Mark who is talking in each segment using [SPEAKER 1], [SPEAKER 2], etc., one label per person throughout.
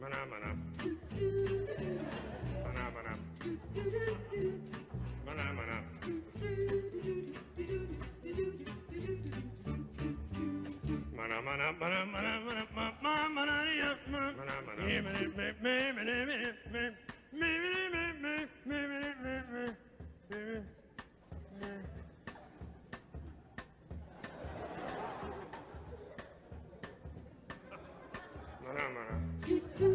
[SPEAKER 1] Mana mana. Mana mana. Mana mana. Mana mana mana mana mana ma- ma- mana ya, ma- mana mana. Me- me- me- me- me- me- me- me- me- me- me- me- me- me- me- me- me- me- me- Mana mana.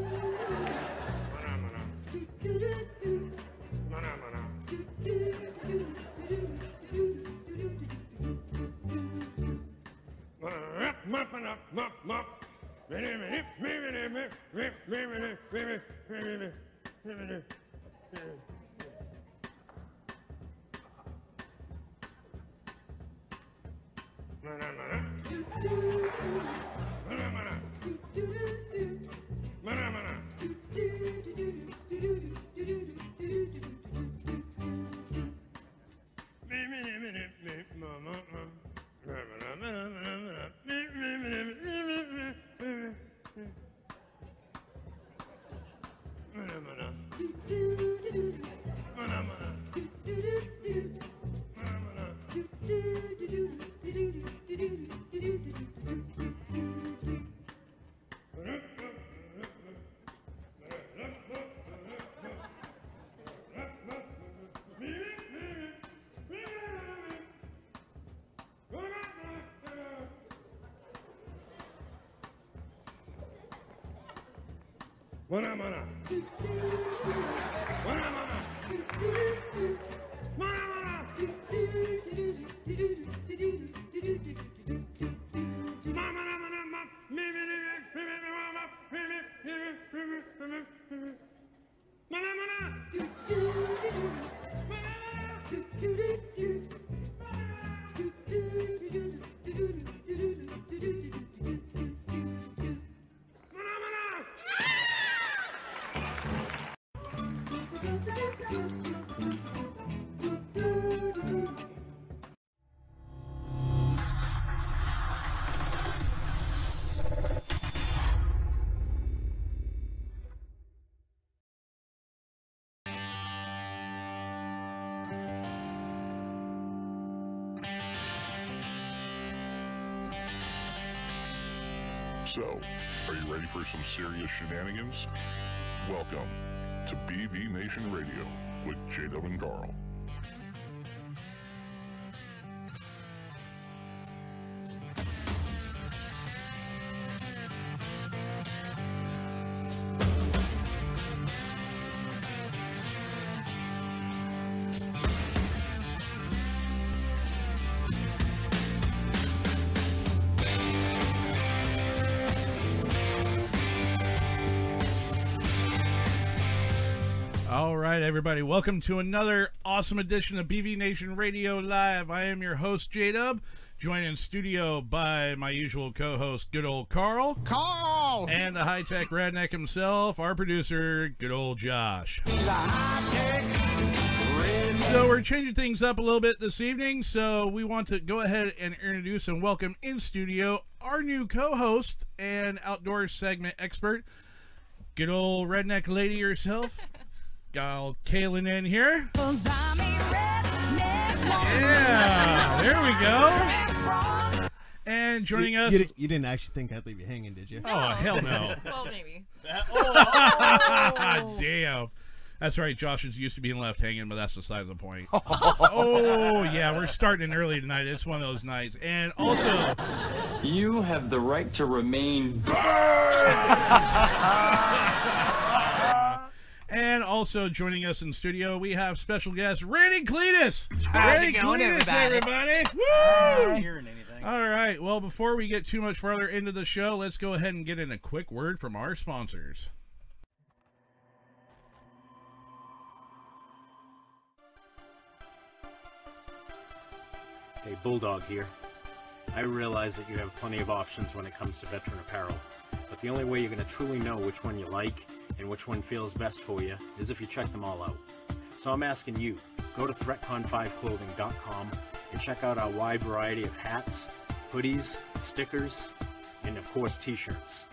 [SPEAKER 1] Mana mana. Mana mana. Mana ma- mana ma- ma. Me- me- me- me- me- me- me- me- me- me- me- me- me- me- me- me- me- me- me- Mana mana. Mana mana. Mana mana. Mana mana. Mana mana. Mana mana.
[SPEAKER 2] So, are you ready for some serious shenanigans? Welcome to BV Nation Radio with J.W. and Carl.
[SPEAKER 3] All right, everybody, welcome to another awesome edition of BV Nation Radio Live. I am your host, J Dub, joined in studio by my usual co host, good old Carl,
[SPEAKER 4] Carl!
[SPEAKER 3] and the high tech redneck himself, our producer, good old Josh. So, we're changing things up a little bit this evening. So, we want to go ahead and introduce and welcome in studio our new co host and outdoor segment expert, good old redneck lady herself. Gal Kaylin in here. Yeah, Ah, there we go. And joining us.
[SPEAKER 4] You, didn't, you didn't actually think I'd leave you hanging, did you?
[SPEAKER 3] oh, hell no.
[SPEAKER 5] Well, maybe.
[SPEAKER 3] Ah, damn. That's right. Josh is used to being left hanging, but that's besides the point. oh, yeah. We're starting early tonight. It's one of those nights. And also,
[SPEAKER 6] You have the right to remain.
[SPEAKER 3] and also joining us in studio, we have special guest Randy Cletus.
[SPEAKER 5] How's
[SPEAKER 3] Randy
[SPEAKER 5] it going,
[SPEAKER 3] Cletus,
[SPEAKER 5] everybody?
[SPEAKER 3] everybody. Woo! All right. Well, before we get too much farther into the show, let's go ahead and get in a quick word from our sponsors.
[SPEAKER 7] Hey, Bulldog here. I realize that you have plenty of options when it comes to veteran apparel, but the only way you're going to truly know which one you like and which one feels best for you is if you check them all out. So I'm asking you, go to ThreatCon5Clothing.com and check out our wide variety of hats, hoodies, stickers, and of course t-shirts.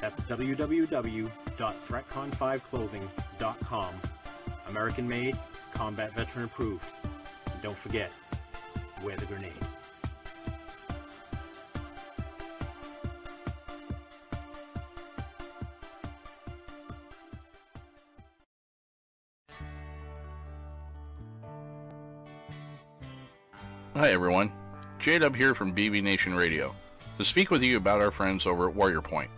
[SPEAKER 7] That's www.threatcon5clothing.com. American made, combat veteran approved. And don't forget, wear the grenade.
[SPEAKER 5] Hi everyone, J-Dub here from BB Nation Radio to speak with you about our friends over at Warrior Point.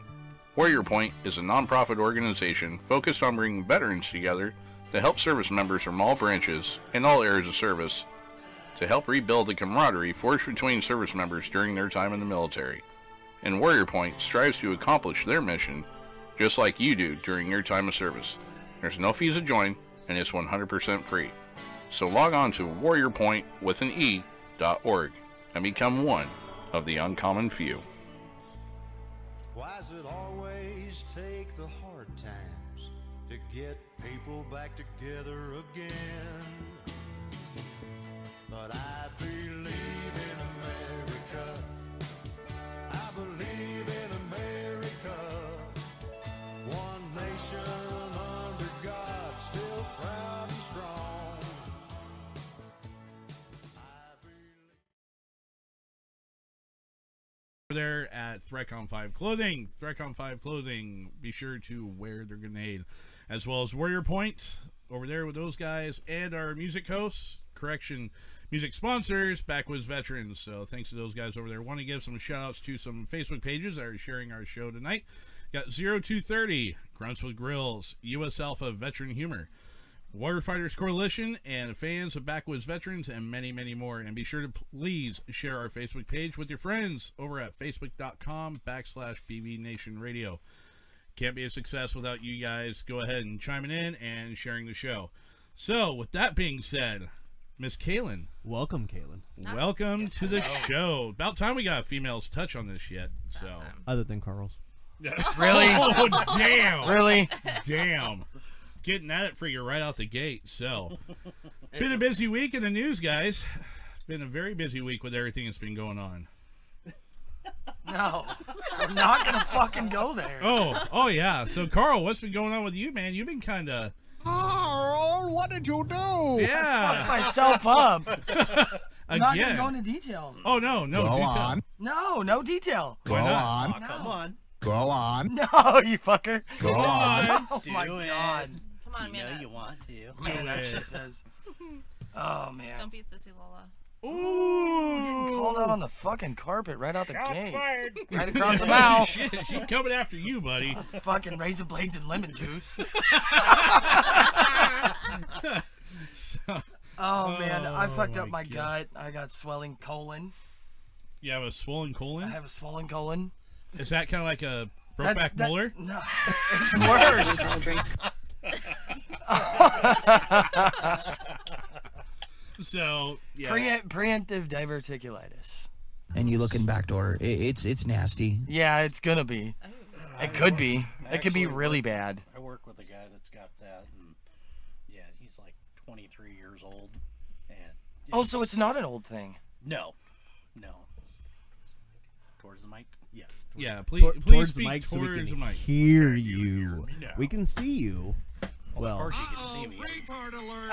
[SPEAKER 5] Warrior Point is a nonprofit organization focused on bringing veterans together to help service members from all branches and all areas of service to help rebuild the camaraderie forged between service members during their time in the military. And Warrior Point strives to accomplish their mission just like you do during your time of service. There's no fees to join and it's 100% free. So log on to warriorpoint with an e dot org and become one of the uncommon few.
[SPEAKER 8] Why does it always take the hard times to get people back together again? But I believe in America. I believe in America. One nation under God, still proud and strong.
[SPEAKER 3] there at Threatcon 5 Clothing. Threatcon 5 Clothing. Be sure to wear their grenade. As well as Warrior Point over there with those guys and our music hosts, correction, music sponsors, Backwoods Veterans. So thanks to those guys over there. Want to give some shout outs to some Facebook pages that are sharing our show tonight. Got 0230, Grunts with Grills, US Alpha Veteran Humor. Waterfighters Coalition and fans of Backwoods Veterans and many, many more. And be sure to please share our Facebook page with your friends over at facebook.com backslash BB Nation Radio. Can't be a success without you guys. Go ahead and chiming in and sharing the show. So, with that being said, Miss Kalen,
[SPEAKER 4] Welcome, Kalen.
[SPEAKER 3] welcome to the show. About time we got a female's touch on this yet. So,
[SPEAKER 4] Other than Carl's.
[SPEAKER 9] Really?
[SPEAKER 3] oh damn,
[SPEAKER 9] really?
[SPEAKER 3] damn, getting at it for you right out the gate. So, been a busy week in the news, guys. Been a very busy week with everything that's been going on.
[SPEAKER 9] No. We're not going to fucking go there.
[SPEAKER 3] Oh, oh yeah. So, Carl, what's been going on with you, man? You've been kind of
[SPEAKER 8] Carl, what did you do?
[SPEAKER 3] yeah.
[SPEAKER 9] Myself up. Not going to
[SPEAKER 3] Again.
[SPEAKER 9] go into detail.
[SPEAKER 3] oh no, no.
[SPEAKER 8] Go
[SPEAKER 3] do tell.
[SPEAKER 8] on.
[SPEAKER 9] No, no detail.
[SPEAKER 8] Go on.
[SPEAKER 9] Come on.
[SPEAKER 8] Go on.
[SPEAKER 9] No, you fucker.
[SPEAKER 8] Go on.
[SPEAKER 9] Oh my god.
[SPEAKER 10] Come on, man. up.
[SPEAKER 9] Man, that
[SPEAKER 3] it.
[SPEAKER 9] shit says. Oh man.
[SPEAKER 10] Don't be sissy, Lola.
[SPEAKER 3] Ooh.
[SPEAKER 9] Called out on the fucking carpet right out the gate.
[SPEAKER 1] Fired.
[SPEAKER 9] Right across the mouth.
[SPEAKER 3] Shit, she coming after you, buddy.
[SPEAKER 9] fucking razor blades and lemon juice.
[SPEAKER 3] So,
[SPEAKER 9] Oh man, I
[SPEAKER 3] Oh,
[SPEAKER 9] fucked up
[SPEAKER 3] my
[SPEAKER 9] my
[SPEAKER 3] God.
[SPEAKER 9] gut. I got swelling colon.
[SPEAKER 3] you have a swollen
[SPEAKER 9] I
[SPEAKER 3] colon.
[SPEAKER 9] have a swollen colon.
[SPEAKER 3] Is that kind of like a
[SPEAKER 9] That's-
[SPEAKER 3] Brokeback
[SPEAKER 9] that-
[SPEAKER 3] Muller?
[SPEAKER 9] No, it's worse.
[SPEAKER 3] So yeah.
[SPEAKER 9] Pre- preemptive diverticulitis.
[SPEAKER 11] and you look in back door. It, it's it's nasty.
[SPEAKER 9] Yeah, it's gonna be. It could be. It could be really bad.
[SPEAKER 12] I work with a guy that's got that, and yeah, he's like 23 years old, and
[SPEAKER 9] Oh, so it's not an old thing.
[SPEAKER 12] no, no. Towards the mic, yes. towards-
[SPEAKER 3] Yeah, please,
[SPEAKER 4] Tor-
[SPEAKER 3] please
[SPEAKER 4] towards the
[SPEAKER 3] speak
[SPEAKER 4] mic so we
[SPEAKER 3] towards
[SPEAKER 4] can
[SPEAKER 3] the mic.
[SPEAKER 4] hear you.
[SPEAKER 12] now.
[SPEAKER 4] We can see you.
[SPEAKER 3] Oh,
[SPEAKER 4] Well,
[SPEAKER 12] Of course you can see me.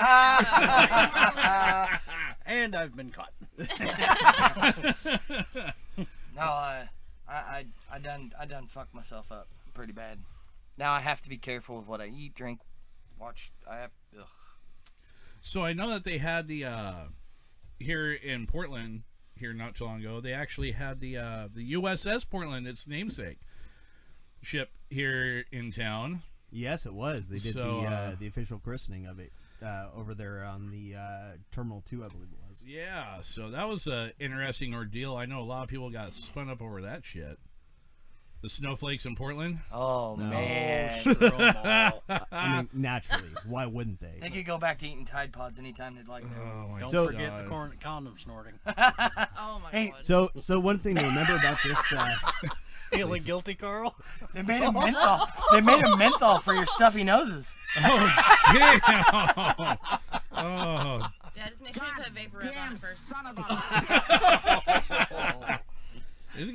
[SPEAKER 9] Ah,
[SPEAKER 12] And I've been caught.
[SPEAKER 9] No, I, I, I, I done, I done fucked myself up pretty bad. Now I have to be careful with what I eat, drink, watch. I have. Ugh.
[SPEAKER 3] So I know that they had the uh, here in Portland here not too long ago. They actually had the uh, the USS Portland, its namesake ship here in town.
[SPEAKER 4] yes, it was. They did
[SPEAKER 3] So,
[SPEAKER 4] the
[SPEAKER 3] uh,
[SPEAKER 4] uh, the official christening of it uh, over there on the uh, Terminal Two, I believe it was.
[SPEAKER 3] Yeah, so that was a interesting ordeal. I know a lot of people got spun up over that shit. The snowflakes in Portland.
[SPEAKER 9] Oh man.
[SPEAKER 12] Throw 'em all.
[SPEAKER 4] I mean, naturally, why wouldn't they?
[SPEAKER 9] They could go back to eating Tide Pods anytime they'd like.
[SPEAKER 3] Oh my
[SPEAKER 12] Don't
[SPEAKER 4] So-
[SPEAKER 12] forget the
[SPEAKER 3] God.
[SPEAKER 12] corn- condom snorting.
[SPEAKER 10] Oh my
[SPEAKER 9] Hey,
[SPEAKER 10] god.
[SPEAKER 4] So, so one thing to remember about this. Uh,
[SPEAKER 12] Feeling guilty, Carl?
[SPEAKER 9] They made a menthol. They made a menthol for your stuffy noses.
[SPEAKER 3] Oh damn! Oh
[SPEAKER 10] Dad, just make sure you put vapor rub on it first.
[SPEAKER 11] of a.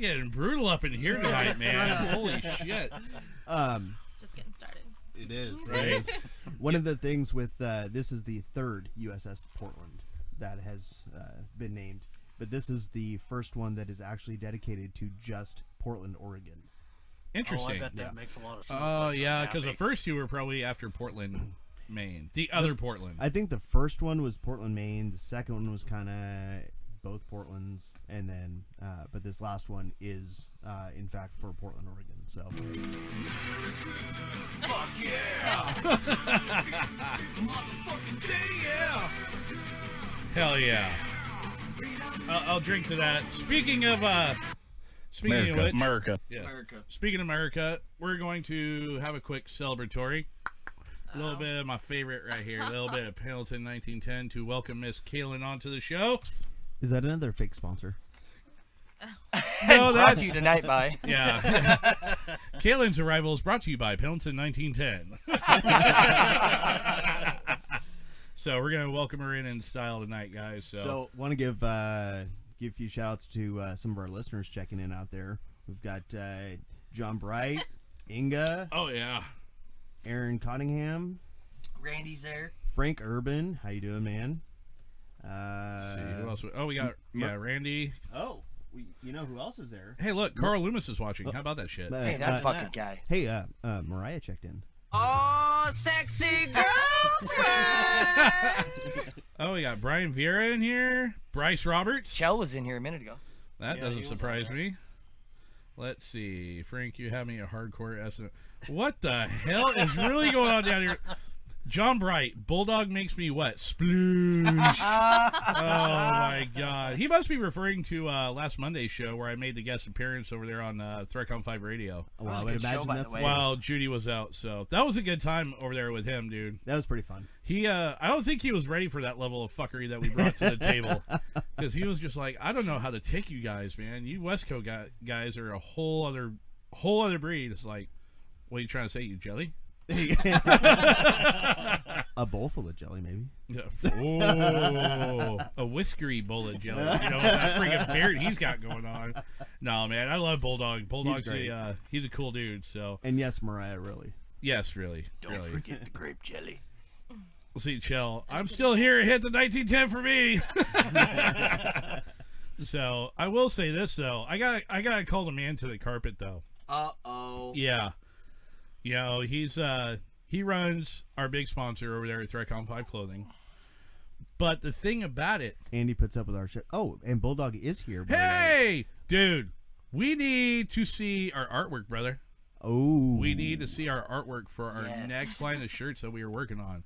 [SPEAKER 3] getting brutal up in here tonight, man. Holy shit.
[SPEAKER 4] Um,
[SPEAKER 10] Just getting started.
[SPEAKER 4] It is. One of the things with uh, this is the third USS Portland that has uh, been named, but this is the first one that is actually dedicated to just Portland, Oregon.
[SPEAKER 3] Interesting.
[SPEAKER 4] Yeah.
[SPEAKER 3] Oh yeah, because the first two were probably after Portland, Maine. The other Portland.
[SPEAKER 4] Oh. I think the first one was Portland, Maine. The second one was kind of both Portlands, and then uh, but this last one is uh, in fact for Portland, Oregon. So.
[SPEAKER 1] Fuck yeah! Motherfucking day, yeah!
[SPEAKER 3] Hell yeah. I'll, I'll drink to that. Speaking of uh, speaking
[SPEAKER 5] America,
[SPEAKER 3] of which,
[SPEAKER 5] America.
[SPEAKER 3] yeah.
[SPEAKER 9] America.
[SPEAKER 3] Speaking of America, we're going to have a quick celebratory. A little bit of my favorite right here. A little bit of Pendleton 1910 to welcome Miss Kaylin onto the show.
[SPEAKER 4] Is that another fake sponsor?
[SPEAKER 3] No,
[SPEAKER 9] Brought
[SPEAKER 3] that's
[SPEAKER 9] to you tonight by-
[SPEAKER 3] yeah. Kaylin's arrival is brought to you by Pendleton 1910. so we're gonna welcome her in in style tonight, guys. So,
[SPEAKER 4] So, want to give uh, give a few shout outs to uh, some of our listeners checking in out there. We've got uh, John Bright, Inga.
[SPEAKER 3] Oh yeah.
[SPEAKER 4] Aaron Cottingham,
[SPEAKER 9] Randy's there.
[SPEAKER 4] Frank Urban. How you doing, man? Uh,
[SPEAKER 3] see who else? we- oh, we got
[SPEAKER 4] M-
[SPEAKER 3] yeah, Randy.
[SPEAKER 4] Oh, we, you know who else is there?
[SPEAKER 3] Hey, look, Carl Loomis is watching. How about that shit?
[SPEAKER 4] Uh, uh, Hey, uh, uh, Mariah checked in.
[SPEAKER 1] Oh, sexy girlfriend!
[SPEAKER 3] Oh, we got Brian Vera in here. Bryce Roberts.
[SPEAKER 9] Chell was in here a minute ago.
[SPEAKER 3] That
[SPEAKER 9] Yeah, he
[SPEAKER 3] doesn't
[SPEAKER 9] was on
[SPEAKER 3] surprise me. Let's see, Frank. You have me a hardcore S. What the hell is really going on down here? John Bright, Bulldog makes me wet. Sploosh. oh my god. He must be referring to uh, last Monday's show where I made the guest appearance over there on uh, Threatcom 5 Radio.
[SPEAKER 4] Oh, wow, That was a I would good show, imagine by the that's- way.
[SPEAKER 3] Well, Judy was out, so that was a good time over there with him, dude.
[SPEAKER 4] That was pretty fun.
[SPEAKER 3] He, uh, I don't think he was ready for that level of fuckery that we brought to the table because he was just like, I don't know how to take you guys, man. You West Coast guy- guys are a whole other, whole other breed. It's like, what are you trying to say, you jelly?
[SPEAKER 4] A bowl full of jelly, maybe.
[SPEAKER 3] Yeah. Oh, a whiskery bowl of jelly. You know that freaking beard he's got going on. No, man, I love Bulldog. Bulldog's
[SPEAKER 4] great.
[SPEAKER 3] the, uh, he's a cool dude. So
[SPEAKER 4] And yes, Mariah, really.
[SPEAKER 3] yes, really, really.
[SPEAKER 4] the
[SPEAKER 9] grape jelly.
[SPEAKER 3] See, Chell, I'm still here. Hit the 1910 for me. so I will say this though, I got I got to call the man to the carpet though.
[SPEAKER 9] Uh oh.
[SPEAKER 3] Yeah. You know, he's uh he runs our big sponsor over there at Threatcom 5 Clothing. But the thing about it,
[SPEAKER 4] Andy puts up with our shit. Oh, and Bulldog is here. by the way.
[SPEAKER 3] hey, dude, we need to see our artwork, brother.
[SPEAKER 4] Oh,
[SPEAKER 3] We need to see our artwork for our
[SPEAKER 4] Yes.
[SPEAKER 3] next line of shirts that we were working on.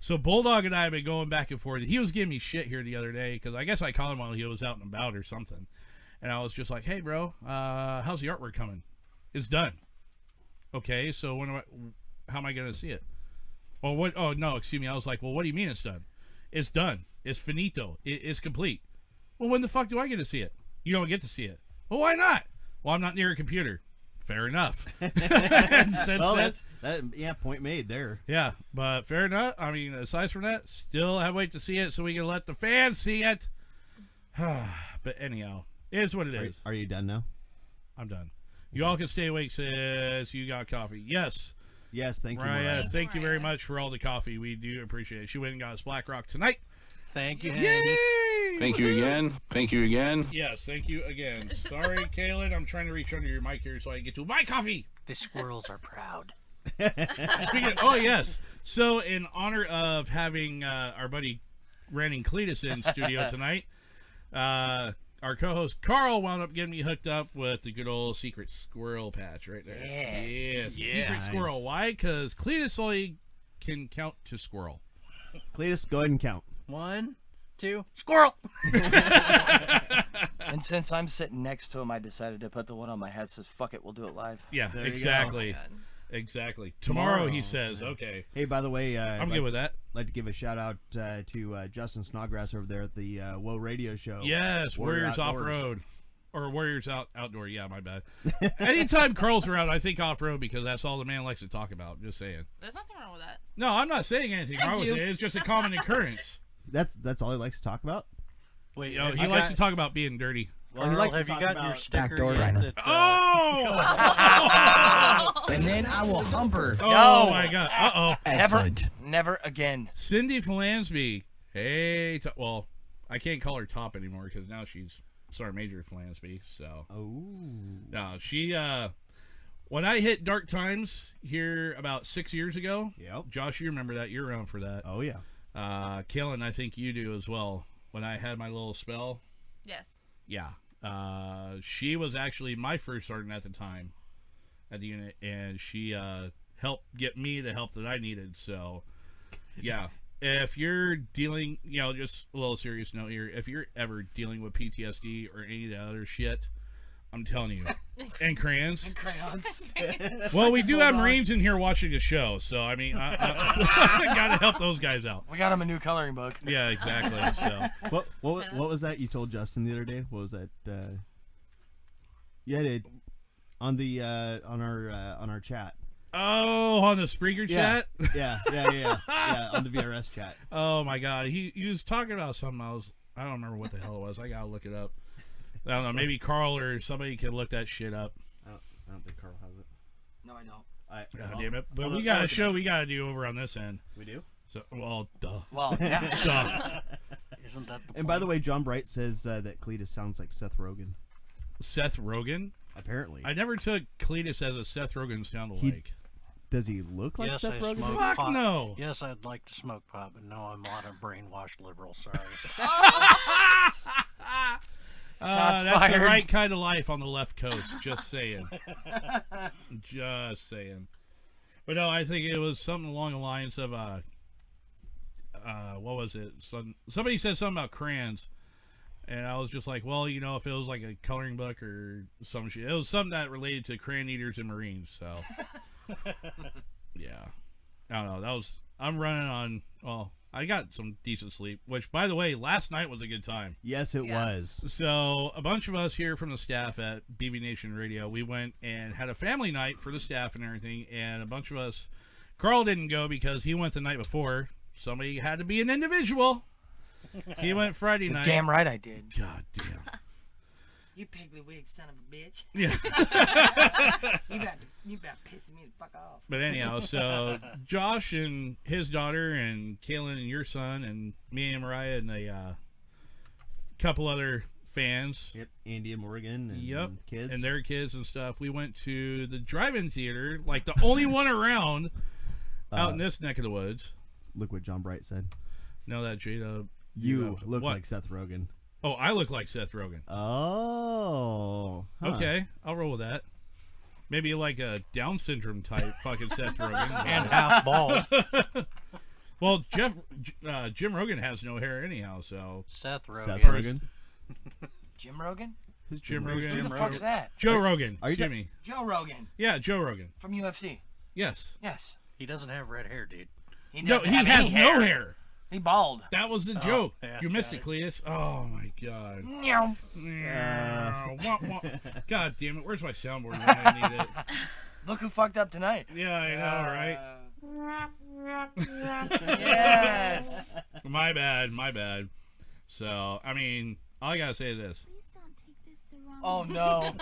[SPEAKER 3] So Bulldog and I have been going back and forth. He was giving me shit here the other day because I guess I called him while he was out and about or something, and I was just like, "Hey, bro, uh, how's the artwork coming? It's done. Okay, so when am I? How am I going to see it? Well, what? Oh no, excuse me. I was like, "Well, what do you mean it's done? It's done. It's finito. It, it's complete. Well, when the fuck do I get to see it? You don't get to see it. Well, why not? Well, I'm not near a computer. Fair enough. And since
[SPEAKER 4] well,
[SPEAKER 3] then-
[SPEAKER 4] that's that. Yeah, point made there.
[SPEAKER 3] yeah, but fair enough. I mean, aside from that, still have wait to see it so we can let the fans see it. but anyhow, it is what it is.
[SPEAKER 4] Are- are you done now?
[SPEAKER 3] I'm done. You all can stay awake says you got coffee. Yes.
[SPEAKER 4] Yes, thank you,
[SPEAKER 3] Mariah,
[SPEAKER 4] Mariah.
[SPEAKER 3] Thank, you very much for all the coffee. We do appreciate it. She went and got us Black Rock tonight.
[SPEAKER 12] Thank you.
[SPEAKER 3] Yay!
[SPEAKER 5] Thank you again. Thank you again.
[SPEAKER 3] Yes, thank you again. Sorry, Kaylin. I'm trying to reach under your mic here so I can get to my coffee.
[SPEAKER 12] The squirrels are proud.
[SPEAKER 3] Speaking of- oh yes. So in honor of having uh, our buddy Randy Cletus in studio tonight, uh, our co-host Carl wound up getting me hooked up with the good old secret squirrel patch right there.
[SPEAKER 1] Yeah.
[SPEAKER 3] Yes.
[SPEAKER 1] Yeah.
[SPEAKER 3] Secret
[SPEAKER 1] Nice.
[SPEAKER 3] squirrel. Why? Because Cletus only can count to squirrel.
[SPEAKER 4] Cletus, go ahead and count.
[SPEAKER 12] One, two, squirrel.
[SPEAKER 9] And since I'm sitting next to him, I decided to put the one on my head. Says "fuck it, we'll do it live."
[SPEAKER 3] Yeah. exactly.
[SPEAKER 13] Oh,
[SPEAKER 3] Exactly. Tomorrow, he says. Okay.
[SPEAKER 4] Oh, Hey, by the way, uh,
[SPEAKER 3] I'm good with that.
[SPEAKER 4] Like to give a shout out uh, to uh, Justin Snodgrass over there at the uh, Woe Radio Show.
[SPEAKER 3] Yes, Warriors off
[SPEAKER 4] Outdoors.
[SPEAKER 3] road. Or Warriors out outdoor, yeah, my bad. Anytime Carl's around, I think off road because that's all the man likes to talk about. Just saying.
[SPEAKER 10] There's nothing wrong with that.
[SPEAKER 3] No, I'm not saying anything
[SPEAKER 10] Thank
[SPEAKER 3] wrong
[SPEAKER 10] you.
[SPEAKER 3] with it. It's just a common occurrence.
[SPEAKER 4] That's that's all he likes to talk about.
[SPEAKER 12] Wait,
[SPEAKER 3] Yo,
[SPEAKER 12] have
[SPEAKER 3] oh, he
[SPEAKER 12] you
[SPEAKER 3] likes
[SPEAKER 12] got-
[SPEAKER 3] to talk about being dirty.
[SPEAKER 12] Well, he likes to
[SPEAKER 14] have you
[SPEAKER 12] talk
[SPEAKER 14] gotten your
[SPEAKER 12] about
[SPEAKER 14] sticker
[SPEAKER 11] backdoor
[SPEAKER 14] yet
[SPEAKER 11] rhino.
[SPEAKER 14] that, uh,
[SPEAKER 11] Oh! and then I will hump her.
[SPEAKER 3] Oh, my God. Uh-oh.
[SPEAKER 11] Excellent.
[SPEAKER 9] Never again.
[SPEAKER 3] Cindy Flansby. Hey, to- well, I can't call her top anymore because now she's Sergeant Major Flansby. So.
[SPEAKER 4] Oh.
[SPEAKER 3] No, she. uh When I hit Dark Times here about six years ago.
[SPEAKER 4] Yep.
[SPEAKER 3] Josh, you remember that? You're around for that.
[SPEAKER 4] Oh yeah.
[SPEAKER 3] Uh, Kellen, I think you do as well. When I had my little spell.
[SPEAKER 10] Yes.
[SPEAKER 3] Yeah. Uh, she was actually my first sergeant at the time at the unit, and she uh, helped get me the help that I needed. So, yeah. if you're dealing, you know, just a little serious note here, if you're ever dealing with PTSD or any of the other shit, I'm telling you. and crayons.
[SPEAKER 12] And crayons.
[SPEAKER 3] Well, we
[SPEAKER 15] Oh,
[SPEAKER 3] do have
[SPEAKER 12] Hold on.
[SPEAKER 3] Marines in here watching the show, so I mean, I, I, I gotta help those guys out.
[SPEAKER 9] We got him a new coloring book.
[SPEAKER 3] Yeah, exactly. So.
[SPEAKER 4] What what wa- what was that you told Justin the other day? What was that? Uh, yeah, it, on the uh, on our uh, on our chat.
[SPEAKER 3] Oh, on the Spreaker
[SPEAKER 4] Yeah.
[SPEAKER 3] chat?
[SPEAKER 4] Yeah, yeah, yeah, yeah, on the VRS chat.
[SPEAKER 3] Oh my god, he, he was talking about something. I was I don't remember what the hell it was. I gotta look it up. I don't know. Maybe Carl or somebody can look that shit up.
[SPEAKER 4] I don't, I don't think Carl has it.
[SPEAKER 9] No, I don't.
[SPEAKER 4] I,
[SPEAKER 3] God
[SPEAKER 4] I'll-
[SPEAKER 3] damn it! But
[SPEAKER 4] I'll
[SPEAKER 3] we
[SPEAKER 4] look-
[SPEAKER 3] got
[SPEAKER 4] I'll
[SPEAKER 3] a
[SPEAKER 4] look it
[SPEAKER 3] show
[SPEAKER 4] up.
[SPEAKER 3] we gotta do over on this end.
[SPEAKER 4] We do.
[SPEAKER 3] So well, duh.
[SPEAKER 9] Well, yeah.
[SPEAKER 3] Duh.
[SPEAKER 12] Isn't that the
[SPEAKER 4] And by the way, John Bright says uh, that Cletus sounds like Seth Rogen.
[SPEAKER 3] Seth Rogen.
[SPEAKER 4] Apparently,
[SPEAKER 3] I never took Cletus as a Seth Rogen sound
[SPEAKER 4] He-
[SPEAKER 3] alike.
[SPEAKER 4] does he look like
[SPEAKER 12] yes,
[SPEAKER 4] Seth
[SPEAKER 12] I
[SPEAKER 4] Rogen?
[SPEAKER 12] smoke
[SPEAKER 3] Fuck
[SPEAKER 12] pot.
[SPEAKER 3] no.
[SPEAKER 12] Yes, I'd like to smoke pot, but no, I'm not a brainwashed liberal. Sorry.
[SPEAKER 3] Uh,
[SPEAKER 12] Shots
[SPEAKER 3] Ah, that's the
[SPEAKER 12] fired.
[SPEAKER 3] right kind of life on the left coast. Just saying. just saying. But no, I think it was something along the lines of uh, uh, what was it? Some, somebody said something about crayons, and I was just like, well, you know, if it was like a coloring book or some shit, it was something that related to crayon eaters and marines. So yeah, I don't know. That was I'm running on. Well, I got some decent sleep, which by the way, last night was a good time.
[SPEAKER 4] Yes, it Yeah. was.
[SPEAKER 3] So a bunch of us here from the staff at BB Nation Radio, we went and had a family night for the staff and everything, and a bunch of us. Carl didn't go because he went the night before. Somebody had to be an individual. He went Friday
[SPEAKER 9] You're
[SPEAKER 3] night.
[SPEAKER 9] damn right I did.
[SPEAKER 3] God damn.
[SPEAKER 13] You piggly wig son of a bitch.
[SPEAKER 3] Yeah.
[SPEAKER 13] you about to, you about pissing me the fuck off.
[SPEAKER 3] But anyhow, so Josh and his daughter and Kaylin and your son and me and Mariah and a uh, couple other fans.
[SPEAKER 4] Yep, Andy and Morgan and
[SPEAKER 3] yep,
[SPEAKER 4] kids.
[SPEAKER 3] and their kids and stuff. We went to the drive-in theater, like the only one around out
[SPEAKER 4] Uh,
[SPEAKER 3] in this neck of the woods.
[SPEAKER 4] Look what John Bright said.
[SPEAKER 3] No, that Jada.
[SPEAKER 4] You look
[SPEAKER 3] What?
[SPEAKER 4] like Seth Rogen.
[SPEAKER 3] Oh, I look like Seth Rogen.
[SPEAKER 4] Oh. huh.
[SPEAKER 3] Okay, I'll roll with that. Maybe like a Down syndrome type fucking Seth Rogen
[SPEAKER 12] And half bald.
[SPEAKER 3] well, Jeff J- uh, Jim Rogan has no hair anyhow, so
[SPEAKER 12] Seth
[SPEAKER 4] Seth Rogen.
[SPEAKER 9] Jim Rogan?
[SPEAKER 4] Who's
[SPEAKER 3] Jim
[SPEAKER 9] Jim
[SPEAKER 3] Rogan.
[SPEAKER 9] Rogan? Who the fuck's that?
[SPEAKER 3] Joe
[SPEAKER 9] Are-
[SPEAKER 3] Rogan.
[SPEAKER 9] are you ta-
[SPEAKER 3] Jimmy.
[SPEAKER 9] Joe Rogan.
[SPEAKER 3] Yeah, Joe Rogan.
[SPEAKER 9] From UFC.
[SPEAKER 3] Yes.
[SPEAKER 9] Yes.
[SPEAKER 12] He doesn't have red hair, dude.
[SPEAKER 9] He
[SPEAKER 3] no,
[SPEAKER 9] doesn't
[SPEAKER 3] he
[SPEAKER 9] have any
[SPEAKER 3] has no hair.
[SPEAKER 9] He bald.
[SPEAKER 3] That was the
[SPEAKER 9] Oh,
[SPEAKER 3] joke.
[SPEAKER 9] yeah,
[SPEAKER 3] you missed
[SPEAKER 9] got
[SPEAKER 3] it, Cletus. Oh my god.
[SPEAKER 9] Meow.
[SPEAKER 3] Meow. Wah, wah. God damn it! Where's my soundboard when I need it?
[SPEAKER 9] Look who fucked up tonight. Uh,
[SPEAKER 3] Yeah, I know, right?
[SPEAKER 9] yes.
[SPEAKER 3] my bad, my bad. So, I mean, all I gotta say is this.
[SPEAKER 9] Oh no.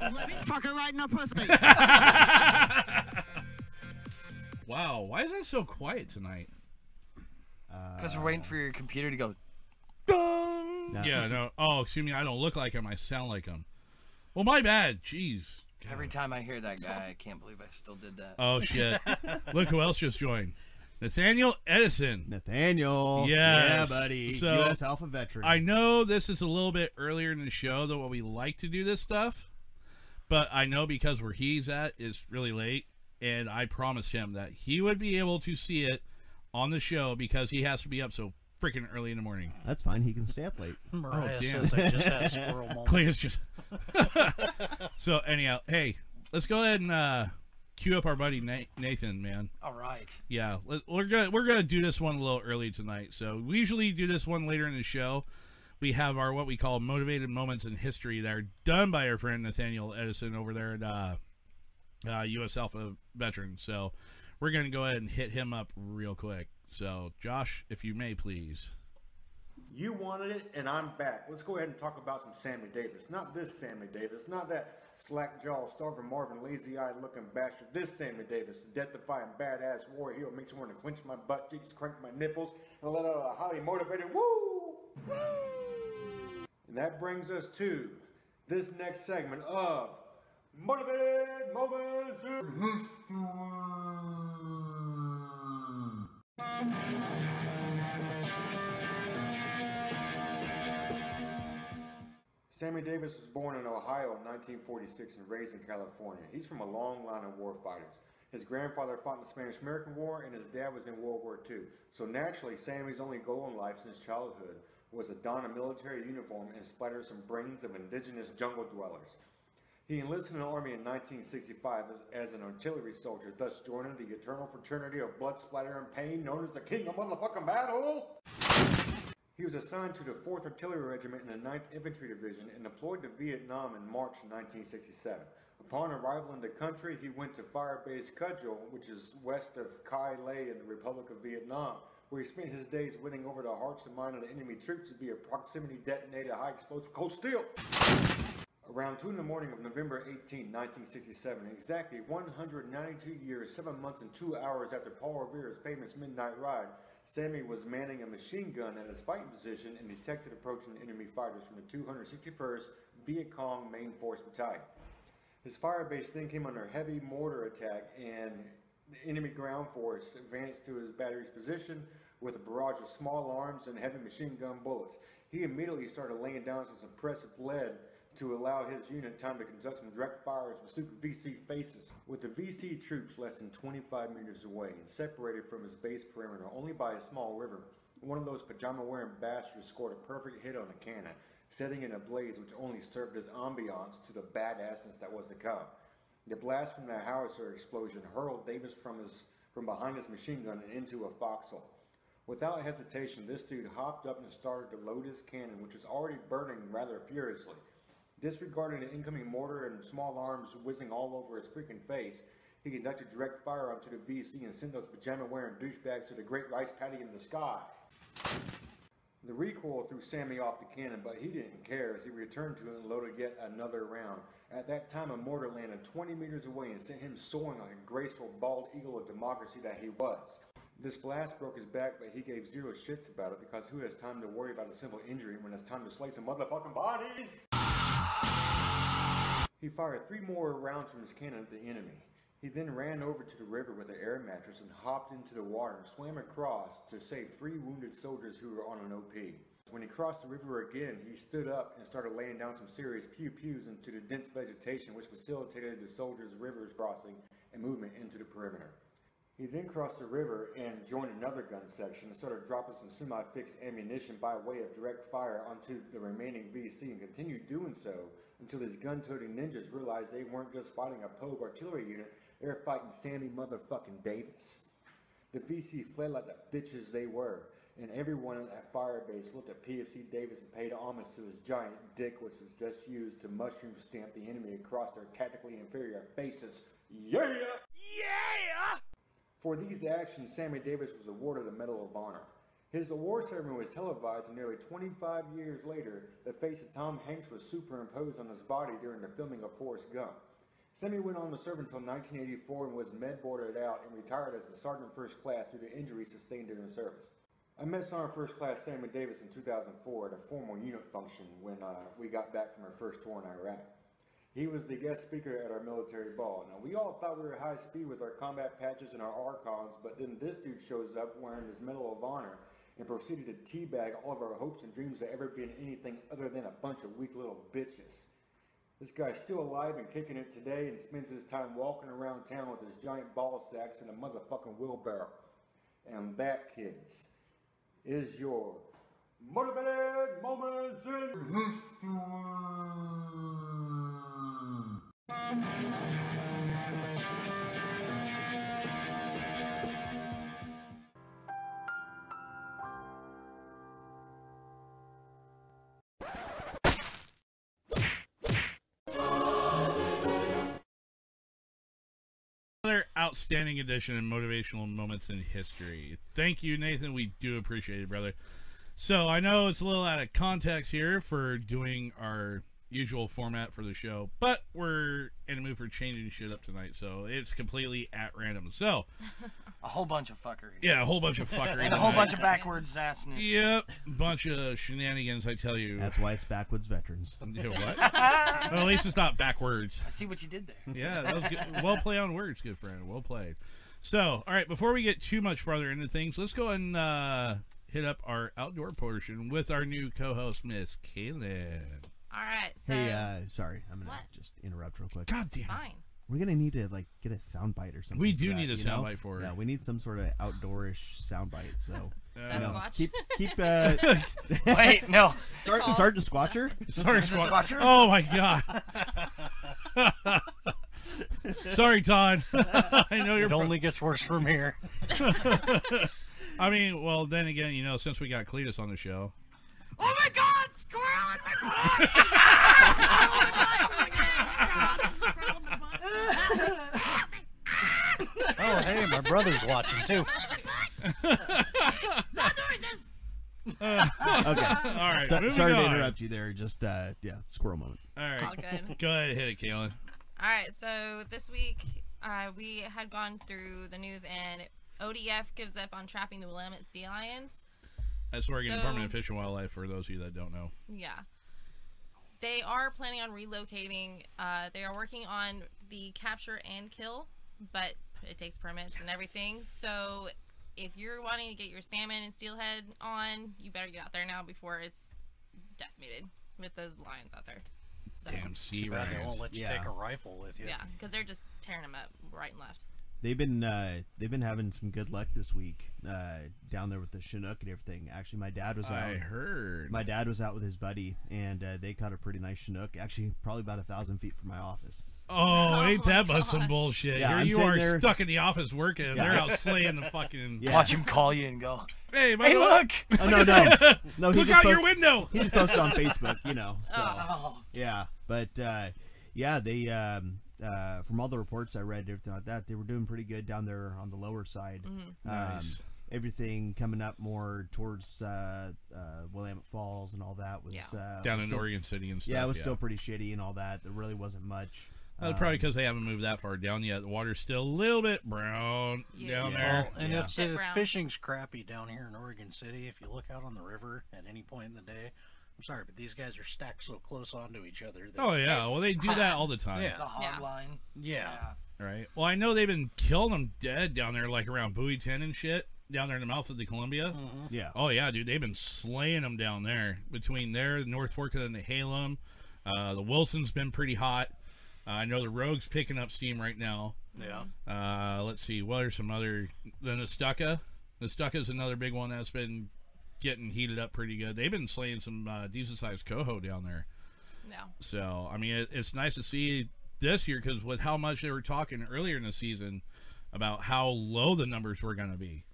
[SPEAKER 13] Let me fuck her right in the pussy.
[SPEAKER 3] Wow, why is it so quiet tonight?
[SPEAKER 9] Because we're waiting for your computer to go.
[SPEAKER 3] Yeah, no. Oh, excuse me. I don't look like him. I sound like him. Well, my bad. Jeez.
[SPEAKER 9] Every time I hear that guy, I can't believe I still did that.
[SPEAKER 3] Oh shit. look who else just joined. Nathaniel Edison.
[SPEAKER 4] Nathaniel.
[SPEAKER 3] Yes.
[SPEAKER 4] Yeah, buddy.
[SPEAKER 3] So,
[SPEAKER 4] US Alpha veteran.
[SPEAKER 3] I know this is a little bit earlier in the show than what we like to do this stuff, but I know because where he's at is really late, and I promised him that he would be able to see it on the show because he has to be up so freaking early in the morning.
[SPEAKER 4] That's fine. He can stay up late.
[SPEAKER 12] Mariah says I just had a squirrel moment.
[SPEAKER 3] Clay is Oh, just. so anyhow, hey, let's go ahead and uh, cue up our buddy Na- Nathan, man.
[SPEAKER 9] All right.
[SPEAKER 3] Yeah, let- we're gonna we're gonna do this one a little early tonight. So we usually do this one later in the show. We have our what we call motivated moments in history that are done by our friend Nathaniel Edison over there at uh, uh, U.S. Alpha Veteran. So we're gonna go ahead and hit him up real quick. So Josh, if you may, please.
[SPEAKER 14] You wanted it, and I'm back. Let's go ahead and talk about some Sammy Davis. Not this Sammy Davis, not that slack jaw, starving Marvin, lazy eyed looking bastard. This Sammy Davis, the death defying badass war hero, makes me want to clench my butt cheeks, crank my nipples, and let out a highly motivated woo! Woo! And that brings us to this next segment of Motivated Moments in Sammy Davis was born in Ohio in 1946 and raised in California. He's from a long line of war fighters. His grandfather fought in the Spanish American War and his dad was in World War II. So naturally, Sammy's only goal in life since childhood was to don a military uniform and splatter some brains of indigenous jungle dwellers. He enlisted in the Army in 1965 as, as an artillery soldier, thus joining the eternal fraternity of blood splatter and pain known as the King of Motherfucking Battle. He was assigned to the 4th Artillery Regiment in the 9th Infantry Division and deployed to Vietnam in March 1967. Upon arrival in the country, he went to Firebase Cudgel, which is west of Kai Lay in the Republic of Vietnam, where he spent his days winning over the hearts and minds of the enemy troops via proximity detonated high explosive cold steel. Around 2 in the morning of November 18, 1967, exactly 192 years, 7 months, and 2 hours after Paul Revere's famous midnight ride, Sammy was manning a machine gun at his fighting position and detected approaching enemy fighters from the 261st Viet Cong Main Force Battalion. His fire base then came under heavy mortar attack, and the enemy ground force advanced to his battery's position with a barrage of small arms and heavy machine gun bullets. He immediately started laying down some suppressive lead to allow his unit time to conduct some direct fires with Super VC faces. With the VC troops less than 25 meters away and separated from his base perimeter only by a small river, one of those pajama wearing bastards scored a perfect hit on a cannon, setting it ablaze which only served as ambiance to the bad essence that was to come. The blast from the howitzer explosion hurled Davis from, his, from behind his machine gun and into a foxhole. Without hesitation, this dude hopped up and started to load his cannon, which was already burning rather furiously. Disregarding the incoming mortar and small arms whizzing all over his freaking face, he conducted direct fire onto the VC and sent those pajama wearing douchebags to the great rice paddy in the sky. The recoil threw Sammy off the cannon, but he didn't care as he returned to it and loaded yet another round. At that time, a mortar landed 20 meters away and sent him soaring like a graceful bald eagle of democracy that he was. This blast broke his back, but he gave zero shits about it because who has time to worry about a simple injury when it's time to slay some motherfucking bodies? He fired three more rounds from his cannon at the enemy. He then ran over to the river with an air mattress and hopped into the water and swam across to save three wounded soldiers who were on an OP. When he crossed the river again, he stood up and started laying down some serious pew pews into the dense vegetation, which facilitated the soldiers' river's crossing and movement into the perimeter. He then crossed the river and joined another gun section and started dropping some semi fixed ammunition by way of direct fire onto the remaining VC and continued doing so until his gun toting ninjas realized they weren't just fighting a pogue artillery unit, they were fighting Sammy motherfucking Davis. The VC fled like the bitches they were, and everyone at that fire base looked at PFC Davis and paid homage to his giant dick, which was just used to mushroom stamp the enemy across their tactically inferior faces. Yeah! Yeah! For these actions, Sammy Davis was awarded the Medal of Honor. His award ceremony was televised, and nearly 25 years later, the face of Tom Hanks was superimposed on his body during the filming of Forrest Gump. Sammy went on to serve until 1984 and was medboarded out and retired as a sergeant first class due to injuries sustained during service. I met Sergeant First Class Sammy Davis in 2004 at a formal unit function when uh, we got back from our first tour in Iraq. He was the guest speaker at our military ball. Now, we all thought we were high speed with our combat patches and our archons, but then this dude shows up wearing his Medal of Honor and proceeded to teabag all of our hopes and dreams of ever being anything other than a bunch of weak little bitches. This guy's still alive and kicking it today and spends his time walking around town with his giant ball sacks and a motherfucking wheelbarrow. And that, kids, is your motivated moments in
[SPEAKER 3] Another outstanding edition of Motivational Moments in History. Thank you, Nathan. We do appreciate it, brother. So I know it's a little out of context here for doing our usual format for the show, but we're in a mood for changing shit up tonight, so it's completely at random. So
[SPEAKER 9] A whole bunch of fuckery.
[SPEAKER 3] yeah, a whole bunch of fuckery
[SPEAKER 9] and a whole
[SPEAKER 3] tonight.
[SPEAKER 9] bunch of backwards assness.
[SPEAKER 3] Yep, bunch of shenanigans. I tell you.
[SPEAKER 4] That's why it's backwards veterans.
[SPEAKER 3] Yeah, what? well, at least it's not backwards.
[SPEAKER 9] I see what you did there.
[SPEAKER 3] Yeah, that was good. well played on words, good friend. Well played. So, all right, before we get too much farther into things, let's go and uh, hit up our outdoor portion with our new co-host, Miss Kaylin.
[SPEAKER 10] All right, so
[SPEAKER 4] hey, uh, sorry, I'm gonna
[SPEAKER 10] What?
[SPEAKER 4] just interrupt real quick.
[SPEAKER 3] God damn.
[SPEAKER 10] fine.
[SPEAKER 4] We're gonna need to like get a soundbite or something.
[SPEAKER 3] We
[SPEAKER 4] for
[SPEAKER 3] do
[SPEAKER 4] that,
[SPEAKER 3] need a
[SPEAKER 4] you know?
[SPEAKER 3] soundbite for it.
[SPEAKER 4] Yeah, we need some sort of outdoorish soundbite. So you know,
[SPEAKER 10] Sasquatch?
[SPEAKER 4] keep keep. Uh,
[SPEAKER 9] Wait, no.
[SPEAKER 4] Sar-
[SPEAKER 9] Called-
[SPEAKER 4] Sergeant Squatcher.
[SPEAKER 3] Sergeant Sergeant Squatcher? Squatcher? Oh, my God. Sorry, Todd. I know you're.
[SPEAKER 12] It
[SPEAKER 3] pro-
[SPEAKER 12] only gets worse from here. Oh,
[SPEAKER 4] uh,
[SPEAKER 3] I mean, well, then again, you know, since we got Cletus on the show,
[SPEAKER 1] Oh my God! Squirrel in my butt!
[SPEAKER 12] Oh, hey, my brother's watching too.
[SPEAKER 3] Uh,
[SPEAKER 4] okay.
[SPEAKER 3] All right.
[SPEAKER 4] So-
[SPEAKER 3] moving
[SPEAKER 4] sorry to
[SPEAKER 3] on.
[SPEAKER 4] interrupt you there. Just uh, yeah, squirrel moment.
[SPEAKER 3] All right.
[SPEAKER 10] All good.
[SPEAKER 3] Go ahead, hit it, Kaylin.
[SPEAKER 10] All right, so this week uh, we had gone through the news, and ODF gives up on trapping the Willamette sea lions.
[SPEAKER 3] That's Oregon
[SPEAKER 10] So-
[SPEAKER 3] Department of Fish and Wildlife. For those of you that don't know,
[SPEAKER 10] Yeah. They are planning on relocating. Uh, they are working on the capture and kill, but it takes permits and everything. So if you're wanting to get your salmon and steelhead on, you better get out there now before it's decimated with those lions out there. So,
[SPEAKER 3] damn sea
[SPEAKER 12] Too bad they
[SPEAKER 3] lions.
[SPEAKER 12] won't let you
[SPEAKER 4] Yeah.
[SPEAKER 12] take a rifle with you.
[SPEAKER 10] Yeah, because they're just tearing them up right and left.
[SPEAKER 4] They've been uh, they've been having some good luck this week uh, down there with the Chinook and everything. Actually, my dad was out.
[SPEAKER 3] I heard.
[SPEAKER 4] My dad was out with his buddy, and uh, they caught a pretty nice Chinook. Actually, probably about a thousand feet from my office.
[SPEAKER 3] Oh,
[SPEAKER 10] Oh
[SPEAKER 3] ain't
[SPEAKER 10] my
[SPEAKER 3] that but some
[SPEAKER 10] gosh.
[SPEAKER 3] bullshit?
[SPEAKER 4] Yeah,
[SPEAKER 3] Here
[SPEAKER 4] I'm
[SPEAKER 3] you
[SPEAKER 4] sitting
[SPEAKER 3] are
[SPEAKER 4] there-
[SPEAKER 3] stuck in the office working. and They're
[SPEAKER 4] Yeah.
[SPEAKER 3] out slaying the fucking.
[SPEAKER 4] Yeah.
[SPEAKER 9] Watch him call you and go,
[SPEAKER 3] Hey, by
[SPEAKER 9] Hey,
[SPEAKER 3] the way-
[SPEAKER 9] look!
[SPEAKER 4] Oh no, no, no! He
[SPEAKER 3] Look
[SPEAKER 4] just
[SPEAKER 3] out your
[SPEAKER 4] post-
[SPEAKER 3] window!
[SPEAKER 4] He just posted on Facebook, you know. So
[SPEAKER 9] Oh.
[SPEAKER 4] yeah, but uh, yeah, they um, uh, from all the reports I read, and everything like that, they were doing pretty good down there on the lower side. Um,
[SPEAKER 10] Mhm.
[SPEAKER 3] Mm-hmm. Nice.
[SPEAKER 4] Everything coming up more towards uh, uh, Willamette Falls and all that was
[SPEAKER 10] Yeah.
[SPEAKER 4] uh,
[SPEAKER 3] Down
[SPEAKER 4] was
[SPEAKER 3] in Oregon City and
[SPEAKER 4] Yeah, it
[SPEAKER 3] stuff,
[SPEAKER 4] was
[SPEAKER 3] yeah.
[SPEAKER 4] still pretty shitty and all that. There really wasn't much.
[SPEAKER 3] That's probably
[SPEAKER 4] Um,
[SPEAKER 3] because they haven't moved that far down yet. The water's still a little bit brown down there.
[SPEAKER 12] Well, and
[SPEAKER 4] Yeah.
[SPEAKER 12] if
[SPEAKER 10] Shit
[SPEAKER 12] the
[SPEAKER 10] brown.
[SPEAKER 12] fishing's crappy down here in Oregon City, if you look out on the river at any point in the day, I'm sorry, but these guys are stacked so close onto each other. That,
[SPEAKER 3] Oh yeah, well they do that all the time.
[SPEAKER 12] Yeah.
[SPEAKER 9] the hog
[SPEAKER 10] Yeah.
[SPEAKER 9] line.
[SPEAKER 12] Yeah.
[SPEAKER 3] Right. Well, I know they've been killing them dead down there, like around Bowie Ten and shit, down there in the mouth of the Columbia.
[SPEAKER 12] Mhm.
[SPEAKER 4] yeah.
[SPEAKER 3] Oh yeah, dude, they've been slaying them down there between there, the North Fork and the Halem. Uh, the Wilson's been pretty hot. Uh, I know the Rogue's picking up steam right now.
[SPEAKER 12] Yeah.
[SPEAKER 3] Uh, let's see, what are some other? The Nestucca. Nestucca's another big one that's been getting heated up pretty good. They've been slaying some uh, decent-sized coho down there.
[SPEAKER 10] No.
[SPEAKER 3] So I mean, it, it's nice to see this year because with how much they were talking earlier in the season about how low the numbers were going to be,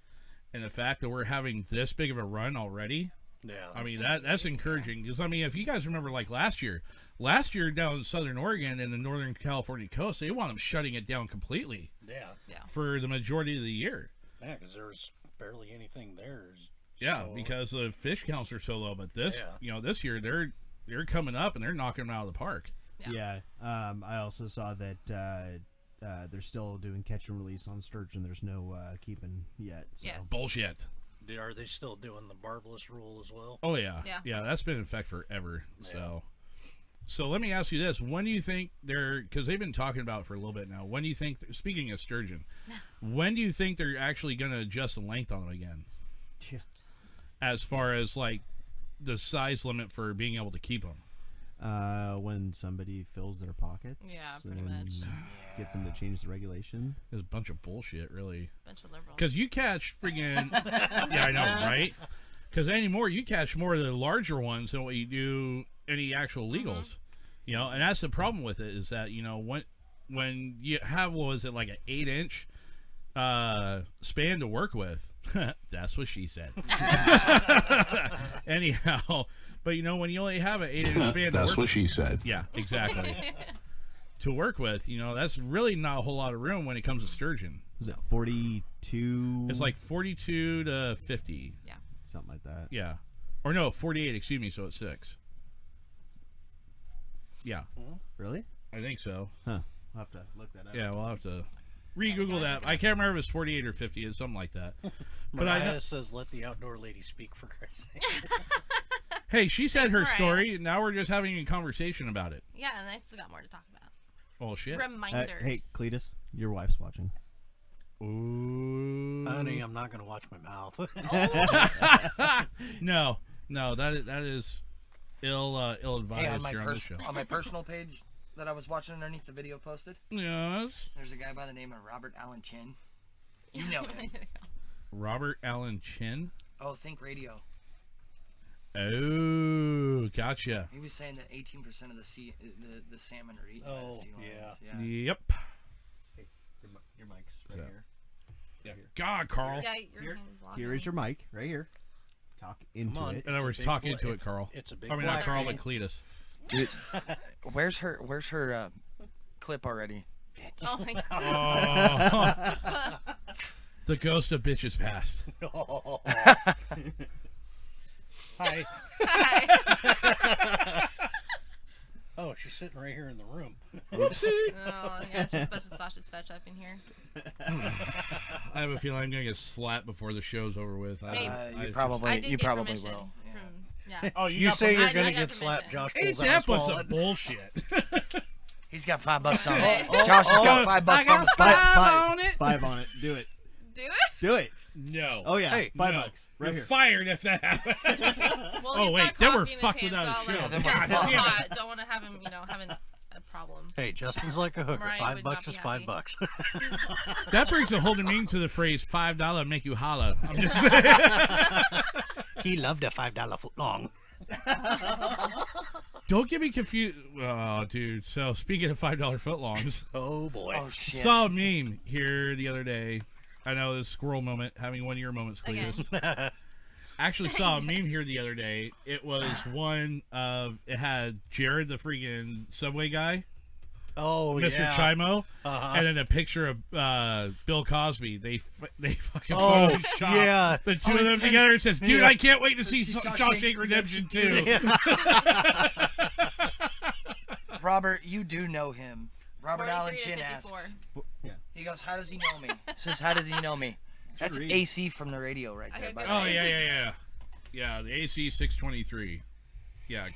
[SPEAKER 3] and the fact that we're having this big of a run already,
[SPEAKER 12] Yeah.
[SPEAKER 3] I mean that that's encouraging because I mean if you guys remember like last year, last year down in Southern Oregon and the Northern California coast, they want them shutting it down completely
[SPEAKER 12] yeah.
[SPEAKER 3] for the majority of the year.
[SPEAKER 12] Yeah, because there's barely anything there. It's
[SPEAKER 3] Yeah,
[SPEAKER 12] so-
[SPEAKER 3] because the fish counts are so low. But this,
[SPEAKER 12] Yeah.
[SPEAKER 3] you know, this year they're they're coming up and they're knocking them out of the park.
[SPEAKER 4] Yeah. Um, I also saw that uh, uh, they're still doing catch and release on sturgeon. There's no uh, keeping yet. So.
[SPEAKER 10] Yes.
[SPEAKER 3] Bullshit.
[SPEAKER 12] Did- Are they still doing the barbless rule as well?
[SPEAKER 3] Oh yeah.
[SPEAKER 10] Yeah.
[SPEAKER 3] that's been in effect forever. So so let me ask you this. When do you think they're cuz they've been talking about it for a little bit now. When do you think speaking of sturgeon, when do you think they're actually going to adjust the length on them again
[SPEAKER 4] Yeah.
[SPEAKER 3] as far as like the size limit for being able to keep them?
[SPEAKER 4] Uh, when somebody fills their pockets.
[SPEAKER 10] Yeah, pretty
[SPEAKER 4] and
[SPEAKER 10] much.
[SPEAKER 4] Gets um, them to change the regulation.
[SPEAKER 3] It's a bunch of bullshit, really.
[SPEAKER 10] Bunch of liberals.
[SPEAKER 3] Cuz you catch friggin' Yeah, I know, right? Cuz anymore you catch more of the larger ones than what you do any actual legals. You know, and that's the problem with it is that you know when when you have what was it like an eight inch uh, span to work with. that's what she said. Anyhow, but you know when you only have an eight inch span, to work
[SPEAKER 5] she said.
[SPEAKER 3] yeah, exactly. to work with, you know, that's really not a whole lot of room when it comes to sturgeon.
[SPEAKER 4] Was
[SPEAKER 10] Oh.
[SPEAKER 4] it 42?
[SPEAKER 3] It's like forty two to fifty.
[SPEAKER 4] Mm-hmm. Something like that.
[SPEAKER 3] Yeah. Or no, 48, excuse me, so it's 6. Yeah.
[SPEAKER 9] Mm-hmm.
[SPEAKER 4] Really?
[SPEAKER 3] I think so.
[SPEAKER 4] Huh. I'll have to look that up.
[SPEAKER 3] Yeah, we'll have to re-Google that. I can't remember if it's 48 or 50, it's something like that. But I
[SPEAKER 12] Mariah
[SPEAKER 3] know-
[SPEAKER 12] says, "Let the outdoor lady speak for Christ's sake."
[SPEAKER 3] Hey, she said her
[SPEAKER 10] Mariah.
[SPEAKER 3] story, and now we're just having a conversation about it.
[SPEAKER 10] Yeah, and I still got more to talk about.
[SPEAKER 3] Oh, shit.
[SPEAKER 4] Uh,
[SPEAKER 10] Reminders.
[SPEAKER 4] hey, Cletus, your wife's watching.
[SPEAKER 3] Ooh.
[SPEAKER 12] Honey, I'm not gonna watch my mouth.
[SPEAKER 10] Oh.
[SPEAKER 3] no, no, that is, that is ill uh, ill advised
[SPEAKER 9] Hey, on my,
[SPEAKER 3] here on this
[SPEAKER 9] pers-
[SPEAKER 3] show.
[SPEAKER 9] on my personal page that I was watching underneath the video posted.
[SPEAKER 3] Yes.
[SPEAKER 9] There's a guy by the name of Robert Allen Chin. You know him.
[SPEAKER 3] Robert Allen Chin.
[SPEAKER 9] oh, Think Radio.
[SPEAKER 3] Oh, gotcha.
[SPEAKER 9] He was saying that 18% of the sea, the, the salmon are eaten by the
[SPEAKER 12] Oh,
[SPEAKER 9] sea lions. Yeah.
[SPEAKER 3] Yep.
[SPEAKER 4] Your, mic's right here.
[SPEAKER 3] Yeah. God, Carl.
[SPEAKER 10] Yeah, your
[SPEAKER 4] here,
[SPEAKER 10] hand's blocked.
[SPEAKER 4] here is your mic, right here. Talk into
[SPEAKER 12] on,
[SPEAKER 4] it.
[SPEAKER 3] In other words, talk into it, Carl. I mean, not Carl, but Cletus.
[SPEAKER 9] where's her Where's her uh, clip already?
[SPEAKER 10] Oh my
[SPEAKER 3] Oh. the ghost of bitches past.
[SPEAKER 12] Hi.
[SPEAKER 9] Hi.
[SPEAKER 12] oh, she's sitting right here in the room.
[SPEAKER 10] Oh, yeah, it's just special Sasha's fetch up in here.
[SPEAKER 3] I have a feeling I'm gonna get slapped before the show's over with. I,
[SPEAKER 10] Maybe.
[SPEAKER 3] I,
[SPEAKER 10] Uh, you
[SPEAKER 3] I-
[SPEAKER 9] probably-
[SPEAKER 10] I did
[SPEAKER 9] you
[SPEAKER 10] get
[SPEAKER 9] probably
[SPEAKER 10] permission
[SPEAKER 9] will.
[SPEAKER 10] From, yeah.
[SPEAKER 3] Oh,
[SPEAKER 12] you,
[SPEAKER 3] got
[SPEAKER 12] say you're
[SPEAKER 3] permission.
[SPEAKER 12] gonna
[SPEAKER 3] I
[SPEAKER 12] get
[SPEAKER 3] got
[SPEAKER 12] slapped, Josh.
[SPEAKER 3] Ain't
[SPEAKER 12] pulls out
[SPEAKER 3] that
[SPEAKER 12] his
[SPEAKER 3] was
[SPEAKER 12] wallet.
[SPEAKER 3] some bullshit?
[SPEAKER 9] He's got five bucks on it.
[SPEAKER 12] Oh, oh,
[SPEAKER 9] Josh has
[SPEAKER 12] oh,
[SPEAKER 9] got five bucks on the spot.
[SPEAKER 4] five on it. Five on it. Do it.
[SPEAKER 10] Do it?
[SPEAKER 4] Do it.
[SPEAKER 3] No.
[SPEAKER 4] Oh yeah.
[SPEAKER 3] Hey,
[SPEAKER 4] five
[SPEAKER 3] no.
[SPEAKER 4] bucks. Right
[SPEAKER 3] You're
[SPEAKER 4] here.
[SPEAKER 3] fired if that happens.
[SPEAKER 10] Well,
[SPEAKER 3] oh
[SPEAKER 10] he's
[SPEAKER 3] wait,
[SPEAKER 10] got
[SPEAKER 3] then we're
[SPEAKER 10] coffee in his
[SPEAKER 3] fucked
[SPEAKER 10] hands,
[SPEAKER 3] without a
[SPEAKER 10] so
[SPEAKER 3] show.
[SPEAKER 10] I'll let him
[SPEAKER 3] God
[SPEAKER 10] get some
[SPEAKER 3] damn it.
[SPEAKER 10] hot. Don't want to have him, you know, having a problem.
[SPEAKER 12] Hey, Justin's like a hooker.
[SPEAKER 10] Mariah
[SPEAKER 12] five
[SPEAKER 10] would not
[SPEAKER 12] bucks
[SPEAKER 10] be
[SPEAKER 12] is five
[SPEAKER 10] happy.
[SPEAKER 12] bucks.
[SPEAKER 3] That brings a whole new meaning to the phrase five dollar make you holla. I'm just saying.
[SPEAKER 12] he loved a five dollar foot long.
[SPEAKER 3] Don't get me confused. Oh, dude. So speaking of five dollar footlongs,
[SPEAKER 12] Oh boy. Oh shit.
[SPEAKER 3] saw a meme here the other day. I know this squirrel moment, having one of your moments,
[SPEAKER 12] Again.
[SPEAKER 3] Cletus. Actually saw a meme here the other day. It was one of it had Jared the freaking subway guy.
[SPEAKER 12] Oh
[SPEAKER 3] Mr.
[SPEAKER 12] yeah.
[SPEAKER 3] Chimo,
[SPEAKER 12] Uh-huh.
[SPEAKER 3] and then a picture of uh, Bill Cosby. They f- they fucking
[SPEAKER 12] Oh,
[SPEAKER 3] photoshopped
[SPEAKER 12] yeah.
[SPEAKER 3] the two
[SPEAKER 12] Oh,
[SPEAKER 3] of them
[SPEAKER 12] it's-
[SPEAKER 3] together and says, "Dude,
[SPEAKER 12] yeah.
[SPEAKER 3] I can't wait to see
[SPEAKER 12] See
[SPEAKER 3] Shaw-
[SPEAKER 12] Shawshank
[SPEAKER 3] Shawshank Redemption 2.
[SPEAKER 9] Robert, you do know him. Robert Allen
[SPEAKER 10] 43
[SPEAKER 9] Chin
[SPEAKER 10] to
[SPEAKER 9] asks.
[SPEAKER 10] 54.
[SPEAKER 9] He goes, "How does he know me?" Says, "How does he know me?" That's
[SPEAKER 3] read.
[SPEAKER 9] AC from the radio right there. by the
[SPEAKER 3] Oh
[SPEAKER 9] way.
[SPEAKER 3] yeah, yeah, yeah, yeah. The AC six twenty three. Yeah.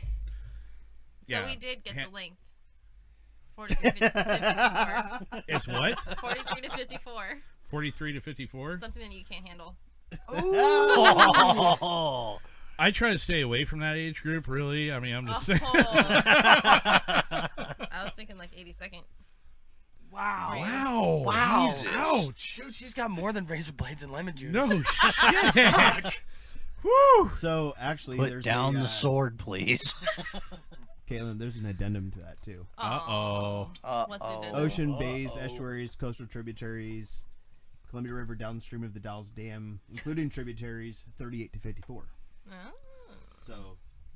[SPEAKER 10] So we did get
[SPEAKER 3] Han-
[SPEAKER 10] the length. 43 to 54.
[SPEAKER 3] It's what?
[SPEAKER 10] 43 to 54.
[SPEAKER 3] Forty three to fifty four.
[SPEAKER 10] Something that you can't handle.
[SPEAKER 12] Oh.
[SPEAKER 3] I try to stay away from that age group. Really, I mean, I'm just saying.
[SPEAKER 10] Oh. I was thinking like 82nd.
[SPEAKER 9] Wow.
[SPEAKER 3] Wow.
[SPEAKER 9] Wow.
[SPEAKER 3] Jesus.
[SPEAKER 9] Ouch. Dude, she's got more than razor blades and lemon juice.
[SPEAKER 3] No
[SPEAKER 9] shit.
[SPEAKER 4] Woo! So actually,
[SPEAKER 12] Put
[SPEAKER 4] there's
[SPEAKER 12] down
[SPEAKER 4] a,
[SPEAKER 12] the
[SPEAKER 4] uh,
[SPEAKER 12] sword, please.
[SPEAKER 4] Caitlin, there's an addendum to that too.
[SPEAKER 12] Uh oh.
[SPEAKER 10] What's the addendum?
[SPEAKER 4] Ocean, bays, estuaries, coastal tributaries, Columbia River downstream of the Dalles Dam, including tributaries 38 to 54.
[SPEAKER 10] Oh.
[SPEAKER 3] Uh,
[SPEAKER 4] So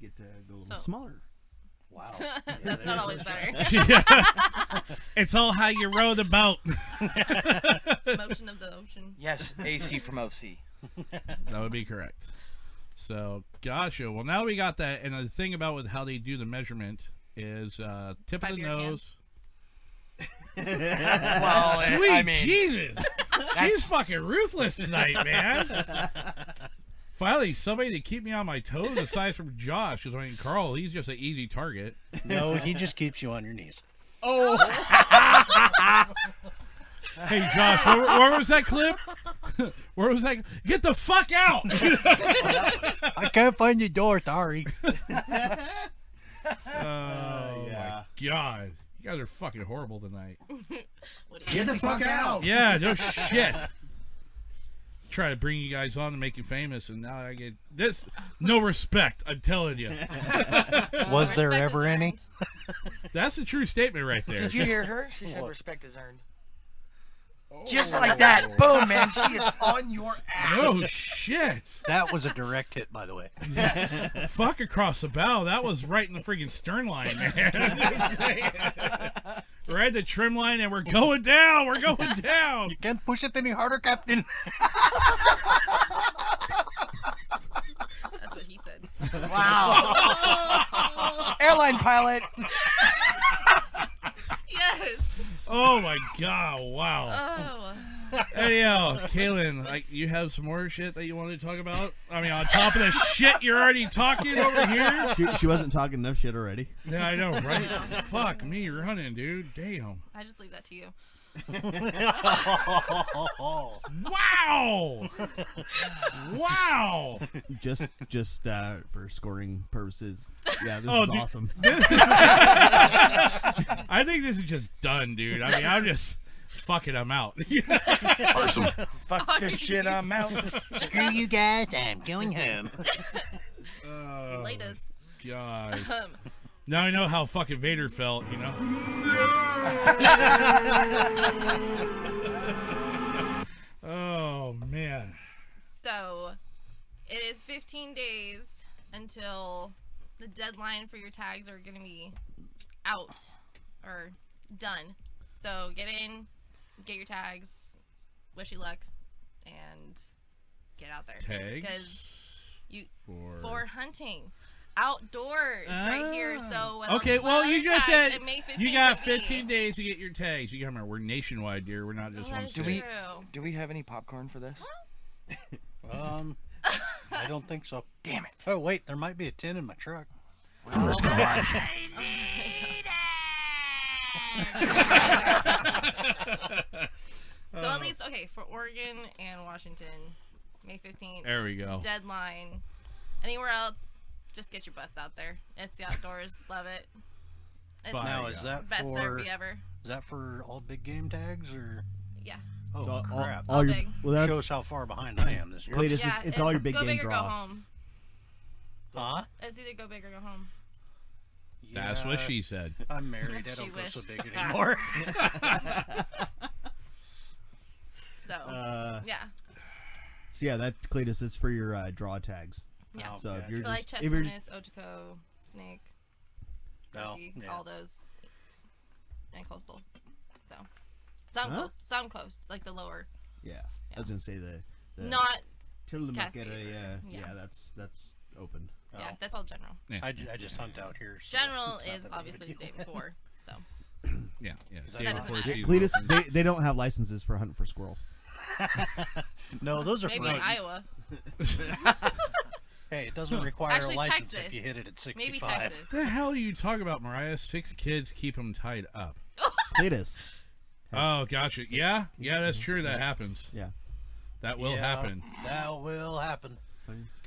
[SPEAKER 4] get to go a little
[SPEAKER 10] So-
[SPEAKER 4] smaller.
[SPEAKER 12] Wow.
[SPEAKER 10] That's not always better.
[SPEAKER 3] It's all how you row the boat.
[SPEAKER 10] Motion of the ocean.
[SPEAKER 9] Yes, AC from OC.
[SPEAKER 3] That would be correct. So, gotcha. Well, now we got that. And the thing about with how they do the measurement is uh, tip
[SPEAKER 10] By
[SPEAKER 3] of the
[SPEAKER 10] beer can.
[SPEAKER 3] nose.
[SPEAKER 9] Well, I-
[SPEAKER 3] Sweet
[SPEAKER 9] I mean-
[SPEAKER 3] Jesus. She's
[SPEAKER 9] That's-
[SPEAKER 3] fucking ruthless tonight, man. Finally, somebody to keep me on my toes aside from Josh. 'cause, I mean, Carl, he's just an easy target.
[SPEAKER 12] no, he just keeps you on your knees.
[SPEAKER 4] Oh.
[SPEAKER 10] Oh.
[SPEAKER 3] Hey, Josh, where, where was that clip? where was that? Get the fuck out!
[SPEAKER 12] I can't find the door. Sorry.
[SPEAKER 3] Oh
[SPEAKER 4] yeah.
[SPEAKER 3] my god. You guys are fucking horrible tonight.
[SPEAKER 10] What do you-
[SPEAKER 3] Yeah, no shit. Try to bring you guys on to make you famous and now I get this no respect, I'm telling you.
[SPEAKER 12] Was there ever any?
[SPEAKER 3] That's a true statement right there.
[SPEAKER 9] Did you
[SPEAKER 3] Just-
[SPEAKER 9] hear her? She said
[SPEAKER 12] What?
[SPEAKER 9] respect is earned. Just like that. Boom, man. She is on your ass.
[SPEAKER 3] No shit.
[SPEAKER 12] That was a direct hit, by the way.
[SPEAKER 9] Yes.
[SPEAKER 3] Fuck across the bow. That was right in the freaking stern line, man. we're at the trim line and we're going down. We're going down.
[SPEAKER 12] You can't push it any harder, Captain.
[SPEAKER 10] That's what he said.
[SPEAKER 9] Wow. Airline pilot.
[SPEAKER 10] yes.
[SPEAKER 3] Oh my god! Wow.
[SPEAKER 10] Oh.
[SPEAKER 3] Anyhow, Kaylin, like you have some more shit that you wanted to talk about. I mean, on top of the shit you're already talking over here.
[SPEAKER 4] She, she wasn't talking enough shit already.
[SPEAKER 3] Yeah, I know, right?
[SPEAKER 10] I know.
[SPEAKER 3] Fuck me, you're running, dude. Damn.
[SPEAKER 10] I just leave that to you.
[SPEAKER 3] wow. Wow.
[SPEAKER 4] Just just uh, for scoring purposes. Yeah, this
[SPEAKER 3] Oh,
[SPEAKER 4] is
[SPEAKER 3] dude,
[SPEAKER 4] awesome.
[SPEAKER 3] this- I think this is just done, dude. I mean, I'm just fucking. I'm out.
[SPEAKER 5] Awesome.
[SPEAKER 9] Fuck this shit, I'm out.
[SPEAKER 12] Screw you guys, I'm going home.
[SPEAKER 3] Oh,
[SPEAKER 10] Latest.
[SPEAKER 3] God.
[SPEAKER 10] Um.
[SPEAKER 3] Now I know how fucking Vader felt. You know. Oh man.
[SPEAKER 10] so, it is 15 days until the deadline for your tags are going to be out or done. So, get in, get your tags, wish you luck, and get out there.
[SPEAKER 3] Tags?
[SPEAKER 10] Because you
[SPEAKER 3] For-
[SPEAKER 10] for hunting outdoors right here. So when
[SPEAKER 3] Ah. okay,
[SPEAKER 10] I'm
[SPEAKER 3] well you
[SPEAKER 10] closed,
[SPEAKER 3] just
[SPEAKER 10] guys,
[SPEAKER 3] said
[SPEAKER 10] it may 15
[SPEAKER 3] you got
[SPEAKER 10] to me.
[SPEAKER 3] 15 days to get your tags. You got to remember we're nationwide, dear. We're not just one
[SPEAKER 9] Do we
[SPEAKER 3] state.
[SPEAKER 9] do we have any popcorn for this?
[SPEAKER 12] Um, I don't think so. Damn it. Oh, wait, there might be a tin in my truck.
[SPEAKER 10] So
[SPEAKER 3] Oh.
[SPEAKER 10] at least okay for Oregon and Washington, May 15th.
[SPEAKER 3] There we go.
[SPEAKER 10] Deadline. Anywhere else, just get your butts out there. It's the outdoors. Love it. It's
[SPEAKER 3] Bye.
[SPEAKER 12] Now, is that
[SPEAKER 10] best
[SPEAKER 12] for
[SPEAKER 10] therapy ever?
[SPEAKER 12] Is that for all big game tags or?
[SPEAKER 10] Yeah.
[SPEAKER 12] Oh
[SPEAKER 4] It's all- all-
[SPEAKER 12] crap!
[SPEAKER 4] all your- Big. well, that's-
[SPEAKER 12] shows how far behind I am this year.
[SPEAKER 4] Cletus, it's- it's all your big
[SPEAKER 10] go
[SPEAKER 4] game
[SPEAKER 10] big or
[SPEAKER 4] draw.
[SPEAKER 10] go home.
[SPEAKER 12] Huh?
[SPEAKER 10] It's either go big or go home.
[SPEAKER 3] That's what she said.
[SPEAKER 12] I'm married. I
[SPEAKER 10] She
[SPEAKER 12] don't go so
[SPEAKER 10] wished.
[SPEAKER 12] big anymore.
[SPEAKER 10] So
[SPEAKER 4] Uh,
[SPEAKER 10] yeah.
[SPEAKER 4] So yeah, that Cletus, it's for your uh, draw tags.
[SPEAKER 12] Oh,
[SPEAKER 10] Yeah.
[SPEAKER 4] oh, So if you're
[SPEAKER 10] For, like
[SPEAKER 4] just
[SPEAKER 10] chess
[SPEAKER 4] if you're
[SPEAKER 10] bonus, Ojiko, Snake,
[SPEAKER 12] No,
[SPEAKER 10] Turkey,
[SPEAKER 12] yeah.
[SPEAKER 10] all those, and Coastal. So, some
[SPEAKER 4] Huh?
[SPEAKER 10] coast, some coast, like the lower,
[SPEAKER 4] yeah, I was gonna say the, the
[SPEAKER 10] not.
[SPEAKER 4] Tillamook
[SPEAKER 10] Cascade.
[SPEAKER 4] area. Yeah,
[SPEAKER 10] Yeah.
[SPEAKER 4] that's that's open.
[SPEAKER 10] Yeah, that's all general.
[SPEAKER 12] Oh. I, ju- I just hunt out here. so
[SPEAKER 10] General
[SPEAKER 12] it's not that
[SPEAKER 10] is
[SPEAKER 12] big of a
[SPEAKER 10] obviously the
[SPEAKER 12] deal.
[SPEAKER 10] day before. So,
[SPEAKER 3] Yeah, yeah.
[SPEAKER 12] Is
[SPEAKER 3] Day
[SPEAKER 12] that-
[SPEAKER 3] before
[SPEAKER 12] Doesn't
[SPEAKER 3] she-
[SPEAKER 4] Cletus, they, they don't have licenses for hunting for squirrels.
[SPEAKER 12] No, those are
[SPEAKER 10] maybe
[SPEAKER 12] for
[SPEAKER 10] in Iowa.
[SPEAKER 12] hey, it doesn't require
[SPEAKER 10] Actually,
[SPEAKER 12] a license
[SPEAKER 10] Texas.
[SPEAKER 12] if you hit it at 65.
[SPEAKER 10] Maybe Texas.
[SPEAKER 3] the hell are you talking about, Mariah? Six kids keep them tied up.
[SPEAKER 4] Cletus.
[SPEAKER 3] Oh, gotcha. Yeah, yeah. That's true. That happens.
[SPEAKER 4] Yeah.
[SPEAKER 3] That will
[SPEAKER 12] Yeah,
[SPEAKER 3] happen.
[SPEAKER 12] That will happen.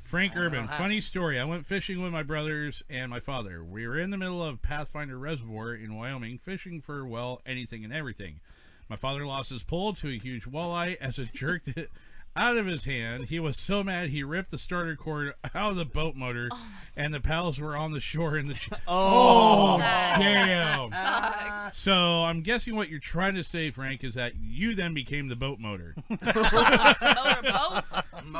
[SPEAKER 3] Frank
[SPEAKER 12] That'll
[SPEAKER 3] Urban,
[SPEAKER 12] happen.
[SPEAKER 3] funny story. I went fishing with my brothers and my father. We were in the middle of Pathfinder Reservoir in Wyoming, fishing for, well, anything and everything. My father lost his pole to a huge walleye as it jerked it out of his hand. He was so mad he ripped the starter cord out of the boat motor,
[SPEAKER 10] Oh
[SPEAKER 3] and the paddles were on the shore. And the ch-
[SPEAKER 4] Oh.
[SPEAKER 10] That
[SPEAKER 3] damn!
[SPEAKER 10] sucks.
[SPEAKER 3] So I'm guessing what you're trying to say, Frank, is that you then became the boat motor.
[SPEAKER 9] Motor?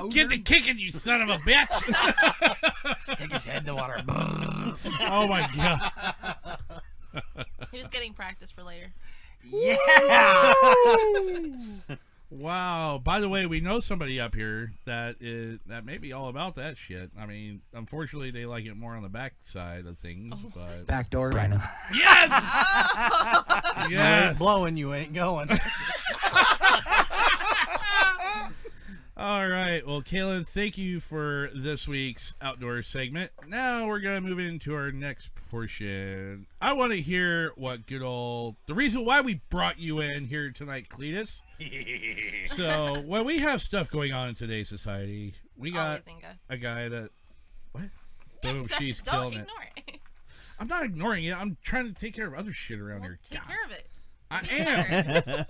[SPEAKER 3] Get the kicking, you son of a bitch!
[SPEAKER 9] Stick his head in the water.
[SPEAKER 3] oh my god!
[SPEAKER 10] He was getting practice for later.
[SPEAKER 3] wow! By the way, we know somebody up here that is that may be all about that shit. I mean, unfortunately, they like it more on the back side of things.
[SPEAKER 9] Oh.
[SPEAKER 3] But
[SPEAKER 11] Back door. Right now.
[SPEAKER 15] Oh.
[SPEAKER 3] yes,
[SPEAKER 12] You ain't
[SPEAKER 3] yes.
[SPEAKER 12] blowing, you ain't going.
[SPEAKER 3] All right. Well, Kaylin, thank you for this week's outdoor segment. Now we're going to move into our next portion. I want to hear what good old the reason why we brought you in here tonight, Cletus. so, when we have stuff going on in today's society, we got
[SPEAKER 10] Always, Inga.
[SPEAKER 3] a guy that what? Boom,
[SPEAKER 10] Suck-
[SPEAKER 3] she's
[SPEAKER 10] Don't
[SPEAKER 3] killing it.
[SPEAKER 10] ignore it.
[SPEAKER 3] I'm not ignoring it. I'm trying to take care of other shit around here.
[SPEAKER 10] Take care of it.
[SPEAKER 3] I am.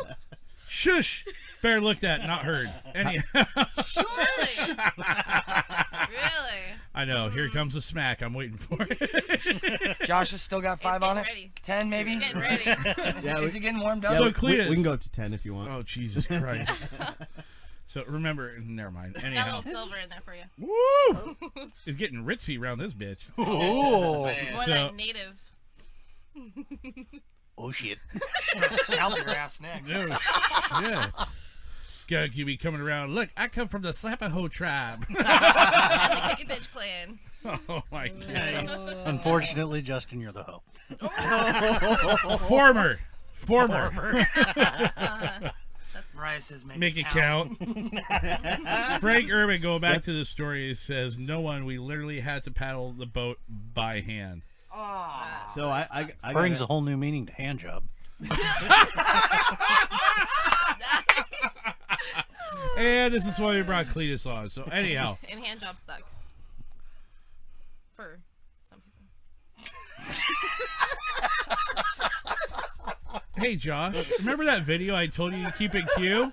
[SPEAKER 3] Shush. Fair looked at, not heard. Any-
[SPEAKER 10] Shush. really?
[SPEAKER 3] I know. Here comes the smack. I'm waiting for it.
[SPEAKER 9] Josh has still got five on it. Ten maybe.
[SPEAKER 10] It's getting ready.
[SPEAKER 9] Is, it- is it getting warmed up?
[SPEAKER 4] Yeah, we, we, we can go up to ten if you want.
[SPEAKER 3] Oh Jesus Christ! so remember, never mind.
[SPEAKER 10] Got a
[SPEAKER 3] Anyhow,
[SPEAKER 10] little silver in there for you.
[SPEAKER 3] woo! It's getting ritzy around this bitch.
[SPEAKER 12] Oh,
[SPEAKER 10] More
[SPEAKER 3] so,
[SPEAKER 10] like native.
[SPEAKER 12] oh shit.
[SPEAKER 9] Scalp your ass next.
[SPEAKER 3] no shit. Gug, you be coming around. Look, I come from the Slapahoe tribe.
[SPEAKER 10] and the kick a bitch clan.
[SPEAKER 3] Oh my
[SPEAKER 12] Nice. Unfortunately, Justin, you're the hoe.
[SPEAKER 3] Former. Former.
[SPEAKER 12] Former.
[SPEAKER 9] Mariah says make,
[SPEAKER 3] Make it count. Frank Urban going back to the story says no one. We literally had to paddle the boat by hand.
[SPEAKER 10] Ah.
[SPEAKER 4] So I, I, I
[SPEAKER 12] brings
[SPEAKER 4] gotta-
[SPEAKER 12] a whole new meaning to hand job.
[SPEAKER 3] And this is why we brought Cletus on. So anyhow,
[SPEAKER 10] and hand jobs suck. For some people.
[SPEAKER 3] hey Josh, remember that video I told you to keep it cute?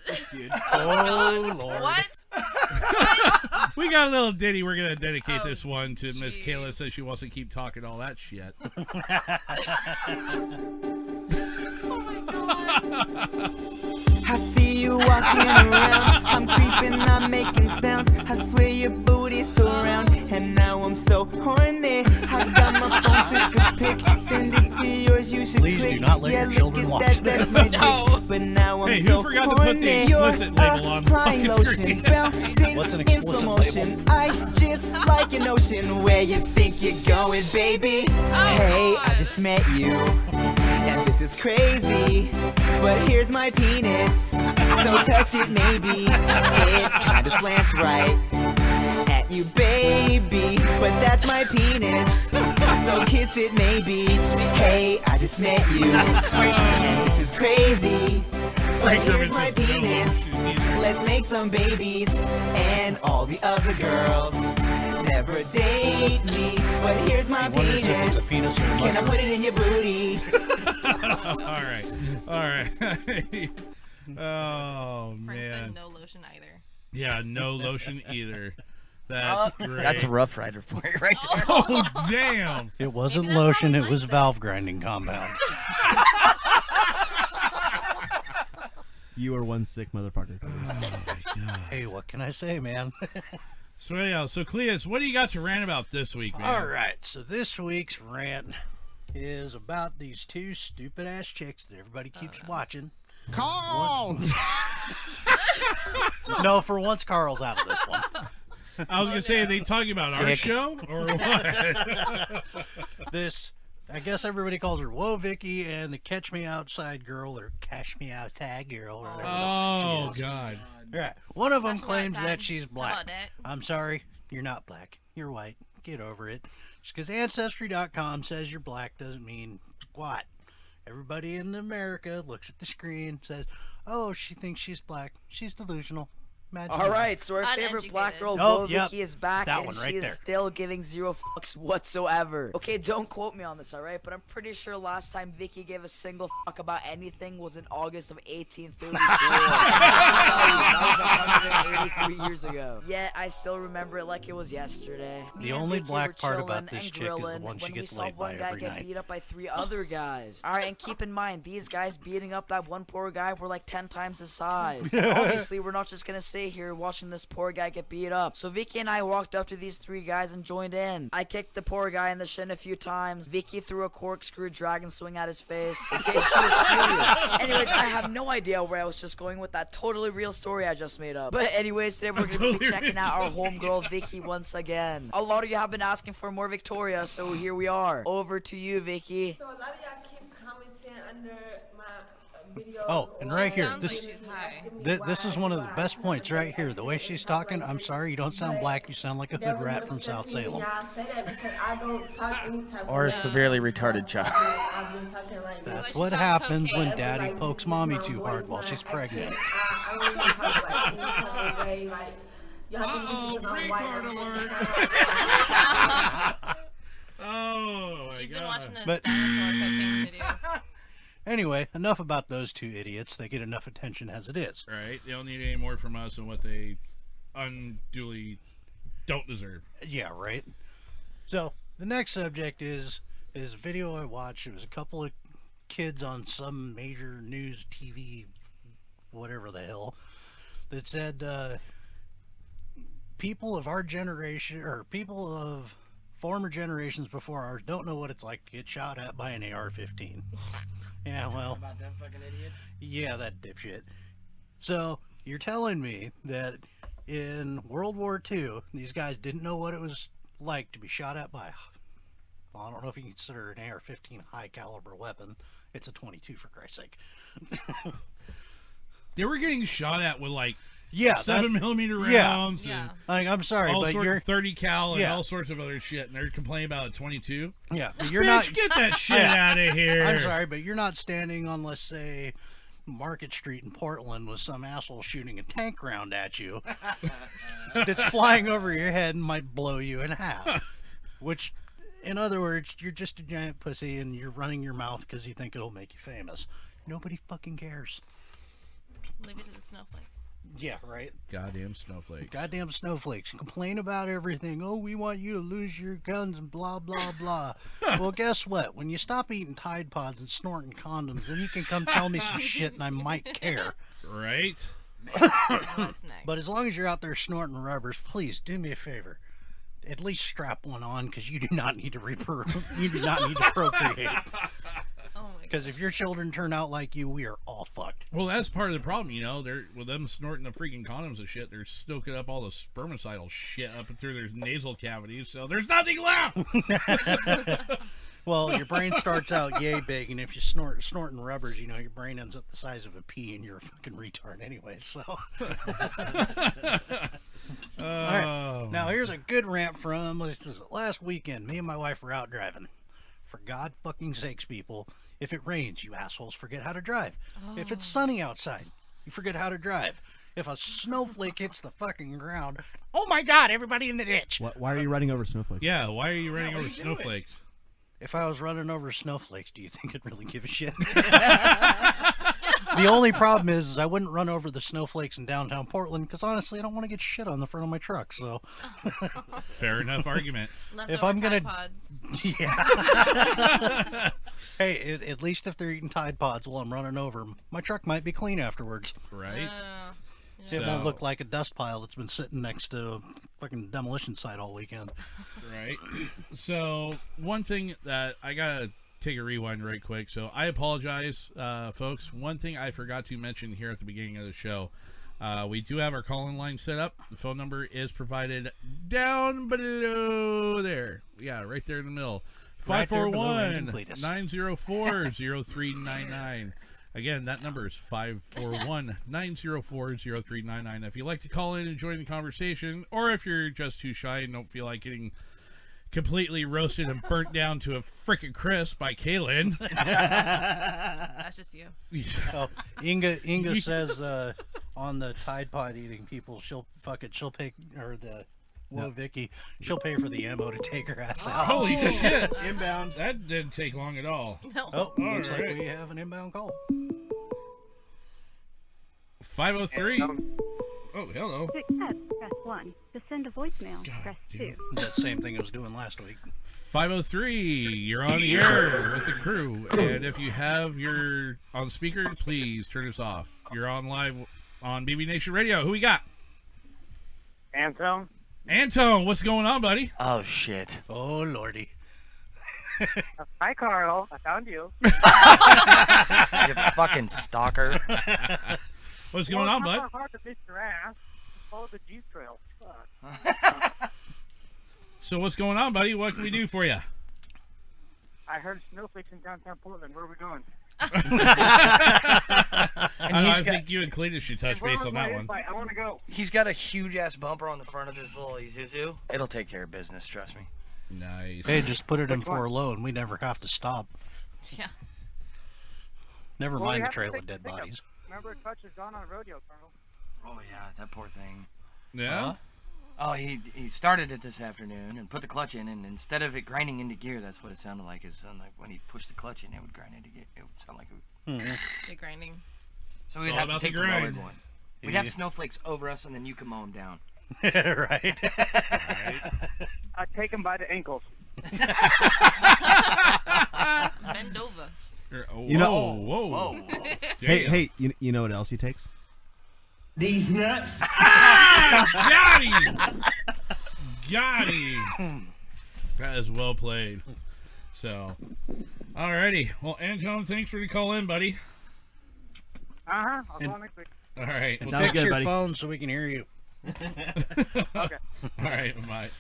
[SPEAKER 12] Oh lord.
[SPEAKER 3] we got a little ditty. We're gonna dedicate this one to Miss Kayla, so she wants to keep talking all that shit.
[SPEAKER 16] I see you walking around. I'm creeping, I'm making sounds. I swear your booty's so round. And now I'm so horny. I got my phone, took a pic. Send it to yours, you should
[SPEAKER 12] Please do
[SPEAKER 16] click.
[SPEAKER 12] not let
[SPEAKER 16] yeah,
[SPEAKER 12] your
[SPEAKER 16] look
[SPEAKER 12] children
[SPEAKER 16] at
[SPEAKER 12] watch
[SPEAKER 16] that,
[SPEAKER 12] this.
[SPEAKER 16] That's my dick. But now I'm
[SPEAKER 12] Hey, who
[SPEAKER 16] so
[SPEAKER 12] forgot to put the
[SPEAKER 16] horny.
[SPEAKER 12] explicit
[SPEAKER 16] You're
[SPEAKER 12] label on the
[SPEAKER 16] applying
[SPEAKER 12] fucking
[SPEAKER 16] lotion,
[SPEAKER 12] screen?
[SPEAKER 16] bouncing
[SPEAKER 12] What's an
[SPEAKER 16] in
[SPEAKER 12] explicit
[SPEAKER 16] slow
[SPEAKER 12] label?
[SPEAKER 16] motion. I just like an ocean where you think you're going, baby. hey, I just met you. And this is crazy, but here's my penis. So touch it, maybe. It kinda slants right at you, baby. But that's my penis. So kiss it, maybe. Hey, I just met you. And this is crazy. But
[SPEAKER 3] Frank
[SPEAKER 16] here's
[SPEAKER 3] Urban
[SPEAKER 16] my
[SPEAKER 3] says no.
[SPEAKER 16] penis. Let's make some babies. And all the other girls never date me. But here's my penis. Can I put it in your booty?
[SPEAKER 3] all right, all right. oh man.
[SPEAKER 10] no lotion either.
[SPEAKER 3] Yeah, no lotion either. That's
[SPEAKER 12] Oh,
[SPEAKER 3] great.
[SPEAKER 12] that's a Rough Rider for you right there.
[SPEAKER 3] Oh damn!
[SPEAKER 12] It wasn't lotion, it was valve grinding compound.
[SPEAKER 4] You are one sick motherfucker.
[SPEAKER 3] Oh,
[SPEAKER 12] hey, what can I say, man?
[SPEAKER 3] So anyhow, so Cleus, what do you got to rant about this week, man?
[SPEAKER 12] All right, so this week's rant is about these two stupid ass chicks that everybody keeps
[SPEAKER 3] Uh.
[SPEAKER 12] watching. Carl! no, for once, Carl's out of this one.
[SPEAKER 3] I was gonna say, are they talking about our
[SPEAKER 12] Dick.
[SPEAKER 3] show or what?
[SPEAKER 12] this, I guess everybody calls her Whoa Vicky and the Catch Me Outside girl or Cash Me Outside girl. Or whatever the
[SPEAKER 3] oh
[SPEAKER 12] fuck she is.
[SPEAKER 3] God!
[SPEAKER 12] Right. One of them
[SPEAKER 3] That's
[SPEAKER 12] claims
[SPEAKER 3] not
[SPEAKER 12] that
[SPEAKER 3] bad.
[SPEAKER 12] she's
[SPEAKER 3] Come
[SPEAKER 12] black.
[SPEAKER 3] on, Dad.
[SPEAKER 12] I'm sorry, you're not black. You're white. Get over it. Just because Ancestry.com says you're black doesn't mean squat. Everybody in America looks at the screen, says, "Oh, she thinks she's black. She's delusional." Imagine
[SPEAKER 17] All
[SPEAKER 12] that.
[SPEAKER 17] right, so our favorite black girl,
[SPEAKER 12] Oh,
[SPEAKER 17] Wovicki,
[SPEAKER 12] yep.
[SPEAKER 17] is back,
[SPEAKER 12] That
[SPEAKER 17] and
[SPEAKER 12] one
[SPEAKER 17] she
[SPEAKER 12] right
[SPEAKER 17] is
[SPEAKER 12] there.
[SPEAKER 17] still giving zero fucks whatsoever. Okay, don't quote me on this, all right? But I'm pretty sure last time Vicky gave a single fuck about anything was in August of 1834. that was 183 years ago. Yet I still remember it like it was yesterday.
[SPEAKER 12] The
[SPEAKER 17] Me and
[SPEAKER 12] only
[SPEAKER 17] Vicky
[SPEAKER 12] black
[SPEAKER 17] were
[SPEAKER 12] part about
[SPEAKER 17] chillin'
[SPEAKER 12] this
[SPEAKER 17] and
[SPEAKER 12] chick is the
[SPEAKER 17] grillin'
[SPEAKER 12] one she
[SPEAKER 17] when we
[SPEAKER 12] gets
[SPEAKER 17] saw
[SPEAKER 12] laid
[SPEAKER 17] one
[SPEAKER 12] by
[SPEAKER 17] guy
[SPEAKER 12] every
[SPEAKER 17] get
[SPEAKER 12] night.
[SPEAKER 17] beat up by three other guys. All right, and keep in mind these guys beating up that one poor guy were like ten times his size. Obviously obviously we're not just gonna stay here watching this poor guy get beat up. So Vicky and I walked up to these three guys and joined in. I kicked the poor guy in the shin a few times. Vicky threw a corkscrew dragon swing at his face. Okay, she was furious. Anyways, I have no idea where I was just going with that totally real story I just made up. But anyways, today we're gonna be
[SPEAKER 18] Totally
[SPEAKER 17] checking out our
[SPEAKER 18] real
[SPEAKER 17] homegirl Vicky once again. A lot of you have been asking for more Victoria, so here we are. Over to you, Vicky.
[SPEAKER 18] So a lot of y'all keep commenting under my video.
[SPEAKER 12] Oh, and right here, this
[SPEAKER 18] high.
[SPEAKER 12] thi- this is one of the best points right here. The way she's talking, I'm sorry, you don't sound black. You sound like a hood rat from South Salem.
[SPEAKER 18] Y'all say that because I don't talk any type
[SPEAKER 12] Or a
[SPEAKER 18] of
[SPEAKER 12] severely retarded child.
[SPEAKER 18] I've been talking like this.
[SPEAKER 12] That's what happens when daddy pokes mommy too hard while she's pregnant.
[SPEAKER 18] I only talk like any type of way, like. Uh-oh, retard alert!
[SPEAKER 3] Oh my
[SPEAKER 10] She's
[SPEAKER 3] God!
[SPEAKER 10] been watching those
[SPEAKER 12] But-
[SPEAKER 10] dinosaur cocaine videos.
[SPEAKER 12] Anyway, enough about those two idiots. They get enough attention as it is.
[SPEAKER 3] Right? They don't need any more from us than what they unduly don't deserve.
[SPEAKER 12] Yeah, right. So the next subject is is a video I watched. It was a couple of kids on some major news TV, whatever the hell, that said uh, people of our generation or people of former generations before ours don't know what it's like to get shot at by an AR-15. yeah, well,
[SPEAKER 9] About that fucking idiot.
[SPEAKER 12] yeah, that dipshit. So you're telling me that in World War II, these guys didn't know what it was like to be shot at by, well, I don't know if you consider an AR-15 a high caliber weapon. It's a 22 for Christ's sake.
[SPEAKER 3] They were getting shot at with like
[SPEAKER 12] Yeah,
[SPEAKER 3] seven
[SPEAKER 12] that-
[SPEAKER 3] millimeter
[SPEAKER 12] yeah.
[SPEAKER 3] rounds.
[SPEAKER 12] Yeah.
[SPEAKER 3] And
[SPEAKER 12] Like, I'm sorry,
[SPEAKER 3] all
[SPEAKER 12] but
[SPEAKER 3] sorts
[SPEAKER 12] you're-
[SPEAKER 3] of thirty cal and
[SPEAKER 12] Yeah.
[SPEAKER 3] all sorts of other shit, and they're complaining about a twenty two.
[SPEAKER 12] Yeah, but you're not
[SPEAKER 3] get that shit
[SPEAKER 12] Yeah.
[SPEAKER 3] out of here.
[SPEAKER 12] I'm sorry, but you're not standing on let's say Market Street in Portland with some asshole shooting a tank round at you that's flying over your head and might blow you in half. Which, in other words, you're just a giant pussy and you're running your mouth because you think it'll make you famous. Nobody fucking cares.
[SPEAKER 10] Leave it to the snowflakes.
[SPEAKER 12] Yeah, right.
[SPEAKER 19] Goddamn snowflake.
[SPEAKER 12] Goddamn snowflakes complain about everything. Oh, we want you to lose your guns and blah blah blah. well, guess what? When you stop eating Tide Pods and snorting condoms, then you can come tell me some shit, and I might care.
[SPEAKER 3] Right.
[SPEAKER 12] But as long as you're out there snorting rubbers, please do me a favor. At least strap one on, because you do not need to repro. you do not need to procreate. Because if your children turn out like you, we are all fucked.
[SPEAKER 3] Well, that's part of the problem, you know. They're with them snorting the freaking condoms and shit. They're stoking up all the spermicidal shit up and through their nasal cavities, so there's nothing left.
[SPEAKER 12] Well, your brain starts out yay big, and if you snort snorting rubbers, you know your brain ends up the size of a pea, and you're a fucking retard anyway. So, all right. Now here's a good rant from this was last weekend. Me and my wife were out driving. For God fucking sakes, people! If it rains, you assholes forget how to drive. If it's sunny outside, you forget how to drive. If a snowflake hits the fucking ground, oh my God! Everybody in the ditch.
[SPEAKER 4] Why, why are you running over snowflakes?
[SPEAKER 3] Yeah, why are you
[SPEAKER 12] running Yeah, what over are you doing? snowflakes? If I was running over snowflakes, do you think I'd really give a shit? the only problem is, is I wouldn't run over the snowflakes in downtown Portland because honestly, I don't want to get shit on the front of my truck. So,
[SPEAKER 3] Fair enough argument.
[SPEAKER 12] if
[SPEAKER 3] Leftover
[SPEAKER 12] I'm gonna,
[SPEAKER 3] Tide Pods.
[SPEAKER 12] yeah. hey, at, at least if they're eating Tide Pods while I'm running over 'em, my truck might be clean afterwards.
[SPEAKER 3] Right.
[SPEAKER 12] It won't
[SPEAKER 3] So-
[SPEAKER 12] look like a dust pile that's been sitting next to a fucking demolition site all weekend.
[SPEAKER 3] Right. So one thing that I gotta take a rewind right quick. So I apologize, uh, folks. One thing I forgot to mention here at the beginning of the show. Uh, we do have our call-in line set up. The phone number is provided down below there. Yeah, right there in the middle.
[SPEAKER 12] Right there below Random
[SPEAKER 3] 541
[SPEAKER 12] Cletus.
[SPEAKER 3] 904 0399. Again, that number is 541 904 0399. If you'd like to call in and join the conversation, or if you're just too shy and don't feel like getting completely roasted and burnt down to a frickin' crisp by Kaylin.
[SPEAKER 10] That's just you.
[SPEAKER 12] oh, Inga Inga says uh, on the Tide Pod eating people, she'll fuck it. She'll pay or the whoa
[SPEAKER 3] No. Oh,
[SPEAKER 12] Vicky, she'll pay for the ammo to take her ass out.
[SPEAKER 3] Holy shit. Inbound. That didn't take long at all.
[SPEAKER 10] No.
[SPEAKER 12] Oh,
[SPEAKER 3] All
[SPEAKER 12] looks
[SPEAKER 3] right.
[SPEAKER 12] like we have an inbound call.
[SPEAKER 3] 503. Oh, hello.
[SPEAKER 20] Press 1. To send a voicemail, press 2.
[SPEAKER 12] That same thing I was doing last week.
[SPEAKER 3] 503, you're on the air with the crew. And if you have your on speaker, please turn us off. You're on live on BB Nation Radio. Who we got?
[SPEAKER 21] Anselm?
[SPEAKER 3] Anton, what's going on, buddy?
[SPEAKER 9] Oh, shit.
[SPEAKER 12] Oh, lordy.
[SPEAKER 21] Hi, Carl. I found you.
[SPEAKER 9] You fucking stalker.
[SPEAKER 3] what's
[SPEAKER 21] Well, it's not that hard to miss your ass. Just Follow the Jeep trail. Fuck.
[SPEAKER 3] So, what's going on, buddy? What can we do for you?
[SPEAKER 21] I heard snowflakes in downtown Portland. Where are we going?
[SPEAKER 3] I, don't know, I think you and Cletus should touch base on that one.
[SPEAKER 21] I want to go.
[SPEAKER 9] He's got a huge ass bumper on the front of his little Isuzu. It'll take care of business, trust me.
[SPEAKER 3] Nice.
[SPEAKER 12] Hey, just put it in for a low, and we never have to stop.
[SPEAKER 10] Yeah.
[SPEAKER 12] Never
[SPEAKER 21] Well, we
[SPEAKER 12] mind the
[SPEAKER 21] have to
[SPEAKER 12] trail
[SPEAKER 21] take
[SPEAKER 12] of
[SPEAKER 21] the
[SPEAKER 12] dead
[SPEAKER 21] pickup.
[SPEAKER 12] bodies.
[SPEAKER 21] Remember, Clutch is gone on rodeo, Carl.
[SPEAKER 9] Oh, yeah, that poor thing.
[SPEAKER 3] Yeah?
[SPEAKER 9] Huh? Oh, he he started it this afternoon and put the clutch in, and instead of it grinding into gear, that's what it sounded like. It sounded like when he pushed the clutch in, it would grind into gear. It would sound like it would...
[SPEAKER 10] The grinding.
[SPEAKER 9] So
[SPEAKER 3] It's
[SPEAKER 9] we'd
[SPEAKER 3] all
[SPEAKER 9] have to
[SPEAKER 3] about the
[SPEAKER 9] take the lowered
[SPEAKER 3] grind.
[SPEAKER 9] one. We'd have
[SPEAKER 3] Yeah.
[SPEAKER 9] snowflakes over us, and then you can mow them down.
[SPEAKER 12] right.
[SPEAKER 21] I take him by the ankles.
[SPEAKER 10] Bend over.
[SPEAKER 3] Or-
[SPEAKER 4] You know-
[SPEAKER 3] Oh, whoa, whoa.
[SPEAKER 4] Hey,
[SPEAKER 3] Damn.
[SPEAKER 4] hey, you, you know what else he takes?
[SPEAKER 3] These nuts. Ah, Got him. Got him. That is well played. So, alrighty. Well, Anton, thanks for the call in, buddy.
[SPEAKER 21] Uh huh. I'll
[SPEAKER 3] And-
[SPEAKER 21] go next week.
[SPEAKER 3] All right.
[SPEAKER 12] And
[SPEAKER 3] Well,
[SPEAKER 12] fix
[SPEAKER 3] thank-
[SPEAKER 12] your phone so we can hear you.
[SPEAKER 21] okay.
[SPEAKER 3] All right. Bye.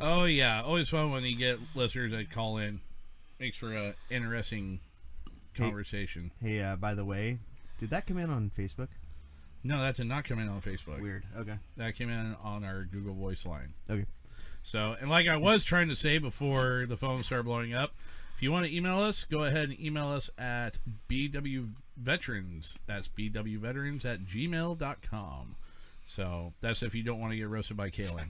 [SPEAKER 3] Oh yeah, always fun when you get listeners that call in. Makes for a interesting conversation.
[SPEAKER 4] Hey, uh, by the way, did that come in on Facebook?
[SPEAKER 3] No, that did not come in on Facebook.
[SPEAKER 4] Weird. Okay.
[SPEAKER 3] That came in on our Google Voice line.
[SPEAKER 4] Okay.
[SPEAKER 3] So, and like I was trying to say before the phone started blowing up, if you want to email us, go ahead and email us at bwveterans. That's bwveterans at gmail.com. So that's if you don't want to get roasted by Kaylin.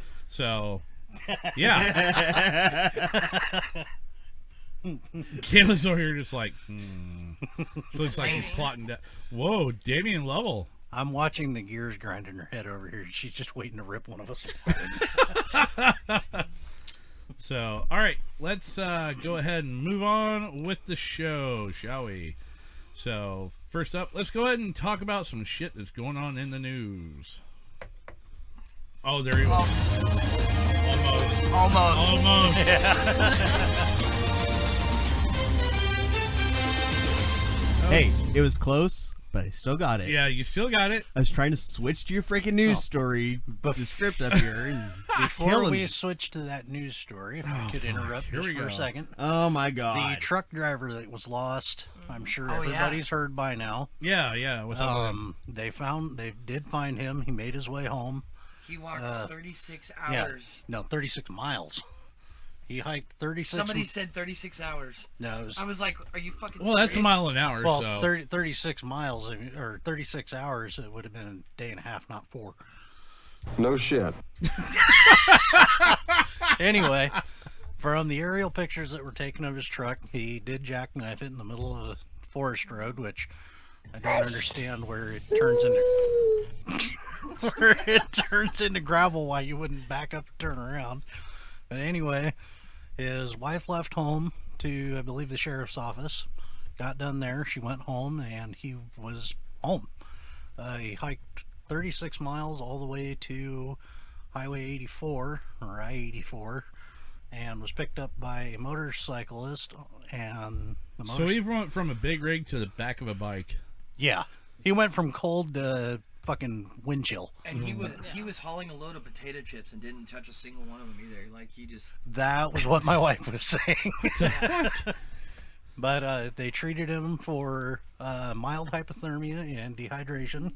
[SPEAKER 3] so, yeah. Kaylin's over here just like, hmm. She looks like she's plotting to. Whoa, Damien Lovell.
[SPEAKER 12] I'm watching the gears grinding her head over here. She's just waiting to rip one of us.
[SPEAKER 3] So, all right, let's uh, go ahead and move on with the show, shall we? So, first up, let's go ahead and talk about some shit that's going on in the news. Oh, there he was. Almost.
[SPEAKER 9] Almost.
[SPEAKER 3] Almost.
[SPEAKER 4] Hey, it was close, but I still got it.
[SPEAKER 3] Oh. Yeah, Oh. you still got it.
[SPEAKER 4] I was trying to switch to your freaking news story, but the script up here. And you're
[SPEAKER 12] Before
[SPEAKER 4] killing
[SPEAKER 12] we
[SPEAKER 4] me.
[SPEAKER 12] switch to that news story, if I
[SPEAKER 4] Oh,
[SPEAKER 12] could
[SPEAKER 4] fuck.
[SPEAKER 12] interrupt
[SPEAKER 4] Here
[SPEAKER 12] just
[SPEAKER 4] we
[SPEAKER 12] for a
[SPEAKER 4] go.
[SPEAKER 12] second.
[SPEAKER 4] Oh, my
[SPEAKER 12] The
[SPEAKER 4] God.
[SPEAKER 12] truck driver that was lost, I'm sure
[SPEAKER 3] Oh, yeah.
[SPEAKER 12] everybody's heard by now.
[SPEAKER 3] Yeah, yeah. Without
[SPEAKER 12] Um, they found, they did find him. He made his way home.
[SPEAKER 9] He walked
[SPEAKER 12] Uh,
[SPEAKER 9] 36
[SPEAKER 12] Yeah,
[SPEAKER 9] hours.
[SPEAKER 12] no, 36 miles. He hiked 36.
[SPEAKER 9] Somebody said 36 hours.
[SPEAKER 12] No, it was-
[SPEAKER 9] I was like, are you fucking serious?
[SPEAKER 12] Well, 30, 36 miles I mean, or 36 hours, it would have been a day and a half, not four.
[SPEAKER 19] No shit.
[SPEAKER 12] anyway, from the aerial pictures that were taken of his truck, he did jackknife it in the middle of a forest road, which I don't understand where it turns into where it turns into gravel. Why you wouldn't back up and turn around? But anyway, his wife left home to, I believe, the sheriff's office. Got done there. She went home, and he was home. Uh, he hiked 36 miles all the way to Highway 84 or I 84 and was picked up by a motorcyclist and the
[SPEAKER 3] So
[SPEAKER 12] motor-
[SPEAKER 3] he went from a big rig to the back of a bike.
[SPEAKER 12] yeah he went from cold to fucking wind chill
[SPEAKER 9] And
[SPEAKER 3] Mm.
[SPEAKER 9] he was he was hauling a load of potato chips and didn't touch a single one of them either. Like he just
[SPEAKER 12] that was what my wife was saying but uh, they treated him for uh, mild hypothermia and dehydration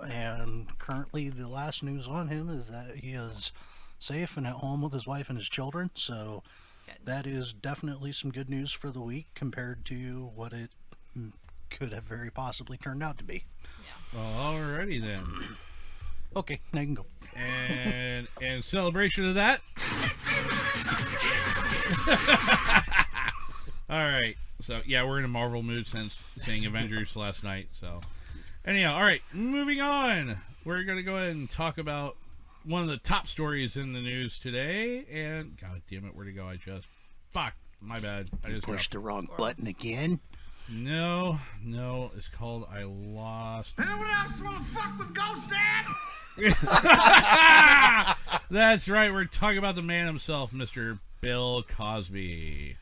[SPEAKER 12] and currently the last news on him is that he is safe and at home with his wife and his children so that is definitely some good news for the week compared to what it mm, could have very possibly turned out to be
[SPEAKER 3] Well, alrighty then.
[SPEAKER 12] okay now you can go
[SPEAKER 3] And in celebration of that. all right. So yeah, we're in a Marvel mood since seeing Avengers last night. So anyhow, all right. Moving on. We're gonna go ahead and talk about one of the top stories in the news today. And god damn it, where to go? I just fuck. My bad. I
[SPEAKER 12] You
[SPEAKER 3] just
[SPEAKER 12] pushed
[SPEAKER 3] dropped-
[SPEAKER 12] the wrong button again.
[SPEAKER 3] No, no. It's called I lost.
[SPEAKER 22] Anyone else want to fuck with Ghost Dad?
[SPEAKER 3] That's right. We're talking about the man himself, Mr. Bill Cosby.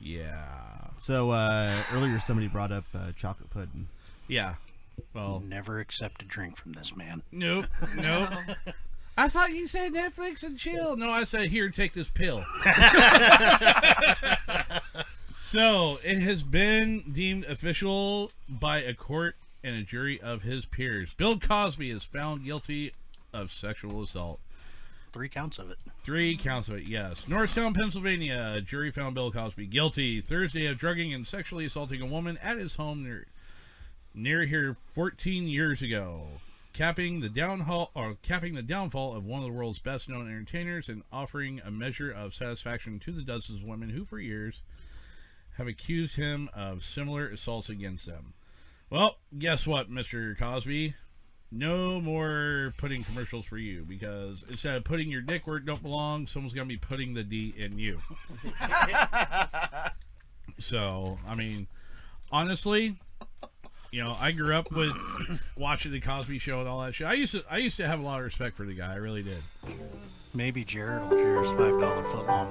[SPEAKER 3] Yeah.
[SPEAKER 4] So uh, earlier, somebody brought up uh, chocolate pudding.
[SPEAKER 3] Yeah. Well,
[SPEAKER 12] never accept a drink from this man.
[SPEAKER 3] Nope. Nope. I thought you said Netflix and chill. No, I said here, take this pill. so it has been deemed official by a court and a jury of his peers. Bill Cosby is found guilty of sexual assault.
[SPEAKER 12] Three counts of it.
[SPEAKER 3] Three counts of it, yes. Norristown, Pennsylvania. A jury found Bill Cosby guilty Thursday of drugging and sexually assaulting a woman at his home near near here 14 years ago, capping the downfall or capping the downfall of one of the world's best-known entertainers and offering a measure of satisfaction to the dozens of women who, for years, have accused him of similar assaults against them. Well, guess what, Mr. Cosby? No more putting commercials for you because instead of putting your dick where it don't belong, someone's gonna be putting the D in you. so, I mean, honestly, you know, I grew up with watching the Cosby Show and all that shit. I used to, I used to have a lot of respect for the guy. I really did.
[SPEAKER 12] Maybe Jared will share his five dollar footlong.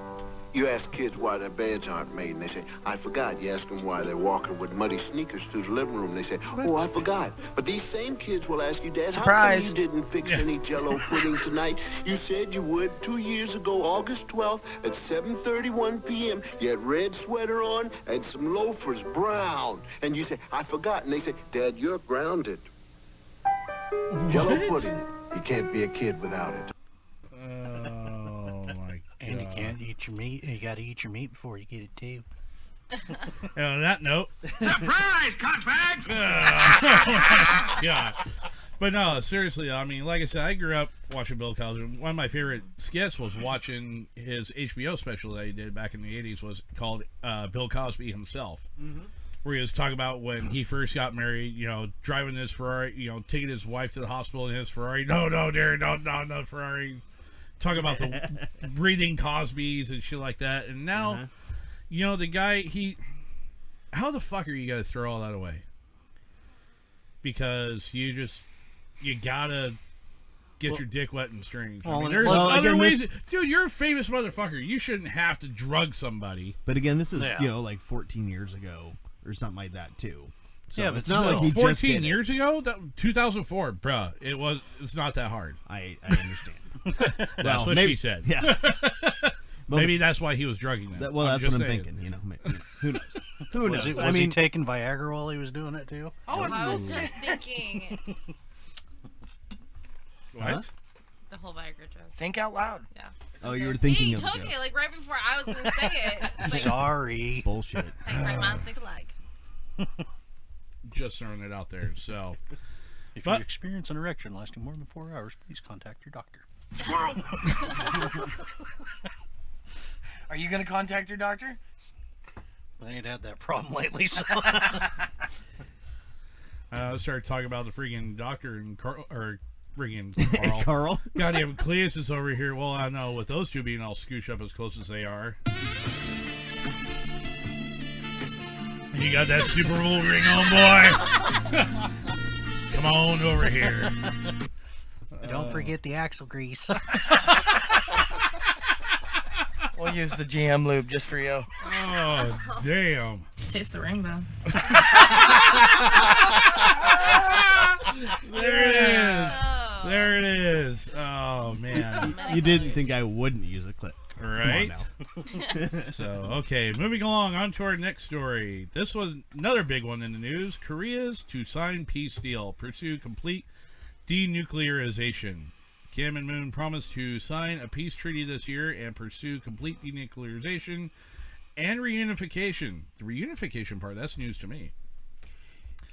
[SPEAKER 19] You ask kids why their beds aren't made, and they say, I forgot. You ask them why they're walking with muddy sneakers through the living room, and they say, oh, I forgot. But these same kids will ask you, Dad,
[SPEAKER 9] Surprise.
[SPEAKER 19] how come you didn't fix any jello pudding tonight? You said you would two years ago, August 12th at 7.31 p.m. You had red sweater on and some loafers brown. And you say, I forgot. And they say, Dad, you're grounded. Jello pudding. You can't be a kid without it.
[SPEAKER 3] Oh my
[SPEAKER 12] And you
[SPEAKER 3] God.
[SPEAKER 12] can't eat your meat. You got to eat your meat before you get it too.
[SPEAKER 3] And on that note,
[SPEAKER 12] Surprise,
[SPEAKER 3] cutfags! God. But no, seriously, I mean, like I said, I grew up watching Bill Cosby. One of my favorite skits was watching his HBO special that he did back in the '80s was called uh, "Bill Cosby Himself,"
[SPEAKER 2] Mhm.
[SPEAKER 3] where he was talking about when he first got married. You know, driving his Ferrari, you know, taking his wife to the hospital in his Ferrari. No, no, dear, no, no, no, Ferrari. Talking about the breathing Cosbys and shit like that. And now,
[SPEAKER 4] Uh-huh.
[SPEAKER 3] you know, the guy he how the fuck are you gonna throw all that away? Because you just you gotta get your dick wet and strings. I
[SPEAKER 4] Well,
[SPEAKER 3] mean,
[SPEAKER 4] and-
[SPEAKER 3] there's
[SPEAKER 4] well,
[SPEAKER 3] other
[SPEAKER 4] again,
[SPEAKER 3] ways,
[SPEAKER 4] this-
[SPEAKER 3] dude. You're a famous motherfucker. You shouldn't have to drug somebody.
[SPEAKER 4] But again, this is
[SPEAKER 3] Yeah.
[SPEAKER 4] you know like 14 years ago or something like that too. So
[SPEAKER 3] yeah, but
[SPEAKER 4] it's not like he
[SPEAKER 3] 14
[SPEAKER 4] just did it.
[SPEAKER 3] years ago, that, 2004, bruh. It was. It's not that hard.
[SPEAKER 4] I I understand.
[SPEAKER 3] that's
[SPEAKER 4] Well,
[SPEAKER 3] what
[SPEAKER 4] maybe-
[SPEAKER 3] she said.
[SPEAKER 4] yeah.
[SPEAKER 3] maybe that's why he was drugging them.
[SPEAKER 4] That- well, that's
[SPEAKER 3] just
[SPEAKER 4] what I'm
[SPEAKER 3] saying.
[SPEAKER 4] thinking. You know, ma- who knows? Who
[SPEAKER 12] was
[SPEAKER 4] knows?
[SPEAKER 12] He, was
[SPEAKER 4] I mean,
[SPEAKER 12] he taking Viagra while he was doing it too?
[SPEAKER 10] Oh, I was just thinking
[SPEAKER 12] Huh?
[SPEAKER 10] the whole Viagra joke.
[SPEAKER 9] Think out loud.
[SPEAKER 10] Yeah.
[SPEAKER 4] oh, you were
[SPEAKER 10] he
[SPEAKER 4] thinking of
[SPEAKER 10] took it like right before I was gonna say it. Like,
[SPEAKER 12] Sorry.
[SPEAKER 4] It's bullshit.
[SPEAKER 10] like right minds think alike.
[SPEAKER 3] just throwing it out there. So,
[SPEAKER 12] If
[SPEAKER 3] But-
[SPEAKER 12] you experience an erection lasting more than four hours, please contact your doctor.
[SPEAKER 9] Are you gonna contact your doctor?
[SPEAKER 12] I ain't had that problem lately. So.
[SPEAKER 3] I started talking about the freaking doctor and Carl, or friggin' Carl.
[SPEAKER 4] Carl?
[SPEAKER 3] Goddamn, Cleus is over here. Well, I know with those two being all scoosh up as close as they are. You got that Super Bowl ring on, boy. Come on over here.
[SPEAKER 12] Don't forget the axle grease.
[SPEAKER 9] We'll use the GM lube just for you.
[SPEAKER 3] Oh, damn.
[SPEAKER 9] Taste the rainbow.
[SPEAKER 3] There it is. There it is. Oh man.
[SPEAKER 4] You didn't think I wouldn't use a clip, Come on
[SPEAKER 3] Right.
[SPEAKER 4] now.
[SPEAKER 3] so okay, moving along on to our next story. This was another big one in the news. Korea's to sign peace deal, pursue complete denuclearization. Kim and Moon promised to sign a peace treaty this year and pursue complete denuclearization and reunification. The reunification part, that's news to me.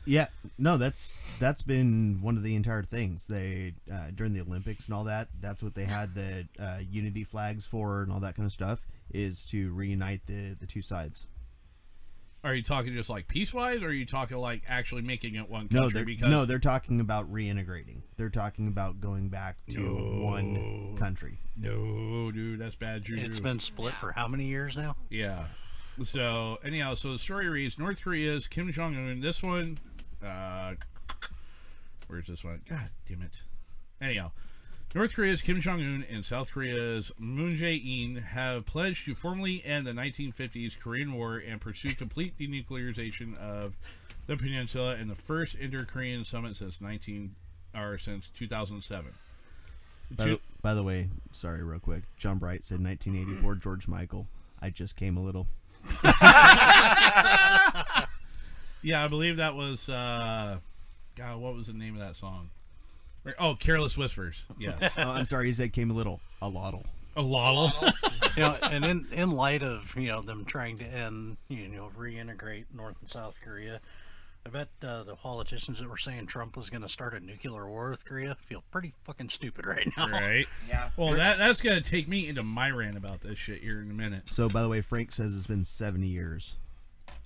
[SPEAKER 4] Yeah, no, that's that's been one of the entire things. They uh, during the Olympics and all that. That's what they had the uh, unity flags for and all that kind of stuff is to reunite the the two sides.
[SPEAKER 3] Are you talking just like peacewise, or are you talking like actually making it one country?
[SPEAKER 4] No, they're
[SPEAKER 3] because
[SPEAKER 4] no, they're talking about reintegrating. They're talking about going back to
[SPEAKER 3] Oh.
[SPEAKER 4] one country.
[SPEAKER 3] No, dude, that's bad juju.
[SPEAKER 12] it's been split for how many years now?
[SPEAKER 3] Yeah. So anyhow, so the story reads: North Korea's Kim Jong Un. This one, uh, where's this one? God damn it! Anyhow, North Korea's Kim Jong Un and South Korea's Moon Jae-in have pledged to formally end the 1950s Korean War and pursue complete denuclearization of the peninsula in the first inter-Korean summit since 19 or since 2007.
[SPEAKER 4] By the, by the way, sorry, real quick. John Bright said 1984.
[SPEAKER 3] Mm.
[SPEAKER 4] George Michael. I just came a little.
[SPEAKER 3] Yeah, I believe that was uh God, what was the name of that song? Or- Oh, Careless Whispers. Yes.
[SPEAKER 4] oh, I'm sorry. He said came a little. A lottle.
[SPEAKER 3] A lottle.
[SPEAKER 12] you know, and in, in light of you know them trying to end you know reintegrate North and South Korea, I bet uh, the politicians that were saying Trump was going to start a nuclear war with Korea feel pretty fucking stupid right now.
[SPEAKER 3] Right.
[SPEAKER 9] Yeah.
[SPEAKER 3] Well, that that's going to take me into my rant about this shit here in a minute.
[SPEAKER 4] So, by the way, Frank says it's been 70 years.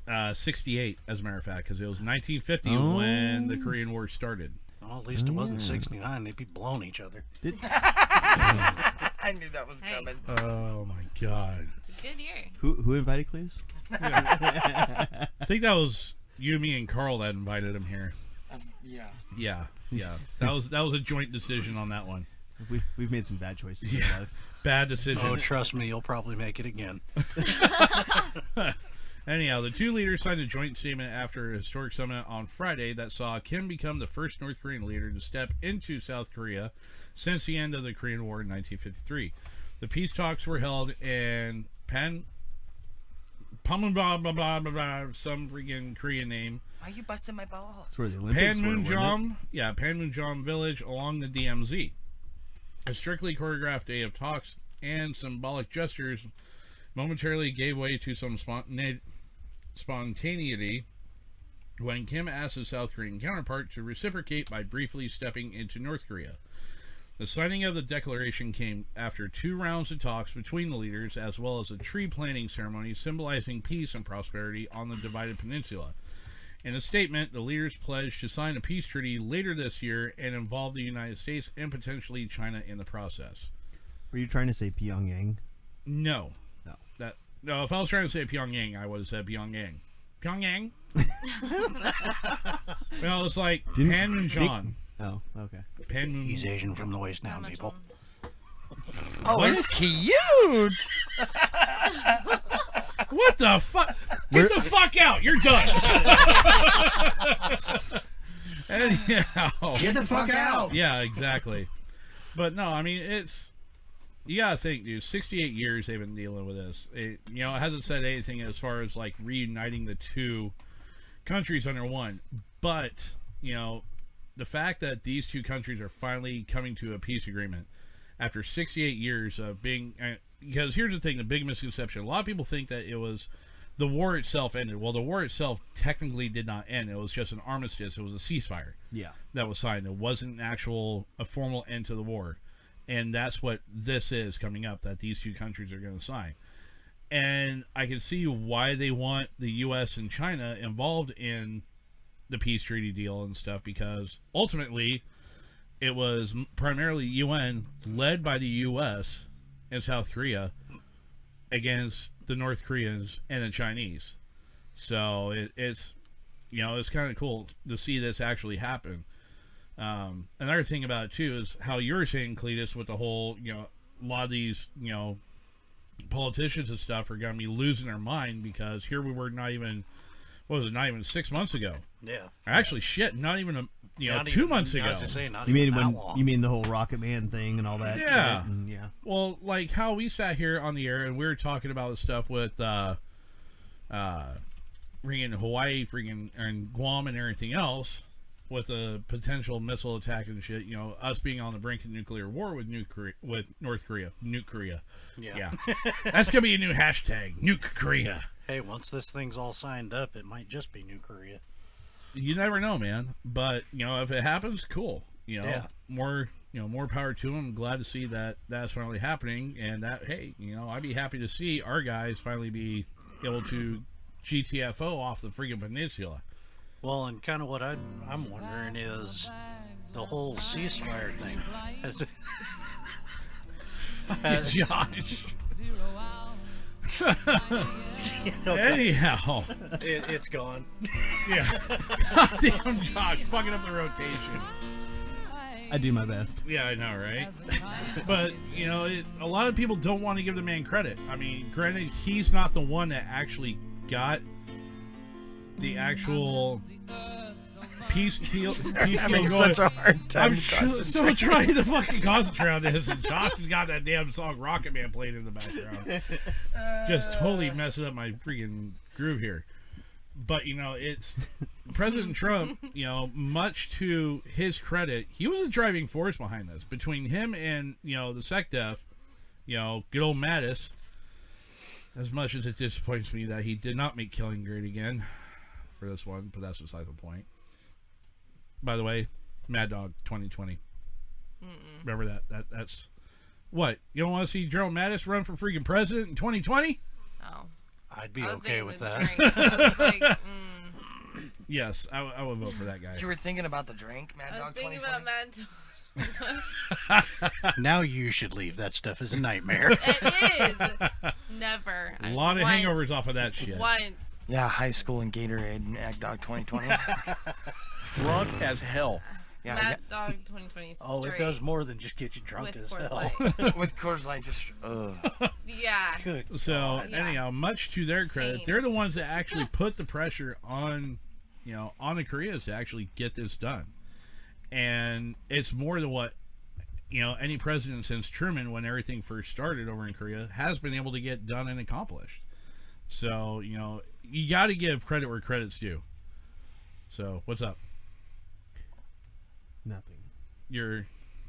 [SPEAKER 3] Uh 68 as a matter of fact cuz it was 1950 when the
[SPEAKER 12] Oh.
[SPEAKER 3] Korean War started.
[SPEAKER 12] Well, at least it wasn't
[SPEAKER 3] Mm.
[SPEAKER 12] 69. They'd be blowing each other.
[SPEAKER 9] I knew that was coming.
[SPEAKER 3] Oh my god.
[SPEAKER 10] It's a good year.
[SPEAKER 4] Who who invited Cleese?
[SPEAKER 3] I think that was you, me and Carl that invited him here.
[SPEAKER 9] yeah.
[SPEAKER 3] Yeah. Yeah. That was that was a joint decision on that one.
[SPEAKER 4] We, we've made some bad choices. in our life.
[SPEAKER 3] Bad decision.
[SPEAKER 12] Oh, trust me, you'll probably make it again.
[SPEAKER 3] Anyhow, the two leaders signed a joint statement after a historic summit on Friday that saw Kim become the first North Korean leader to step into South Korea since the end of the Korean War in 1953. The peace talks were held in Pan, Pum, blah, blah, blah, blah, blah, some freaking Korean name.
[SPEAKER 9] Why you busting my balls?
[SPEAKER 4] That's where the Olympics were, wasn't it?
[SPEAKER 3] Panmunjom, yeah, Panmunjom Village along the DMZ. A strictly choreographed day of talks and symbolic gestures momentarily gave way to some spontane- spontaneity when Kim asked his South Korean counterpart to reciprocate by briefly stepping into North Korea. The signing of the declaration came after two rounds of talks between the leaders, as well as a tree planting ceremony symbolizing peace and prosperity on the divided peninsula. In a statement, the leaders pledged to sign a peace treaty later this year and involve the United States and potentially China in the process.
[SPEAKER 4] Were you trying to say Pyongyang?
[SPEAKER 3] No. No. That no. If I was trying to say Pyongyang, I was uh, Pyongyang. Pyongyang. well, it's like
[SPEAKER 4] Didn't-
[SPEAKER 3] Panmunjom.
[SPEAKER 4] Oh, okay.
[SPEAKER 3] Panmun.
[SPEAKER 12] He's Asian from the waist down, people.
[SPEAKER 9] Oh,
[SPEAKER 3] What?
[SPEAKER 9] it's cute.
[SPEAKER 3] What the fuck?
[SPEAKER 9] Where-
[SPEAKER 3] Get the fuck out! You're done. Anyhow.
[SPEAKER 11] Get the fuck out.
[SPEAKER 3] Yeah, exactly. But no, I mean it's you gotta think, dude. Sixty-eight years they've been dealing with this. It, you know, it hasn't said anything as far as like reuniting the two countries under one. But you know, the fact that these two countries are finally coming to a peace agreement after 68 years of being uh, because here's the thing the big misconception a lot of people think that it was the war itself ended well the war itself technically did not end it was just an armistice it was a ceasefire
[SPEAKER 4] Yeah.
[SPEAKER 3] that was signed it wasn't an actual a formal end to the war and that's what this is coming up that these two countries are going to sign and i can see why they want the us and china involved in the peace treaty deal and stuff because ultimately it was m- primarily UN led by the US and South Korea against the North Koreans and the Chinese. So it, it's you know it's kind of cool to see this actually happen. Um, another thing about it too is how you were saying Cletus with the whole you know a lot of these you know politicians and stuff are going to be losing their mind because here we were not even what was it not even six months ago
[SPEAKER 12] Yeah.
[SPEAKER 3] actually shit not even a you know
[SPEAKER 12] Not
[SPEAKER 3] two
[SPEAKER 12] even-
[SPEAKER 3] months
[SPEAKER 12] I
[SPEAKER 3] ago
[SPEAKER 12] was just saying, not
[SPEAKER 4] You
[SPEAKER 12] even
[SPEAKER 4] mean
[SPEAKER 12] that
[SPEAKER 4] when
[SPEAKER 12] long.
[SPEAKER 4] you mean the whole Rocket Man thing and all that?
[SPEAKER 3] Yeah.
[SPEAKER 4] shit and- yeah.
[SPEAKER 3] Well, like how we sat here on the air and we were talking about the stuff with uh uh freaking Hawaii freaking and Guam and everything else with a potential missile attack and shit, you know, us being on the brink of nuclear war with Nuke Korea, with North Korea, Nuke Korea.
[SPEAKER 12] Yeah.
[SPEAKER 3] That's going to be a new hashtag, Nuke Korea.
[SPEAKER 12] Hey, once this thing's all signed up, it might just be New Korea.
[SPEAKER 3] You never know, man, but you know, if it happens, cool. You know,
[SPEAKER 12] Yeah.
[SPEAKER 3] more, you know, more power to them. Glad to see that that's finally happening and that hey, you know, I'd be happy to see our guys finally be able to GTFO off the freaking peninsula.
[SPEAKER 12] Well, and kind of what I, I'm wondering is the whole ceasefire thing. Has, has,
[SPEAKER 3] Josh.
[SPEAKER 12] know,
[SPEAKER 3] Anyhow,
[SPEAKER 12] it, it's gone.
[SPEAKER 3] Yeah. Goddamn, Josh, fucking up the rotation.
[SPEAKER 4] I do my best.
[SPEAKER 3] Yeah, I know, right? but you know, it, a lot of people don't want to give the man credit. I mean, granted, he's not the one that actually got the actual peace deal. Peace
[SPEAKER 11] I'm having
[SPEAKER 3] deal going.
[SPEAKER 11] such a hard time
[SPEAKER 3] I'm sure, so
[SPEAKER 11] concentrating.
[SPEAKER 3] trying to fucking concentrate on this, and Josh has got that damn song Rocket Man playing in the background, just totally messing up my freaking groove here. But you know, it's President Trump. You know, much to his credit, he was the driving force behind this. Between him and you know the SecDef, you know, good old Mattis. As much as it disappoints me that he did not make Killing Great again for this one, but that's beside the point. By the way, Mad Dog 2020. Remember that? That that's what you don't want to see Gerald Mattis run for freaking president in 2020.
[SPEAKER 10] Oh.
[SPEAKER 12] I'd be
[SPEAKER 10] I was
[SPEAKER 12] okay
[SPEAKER 10] thinking
[SPEAKER 12] with
[SPEAKER 10] the
[SPEAKER 12] that.
[SPEAKER 10] drink. I was like, mm.
[SPEAKER 3] Yes, I, w- I would vote for that guy.
[SPEAKER 9] You were thinking about the drink, Mad
[SPEAKER 10] I was
[SPEAKER 9] Dog
[SPEAKER 10] thinking
[SPEAKER 9] 20.
[SPEAKER 10] about Mad Dog.
[SPEAKER 12] now you should leave. That stuff is a nightmare.
[SPEAKER 10] it is. Never.
[SPEAKER 3] A lot of
[SPEAKER 10] Once.
[SPEAKER 3] hangovers off of that shit.
[SPEAKER 10] Once.
[SPEAKER 9] Yeah, high school and Gatorade and Ag Dog 2020.
[SPEAKER 3] Drunk as hell.
[SPEAKER 9] Yeah,
[SPEAKER 10] Mad
[SPEAKER 9] yeah.
[SPEAKER 10] Dog 2020.
[SPEAKER 12] Oh, it
[SPEAKER 10] straight.
[SPEAKER 12] does more than just get you drunk
[SPEAKER 10] With
[SPEAKER 12] as
[SPEAKER 10] Coors
[SPEAKER 12] hell.
[SPEAKER 10] Light.
[SPEAKER 9] With Coors Light, just ugh.
[SPEAKER 10] Yeah.
[SPEAKER 12] Good.
[SPEAKER 3] So
[SPEAKER 12] God.
[SPEAKER 3] anyhow, much to their credit,
[SPEAKER 10] Same.
[SPEAKER 3] they're the ones that actually put the pressure on, you know, on the Koreas to actually get this done, and it's more than what, you know, any president since Truman, when everything first started over in Korea, has been able to get done and accomplished. So you know, you got to give credit where credit's due. So what's up?
[SPEAKER 4] Nothing.
[SPEAKER 3] You're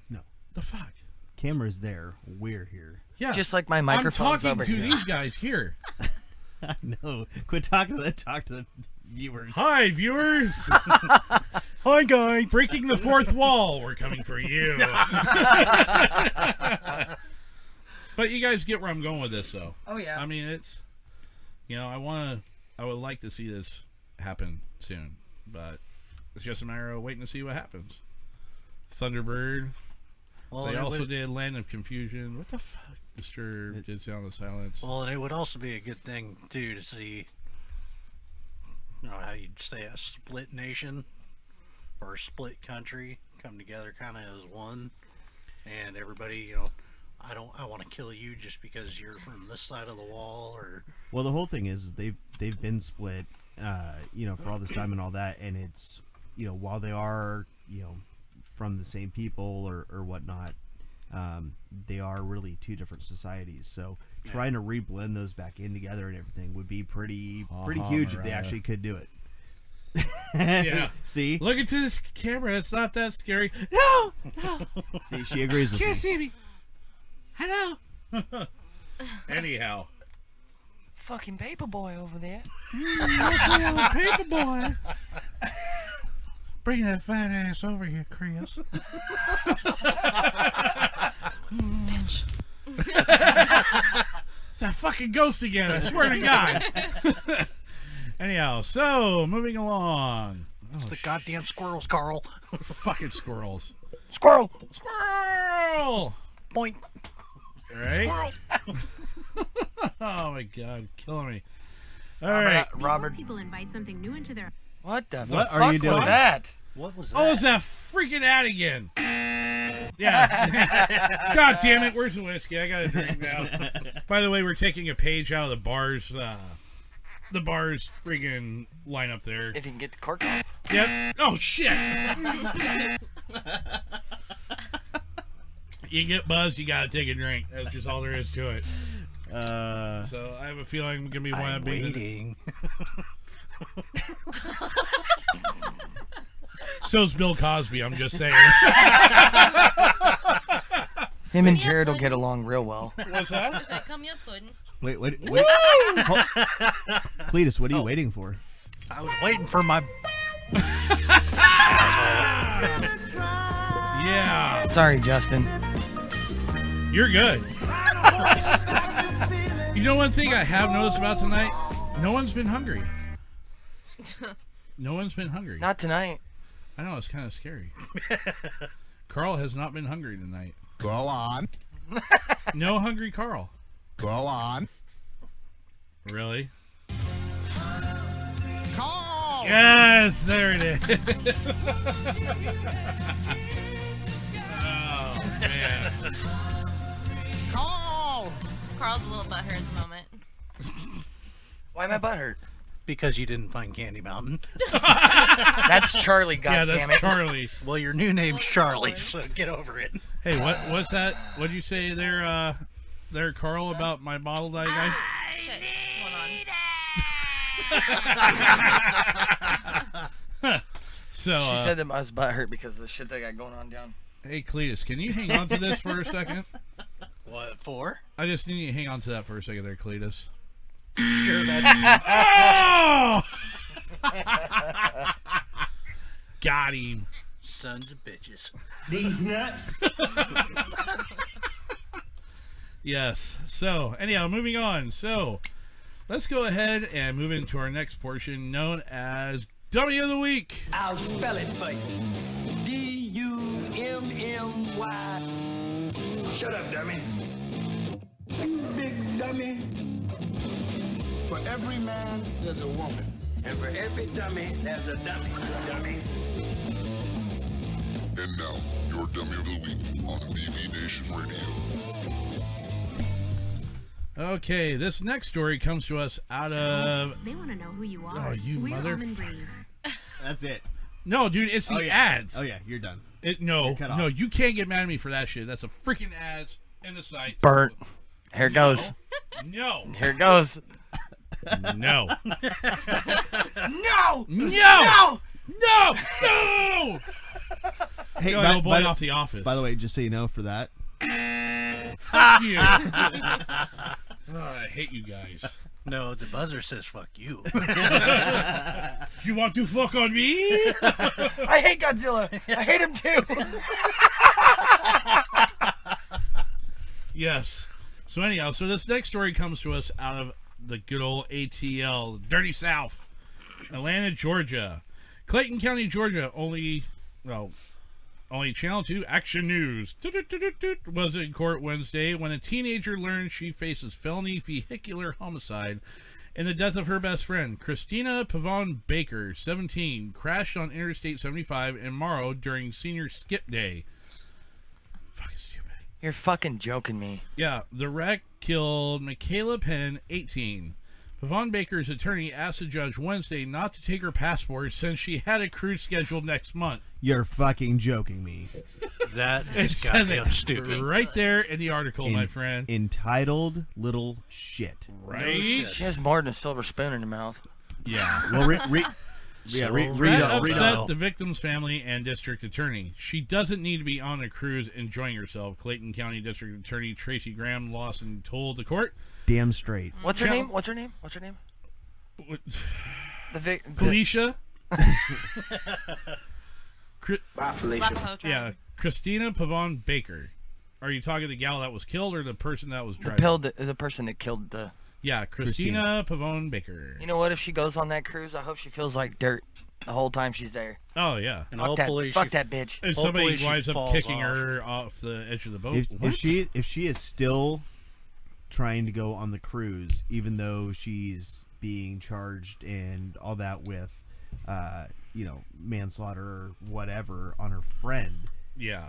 [SPEAKER 4] no
[SPEAKER 3] the fuck.
[SPEAKER 4] Camera's there. We're here.
[SPEAKER 3] Yeah, I'm talking to these guys here.
[SPEAKER 4] I know. Quit talking to the talk to the viewers.
[SPEAKER 3] Hi, viewers. Hi, guys. Breaking the fourth wall. We're coming for you. but you guys get where I'm going with this, though.
[SPEAKER 9] Oh, yeah.
[SPEAKER 3] I mean, it's you know, I want to, I would like to see this happen soon, but it's just a matter of waiting to see what happens. Thunderbird.
[SPEAKER 12] Well,
[SPEAKER 3] they
[SPEAKER 12] and it
[SPEAKER 3] also
[SPEAKER 12] would-
[SPEAKER 3] did Land of Confusion. What the fuck? Disturbed. Did Sound of Silence.
[SPEAKER 12] Well, and it would also be a good thing too to see, you know, how you'd say a split nation or a split country come together kind of as one, and everybody, you know, I don't, I want to kill you just because you're from this side of the wall, or
[SPEAKER 4] Well, the whole thing is is they've they've been split, uh, you know, for all this time and all that, and it's you know while they are you know from the same people or or whatnot, um, they are really two different societies. So
[SPEAKER 12] Yeah.
[SPEAKER 4] trying to reblend those back in together and everything would be pretty pretty
[SPEAKER 3] Uh-huh,
[SPEAKER 4] huge if they
[SPEAKER 3] Mariah.
[SPEAKER 4] actually could do it.
[SPEAKER 3] yeah.
[SPEAKER 4] See?
[SPEAKER 3] Look into this camera. It's not that scary. No! No!
[SPEAKER 4] See, she agrees with
[SPEAKER 3] Can't
[SPEAKER 4] me.
[SPEAKER 3] see me. Hello. Anyhow.
[SPEAKER 9] Fucking paperboy over there.
[SPEAKER 3] boy. Bring that fat ass over here, Chris. Bitch. it's that fucking ghost again, I swear to God. Anyhow, so moving along. Oh,
[SPEAKER 12] it's the goddamn squirrels, Carl.
[SPEAKER 3] Fucking squirrels.
[SPEAKER 12] Squirrel.
[SPEAKER 3] Squirrel.
[SPEAKER 12] Point.
[SPEAKER 3] Right? oh my god, killing me. All
[SPEAKER 2] Robert-
[SPEAKER 3] right.
[SPEAKER 2] Robert. People invite something new into their.
[SPEAKER 9] What the
[SPEAKER 3] What
[SPEAKER 9] fuck
[SPEAKER 3] are you
[SPEAKER 9] was
[SPEAKER 3] doing?
[SPEAKER 9] that?
[SPEAKER 12] What was
[SPEAKER 3] Oh, is that freaking ad again? Yeah. God damn it. Where's the whiskey? I got to drink now. By the way, we're taking a page out of the bar's, uh, the bar's freaking lineup there. If
[SPEAKER 9] you can get the cork off.
[SPEAKER 3] Yep. Oh, shit. you get buzzed, you got to take a drink. That's just all there is to it.
[SPEAKER 4] Uh,
[SPEAKER 3] so I have a feeling I'm going to be one
[SPEAKER 12] I'm
[SPEAKER 3] of the-
[SPEAKER 12] waiting.
[SPEAKER 3] So's Bill Cosby, I'm just saying.
[SPEAKER 9] Him and Jared will get along real well.
[SPEAKER 3] What's that?
[SPEAKER 10] Come here, pudding.
[SPEAKER 4] Wait, wait, wait. Hold- Cletus, what are you
[SPEAKER 3] Oh.
[SPEAKER 4] waiting for?
[SPEAKER 12] I was waiting for my.
[SPEAKER 3] Yeah.
[SPEAKER 9] Sorry, Justin.
[SPEAKER 3] You're good. you know one thing I have noticed about tonight? No one's been hungry. No one's been hungry.
[SPEAKER 9] Not tonight.
[SPEAKER 3] I know it's kind of scary. Carl has not been hungry tonight.
[SPEAKER 11] Go on.
[SPEAKER 3] No hungry Carl.
[SPEAKER 11] Go on.
[SPEAKER 3] Really?
[SPEAKER 11] Carl.
[SPEAKER 3] Yes, there it is. oh man.
[SPEAKER 10] Carl. Carl's a little butthurt at the moment.
[SPEAKER 9] Why am I butthurt?
[SPEAKER 12] Because you didn't find Candy Mountain.
[SPEAKER 9] That's Charlie,
[SPEAKER 3] Yeah, that's
[SPEAKER 9] goddammit.
[SPEAKER 3] Charlie.
[SPEAKER 12] Well, your new name's Charlie, so get over it.
[SPEAKER 3] Hey, what what's that? What do you say there, uh, there, Carl, about my bottle that I got?
[SPEAKER 10] Shit. Hold on.
[SPEAKER 3] so
[SPEAKER 9] she
[SPEAKER 3] uh,
[SPEAKER 9] said that I was butthurt because of the shit they got going on down.
[SPEAKER 3] Hey, Cletus, can you hang on to this for a second?
[SPEAKER 12] What for?
[SPEAKER 3] I just need you to hang on to that for a second there, Cletus.
[SPEAKER 12] Sure,
[SPEAKER 3] oh! Got him.
[SPEAKER 12] Sons of bitches.
[SPEAKER 3] These nuts. Yes. So, anyhow, moving on. So, let's go ahead and move into our next portion known as Dummy of the Week.
[SPEAKER 11] I'll spell it for you. D U M M Y. Shut up, dummy. You big dummy. For every man, there's a woman. And for every dummy, there's a dummy. Dummy.
[SPEAKER 6] And now, your dummy of the week on BB Nation Radio.
[SPEAKER 3] Okay, this next story comes to us out of.
[SPEAKER 2] they want to know who you are.
[SPEAKER 3] Um, Oh, you
[SPEAKER 2] We're
[SPEAKER 3] mother-
[SPEAKER 2] Almond Breeze.
[SPEAKER 4] That's it.
[SPEAKER 3] No, dude, it's the
[SPEAKER 4] Oh, yeah.
[SPEAKER 3] ads.
[SPEAKER 4] Oh, yeah, you're done.
[SPEAKER 3] It, no,
[SPEAKER 4] You're cut off.
[SPEAKER 3] no, you can't get mad at me for that shit. That's a freaking ads in the site.
[SPEAKER 9] Burnt. Here it goes.
[SPEAKER 3] No.
[SPEAKER 9] Here it goes.
[SPEAKER 3] No.
[SPEAKER 11] No!
[SPEAKER 3] No! No! No!
[SPEAKER 4] Hey,
[SPEAKER 3] Yo,
[SPEAKER 4] by-
[SPEAKER 3] yo, boy
[SPEAKER 4] by the-
[SPEAKER 3] off the office.
[SPEAKER 4] By the way, just so you know, for that.
[SPEAKER 3] Fuck you. Oh, I hate you guys.
[SPEAKER 12] No, the buzzer says fuck you.
[SPEAKER 3] you want to fuck on me?
[SPEAKER 9] I hate Godzilla. I hate him too.
[SPEAKER 3] Yes. So anyhow, so this next story comes to us out of the good old ATL, Dirty South, Atlanta, Georgia, Clayton County, Georgia. Only, well, only Channel Two Action News Toot-toot-toot-toot was in court Wednesday when a teenager learned she faces felony vehicular homicide in the death of her best friend Christina Pavon Baker, 17, crashed on Interstate 75 in Morrow during Senior Skip Day.
[SPEAKER 9] You're fucking joking me.
[SPEAKER 3] Yeah, the wreck killed Michaela Penn, 18. Pavon Baker's attorney asked the judge Wednesday not to take her passport since she had a cruise scheduled next month.
[SPEAKER 4] You're fucking joking me.
[SPEAKER 12] That
[SPEAKER 3] It says it right there in the article, my
[SPEAKER 4] En-
[SPEAKER 3] friend.
[SPEAKER 4] Entitled little shit.
[SPEAKER 3] Right?
[SPEAKER 9] She has more than a silver spoon in her mouth.
[SPEAKER 4] Yeah. Well, re- re- yeah, re-
[SPEAKER 3] So
[SPEAKER 4] read
[SPEAKER 3] that
[SPEAKER 4] all- read
[SPEAKER 3] upset
[SPEAKER 4] all.
[SPEAKER 3] the victim's family and district attorney. She doesn't need to be on a cruise enjoying herself. Clayton County District Attorney Tracy Graham Lawson told the court.
[SPEAKER 4] Damn straight.
[SPEAKER 9] What's her
[SPEAKER 3] Channel-
[SPEAKER 9] name? What's her name? What's her name? The vic- the-
[SPEAKER 3] Felicia. Cri-
[SPEAKER 9] Bye, Felicia. Slap Poe
[SPEAKER 3] Yeah, Christina Pavon Baker. Are you talking the gal that was killed or the person that was
[SPEAKER 9] the,
[SPEAKER 3] driving?
[SPEAKER 9] pill, the, the person that killed the.
[SPEAKER 3] Yeah, Christina, Pavone Baker.
[SPEAKER 9] You know what? If she goes on that cruise, I hope she feels like dirt the whole time she's there.
[SPEAKER 3] Oh yeah,
[SPEAKER 9] fuck that, fuck that bitch.
[SPEAKER 3] If somebody winds up kicking her off the edge of the boat,
[SPEAKER 4] If,
[SPEAKER 3] What?
[SPEAKER 4] if she if she is still trying to go on the cruise, even though she's being charged and all that with, uh, you know, manslaughter or whatever on her friend.
[SPEAKER 3] Yeah.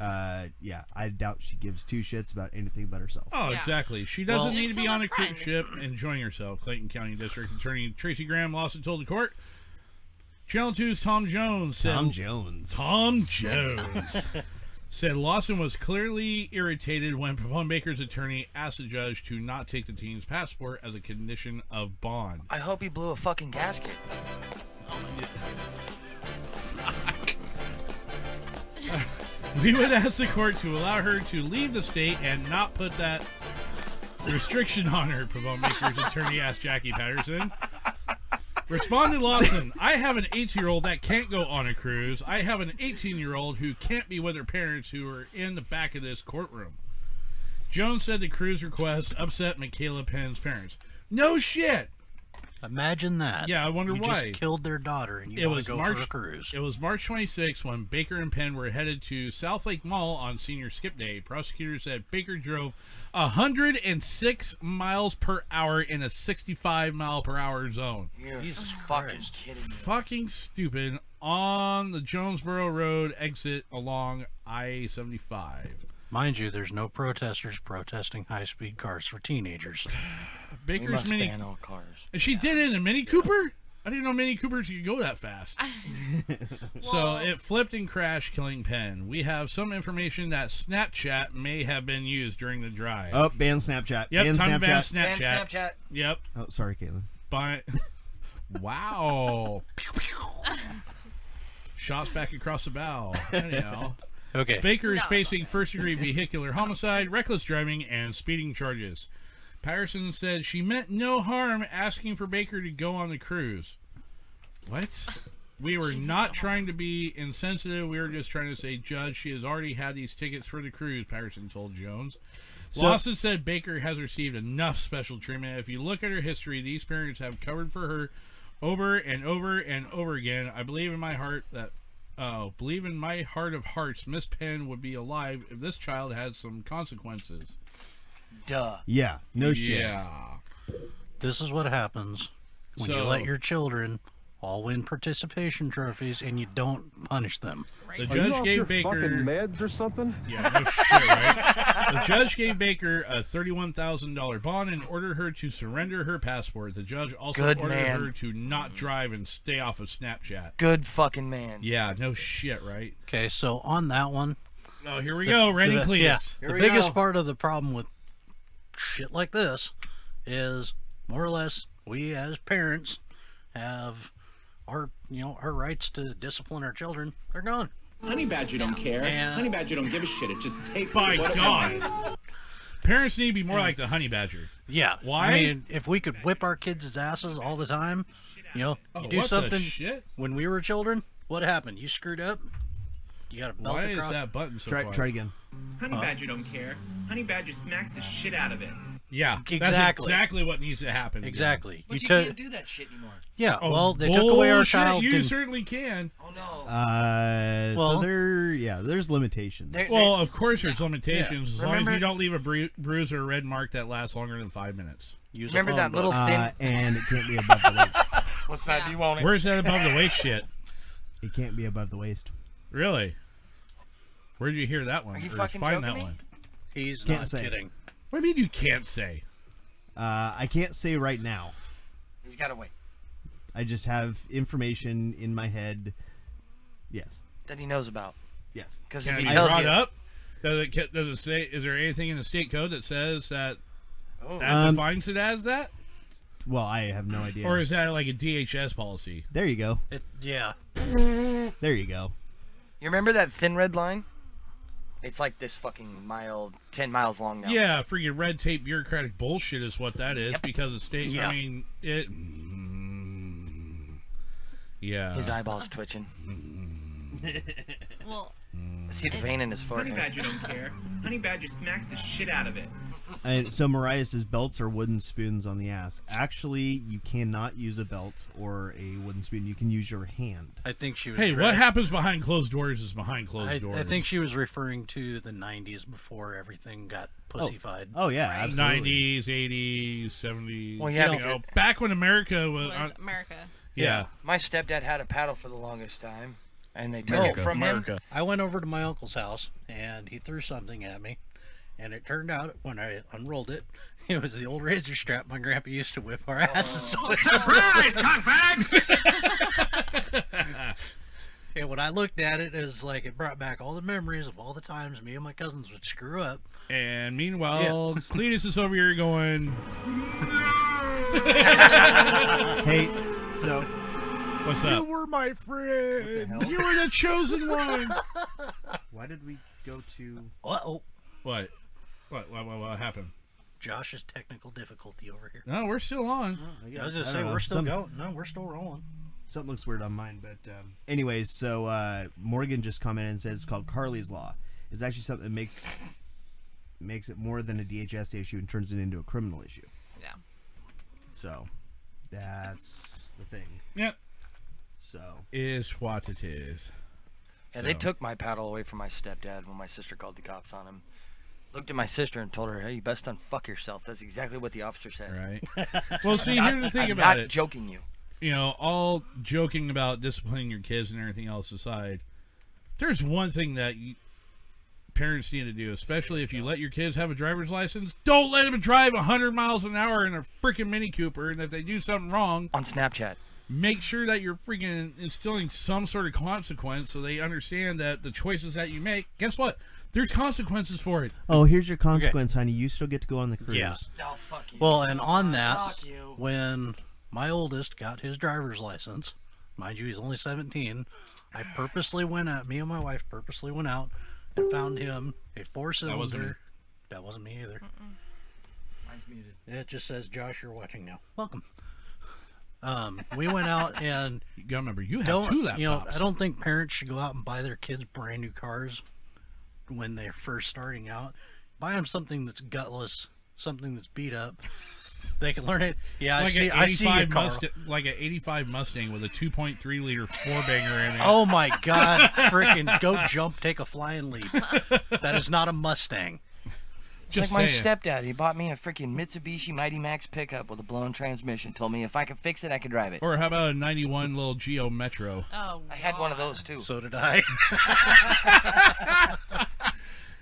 [SPEAKER 4] Uh, yeah, I doubt she gives two shits about anything but herself.
[SPEAKER 3] Oh, exactly. She doesn't need to be on a cruise ship enjoying herself. Clayton County District Attorney Tracy Graham Lawson told the court. Channel 2's Tom Jones said.
[SPEAKER 4] Tom Jones.
[SPEAKER 3] Tom Jones said Lawson was clearly irritated when Pavone Baker's attorney asked the judge to not take the teen's passport as a condition of bond.
[SPEAKER 9] I hope he blew a fucking gasket.
[SPEAKER 3] We would ask the court to allow her to leave the state and not put that restriction on her, Pavone Baker's attorney asked Jackie Patterson. Responded Lawson, I have an 18 year old that can't go on a cruise. I have an 18 year old who can't be with her parents who are in the back of this courtroom. Jones said the cruise request upset Michaela Penn's parents. No shit.
[SPEAKER 12] Imagine that.
[SPEAKER 3] Yeah, I wonder
[SPEAKER 12] you
[SPEAKER 3] why.
[SPEAKER 12] Just killed their daughter, and you
[SPEAKER 3] it
[SPEAKER 12] want
[SPEAKER 3] was
[SPEAKER 12] to go
[SPEAKER 3] March.
[SPEAKER 12] for a cruise.
[SPEAKER 3] It was March 26 when Baker and Penn were headed to South Lake Mall on Senior Skip Day. Prosecutors said Baker drove 106 miles per hour in a 65 mile per hour zone.
[SPEAKER 9] You're fucking kidding me.
[SPEAKER 3] Fucking stupid on the Jonesboro Road exit along I 75.
[SPEAKER 12] Mind you, there's no protesters protesting high-speed cars for teenagers.
[SPEAKER 3] Baker's Mini. And she did it in a Mini Cooper? I didn't know Mini Coopers could go that fast. so it flipped and crashed, killing Penn. We have some information that Snapchat may have been used during the drive.
[SPEAKER 4] Oh, ban Snapchat.
[SPEAKER 3] Yep,
[SPEAKER 4] ban
[SPEAKER 3] time
[SPEAKER 4] Snapchat.
[SPEAKER 3] to ban Snapchat. Yep.
[SPEAKER 4] Oh, sorry, Caitlin.
[SPEAKER 3] By- wow. Shots back across the bow. Anyhow.
[SPEAKER 12] Okay.
[SPEAKER 3] Baker is facing first degree vehicular homicide, reckless driving, and speeding charges. Patterson said she meant no harm asking for Baker to go on the cruise. What? We were not trying to be insensitive. We were just trying to say, Judge, she has already had these tickets for the cruise, Patterson told Jones.
[SPEAKER 4] So-
[SPEAKER 3] Lawson said Baker has received enough special treatment. If you look at her history, these parents have covered for her over and over and over again. I believe in my heart that, oh, believe in my heart of hearts, Miss Penn would be alive if this child had some consequences.
[SPEAKER 9] Duh.
[SPEAKER 4] Yeah. No shit.
[SPEAKER 3] Yeah.
[SPEAKER 12] This is what happens when you
[SPEAKER 3] So-
[SPEAKER 12] let your children all win participation trophies, and you don't punish them.
[SPEAKER 3] The judge gave Baker
[SPEAKER 12] or something.
[SPEAKER 3] Yeah, no shit, right? the judge gave Baker a thirty-one thousand dollar bond and ordered her to surrender her passport. The judge also
[SPEAKER 9] Good
[SPEAKER 3] ordered
[SPEAKER 9] man.
[SPEAKER 3] her to not drive and stay off of Snapchat.
[SPEAKER 9] Good fucking man.
[SPEAKER 3] Yeah, no shit, right?
[SPEAKER 12] Okay, so on that one.
[SPEAKER 3] Oh, here we go, Randy
[SPEAKER 12] the,
[SPEAKER 3] Cletus.
[SPEAKER 12] yeah,
[SPEAKER 3] Here
[SPEAKER 12] the
[SPEAKER 3] we
[SPEAKER 12] biggest
[SPEAKER 3] go.
[SPEAKER 12] part of the problem with shit like this is more or less we as parents have our you know our rights to discipline our children. They're gone.
[SPEAKER 7] Honey badger don't care.
[SPEAKER 12] And-
[SPEAKER 7] Honey badger don't give a shit. It just takes.
[SPEAKER 3] By
[SPEAKER 7] what it
[SPEAKER 3] God.
[SPEAKER 7] wants.
[SPEAKER 3] Parents need to be more like the honey badger.
[SPEAKER 12] Yeah.
[SPEAKER 3] Why?
[SPEAKER 12] I mean, if we could whip our kids' asses all the time, you know,
[SPEAKER 3] Oh,
[SPEAKER 12] you do
[SPEAKER 3] what the
[SPEAKER 12] something.
[SPEAKER 3] shit?
[SPEAKER 12] When we were children, what happened? You screwed up. You got a belt
[SPEAKER 3] Why is
[SPEAKER 12] across.
[SPEAKER 3] that button so
[SPEAKER 4] Try-
[SPEAKER 3] far?
[SPEAKER 4] try again.
[SPEAKER 7] Honey
[SPEAKER 12] Huh?
[SPEAKER 7] badger don't care. Honey badger smacks the shit out of it.
[SPEAKER 3] Yeah, that's
[SPEAKER 12] Exactly.
[SPEAKER 3] exactly what needs to happen.
[SPEAKER 12] Exactly.
[SPEAKER 9] But you,
[SPEAKER 12] took-
[SPEAKER 9] can't do that shit anymore.
[SPEAKER 12] Yeah.
[SPEAKER 3] Oh,
[SPEAKER 12] well, they took away our
[SPEAKER 3] bullshit,
[SPEAKER 12] child.
[SPEAKER 3] You
[SPEAKER 12] and-
[SPEAKER 3] certainly can.
[SPEAKER 9] Oh no.
[SPEAKER 4] Uh,
[SPEAKER 3] Well-
[SPEAKER 4] so there, yeah, there's limitations.
[SPEAKER 3] well, of course, there's limitations
[SPEAKER 4] Yeah.
[SPEAKER 3] as long as
[SPEAKER 4] Remember-
[SPEAKER 3] you don't leave a bru- bruise or a red mark that lasts longer than five minutes.
[SPEAKER 12] Use a Remember phone that book. little
[SPEAKER 4] Uh, and it can't be above the waist.
[SPEAKER 9] What's that? Do you want it?
[SPEAKER 3] Where's that above the waist shit?
[SPEAKER 4] It can't be above the waist.
[SPEAKER 3] Really? Where'd you hear that one?
[SPEAKER 4] Are you
[SPEAKER 3] Or
[SPEAKER 4] fucking
[SPEAKER 3] find
[SPEAKER 4] joking
[SPEAKER 3] that
[SPEAKER 4] me?
[SPEAKER 3] one?
[SPEAKER 12] He's
[SPEAKER 4] Can't not say. kidding.
[SPEAKER 3] What do you mean you can't say?
[SPEAKER 4] Uh, I can't say right now.
[SPEAKER 9] He's got to wait.
[SPEAKER 4] I just have information in my head. Yes.
[SPEAKER 9] That he knows about.
[SPEAKER 4] Yes.
[SPEAKER 9] Because
[SPEAKER 3] Can
[SPEAKER 9] if
[SPEAKER 3] it
[SPEAKER 9] he
[SPEAKER 3] be
[SPEAKER 9] tells
[SPEAKER 3] brought
[SPEAKER 9] you.
[SPEAKER 3] up? Does it, ca- does it say? Is there anything in the state code that says that
[SPEAKER 9] Oh.
[SPEAKER 3] that
[SPEAKER 4] Um,
[SPEAKER 3] defines it as that,
[SPEAKER 4] Well, I have no idea.
[SPEAKER 3] or is that like a DHS policy?
[SPEAKER 4] there you go.
[SPEAKER 12] Yeah.
[SPEAKER 4] There you go.
[SPEAKER 9] You remember that thin red line? It's like this fucking mile, ten miles long now.
[SPEAKER 3] Yeah, freaking red tape bureaucratic bullshit is what that is because of state.
[SPEAKER 9] Yeah.
[SPEAKER 3] I mean, it. Yeah.
[SPEAKER 9] His eyeball's twitching.
[SPEAKER 10] Well,
[SPEAKER 12] Mm.
[SPEAKER 9] I see the vein in his
[SPEAKER 7] Honey
[SPEAKER 9] forehead.
[SPEAKER 7] badger don't care. Honey badger smacks the shit out of it.
[SPEAKER 4] And so Marias' belts are wooden spoons on the ass. Actually, you cannot use a belt or a wooden spoon. You can use your hand.
[SPEAKER 12] I think she was.
[SPEAKER 3] Hey,
[SPEAKER 12] right.
[SPEAKER 3] what happens behind closed doors is behind closed
[SPEAKER 12] I,
[SPEAKER 3] doors.
[SPEAKER 12] I think she was referring to the '90s before everything got pussyfied.
[SPEAKER 4] Oh,
[SPEAKER 3] nineties, eighties, seventies.
[SPEAKER 9] Well,
[SPEAKER 3] Well,
[SPEAKER 9] yeah,
[SPEAKER 3] yeah, you
[SPEAKER 9] because-
[SPEAKER 3] know, back when America was,
[SPEAKER 10] was America.
[SPEAKER 3] Yeah.
[SPEAKER 9] My stepdad had a paddle for the longest time, and they took
[SPEAKER 12] America,
[SPEAKER 9] it from him.
[SPEAKER 3] America.
[SPEAKER 12] I went over to my uncle's house and he threw something at me, and it turned out when I unrolled it, it was the old razor strap my grandpa used to whip
[SPEAKER 9] Oh.
[SPEAKER 12] our asses. with.
[SPEAKER 11] Surprise, cockfags!
[SPEAKER 12] and when I looked at it, it was like it brought back all the memories of all the times me and my cousins would screw up.
[SPEAKER 3] And meanwhile, Cletus oh, is over here going.
[SPEAKER 4] hey, so
[SPEAKER 3] what's up?
[SPEAKER 4] were
[SPEAKER 3] my friend.
[SPEAKER 4] hell?
[SPEAKER 3] you were the chosen one.
[SPEAKER 4] Why did we go to?
[SPEAKER 12] Uh-oh.
[SPEAKER 3] What? What? What? What, what happened?
[SPEAKER 12] Josh's technical difficulty Oh, over here.
[SPEAKER 3] No, we're still on.
[SPEAKER 12] I was gonna say we're still going. No, we're still rolling.
[SPEAKER 4] Something looks weird on mine, but um, anyways, so uh, Morgan just commented and says it's called Carly's Law. It's actually something that makes makes it more than a DHS issue and turns it into a criminal issue.
[SPEAKER 10] Yeah.
[SPEAKER 4] So that's the thing.
[SPEAKER 3] Yep.
[SPEAKER 4] So
[SPEAKER 3] Is what it is.
[SPEAKER 9] Yeah, they
[SPEAKER 3] So-
[SPEAKER 9] took my paddle away from my stepdad when my sister called the cops on him. Looked at my sister and told her, "Hey, you best unfuck yourself." That's exactly what the officer said.
[SPEAKER 3] Right. Well, see, here's the thing
[SPEAKER 9] I'm
[SPEAKER 3] about
[SPEAKER 9] not
[SPEAKER 3] it.
[SPEAKER 9] joking you.
[SPEAKER 3] you know, all joking about disciplining your kids and everything else aside, there's one thing that you, parents need to do, especially if you let your kids have a driver's license. Don't let them drive 100 miles an hour in a freaking Mini Cooper. And if they do something wrong
[SPEAKER 9] on Snapchat,
[SPEAKER 3] make sure that you're freaking instilling some sort of consequence so they understand that the choices that you make, guess what? There's consequences for it.
[SPEAKER 4] Oh, here's your consequence, honey. You still get to go on the cruise.
[SPEAKER 12] Yeah. Well, and on that, when my oldest got his driver's license, mind you, he's only 17. I purposely went out. Me and my wife purposely went out and found him a four-cylinder. That
[SPEAKER 3] wasn't me.
[SPEAKER 12] wasn't, me either.
[SPEAKER 9] Mine's muted.
[SPEAKER 12] It just says, "Josh, you're watching now. Welcome." Um, we went out and
[SPEAKER 3] you gotta remember you
[SPEAKER 12] have
[SPEAKER 3] had two
[SPEAKER 12] You know,
[SPEAKER 3] laptops.
[SPEAKER 12] I don't think parents should go out and buy their kids brand new cars when they're first starting out. Buy them something that's gutless, something that's beat up. They can learn it. Yeah, I
[SPEAKER 3] like
[SPEAKER 12] see.
[SPEAKER 3] an
[SPEAKER 12] I see you, Carl.
[SPEAKER 3] Mustang, like an 85 Mustang with a 2.3 liter four banger in it.
[SPEAKER 12] Oh my God! Freaking go jump, take a flying leap. That is not a Mustang.
[SPEAKER 3] Just
[SPEAKER 9] like my
[SPEAKER 3] saying.
[SPEAKER 9] stepdad, he bought me a freaking Mitsubishi Mighty Max pickup with a blown transmission. Told me if I could fix it, I could drive it.
[SPEAKER 3] Or how about a 91 little Geo Metro?
[SPEAKER 10] Oh,
[SPEAKER 9] I had one of those too.
[SPEAKER 12] So did I.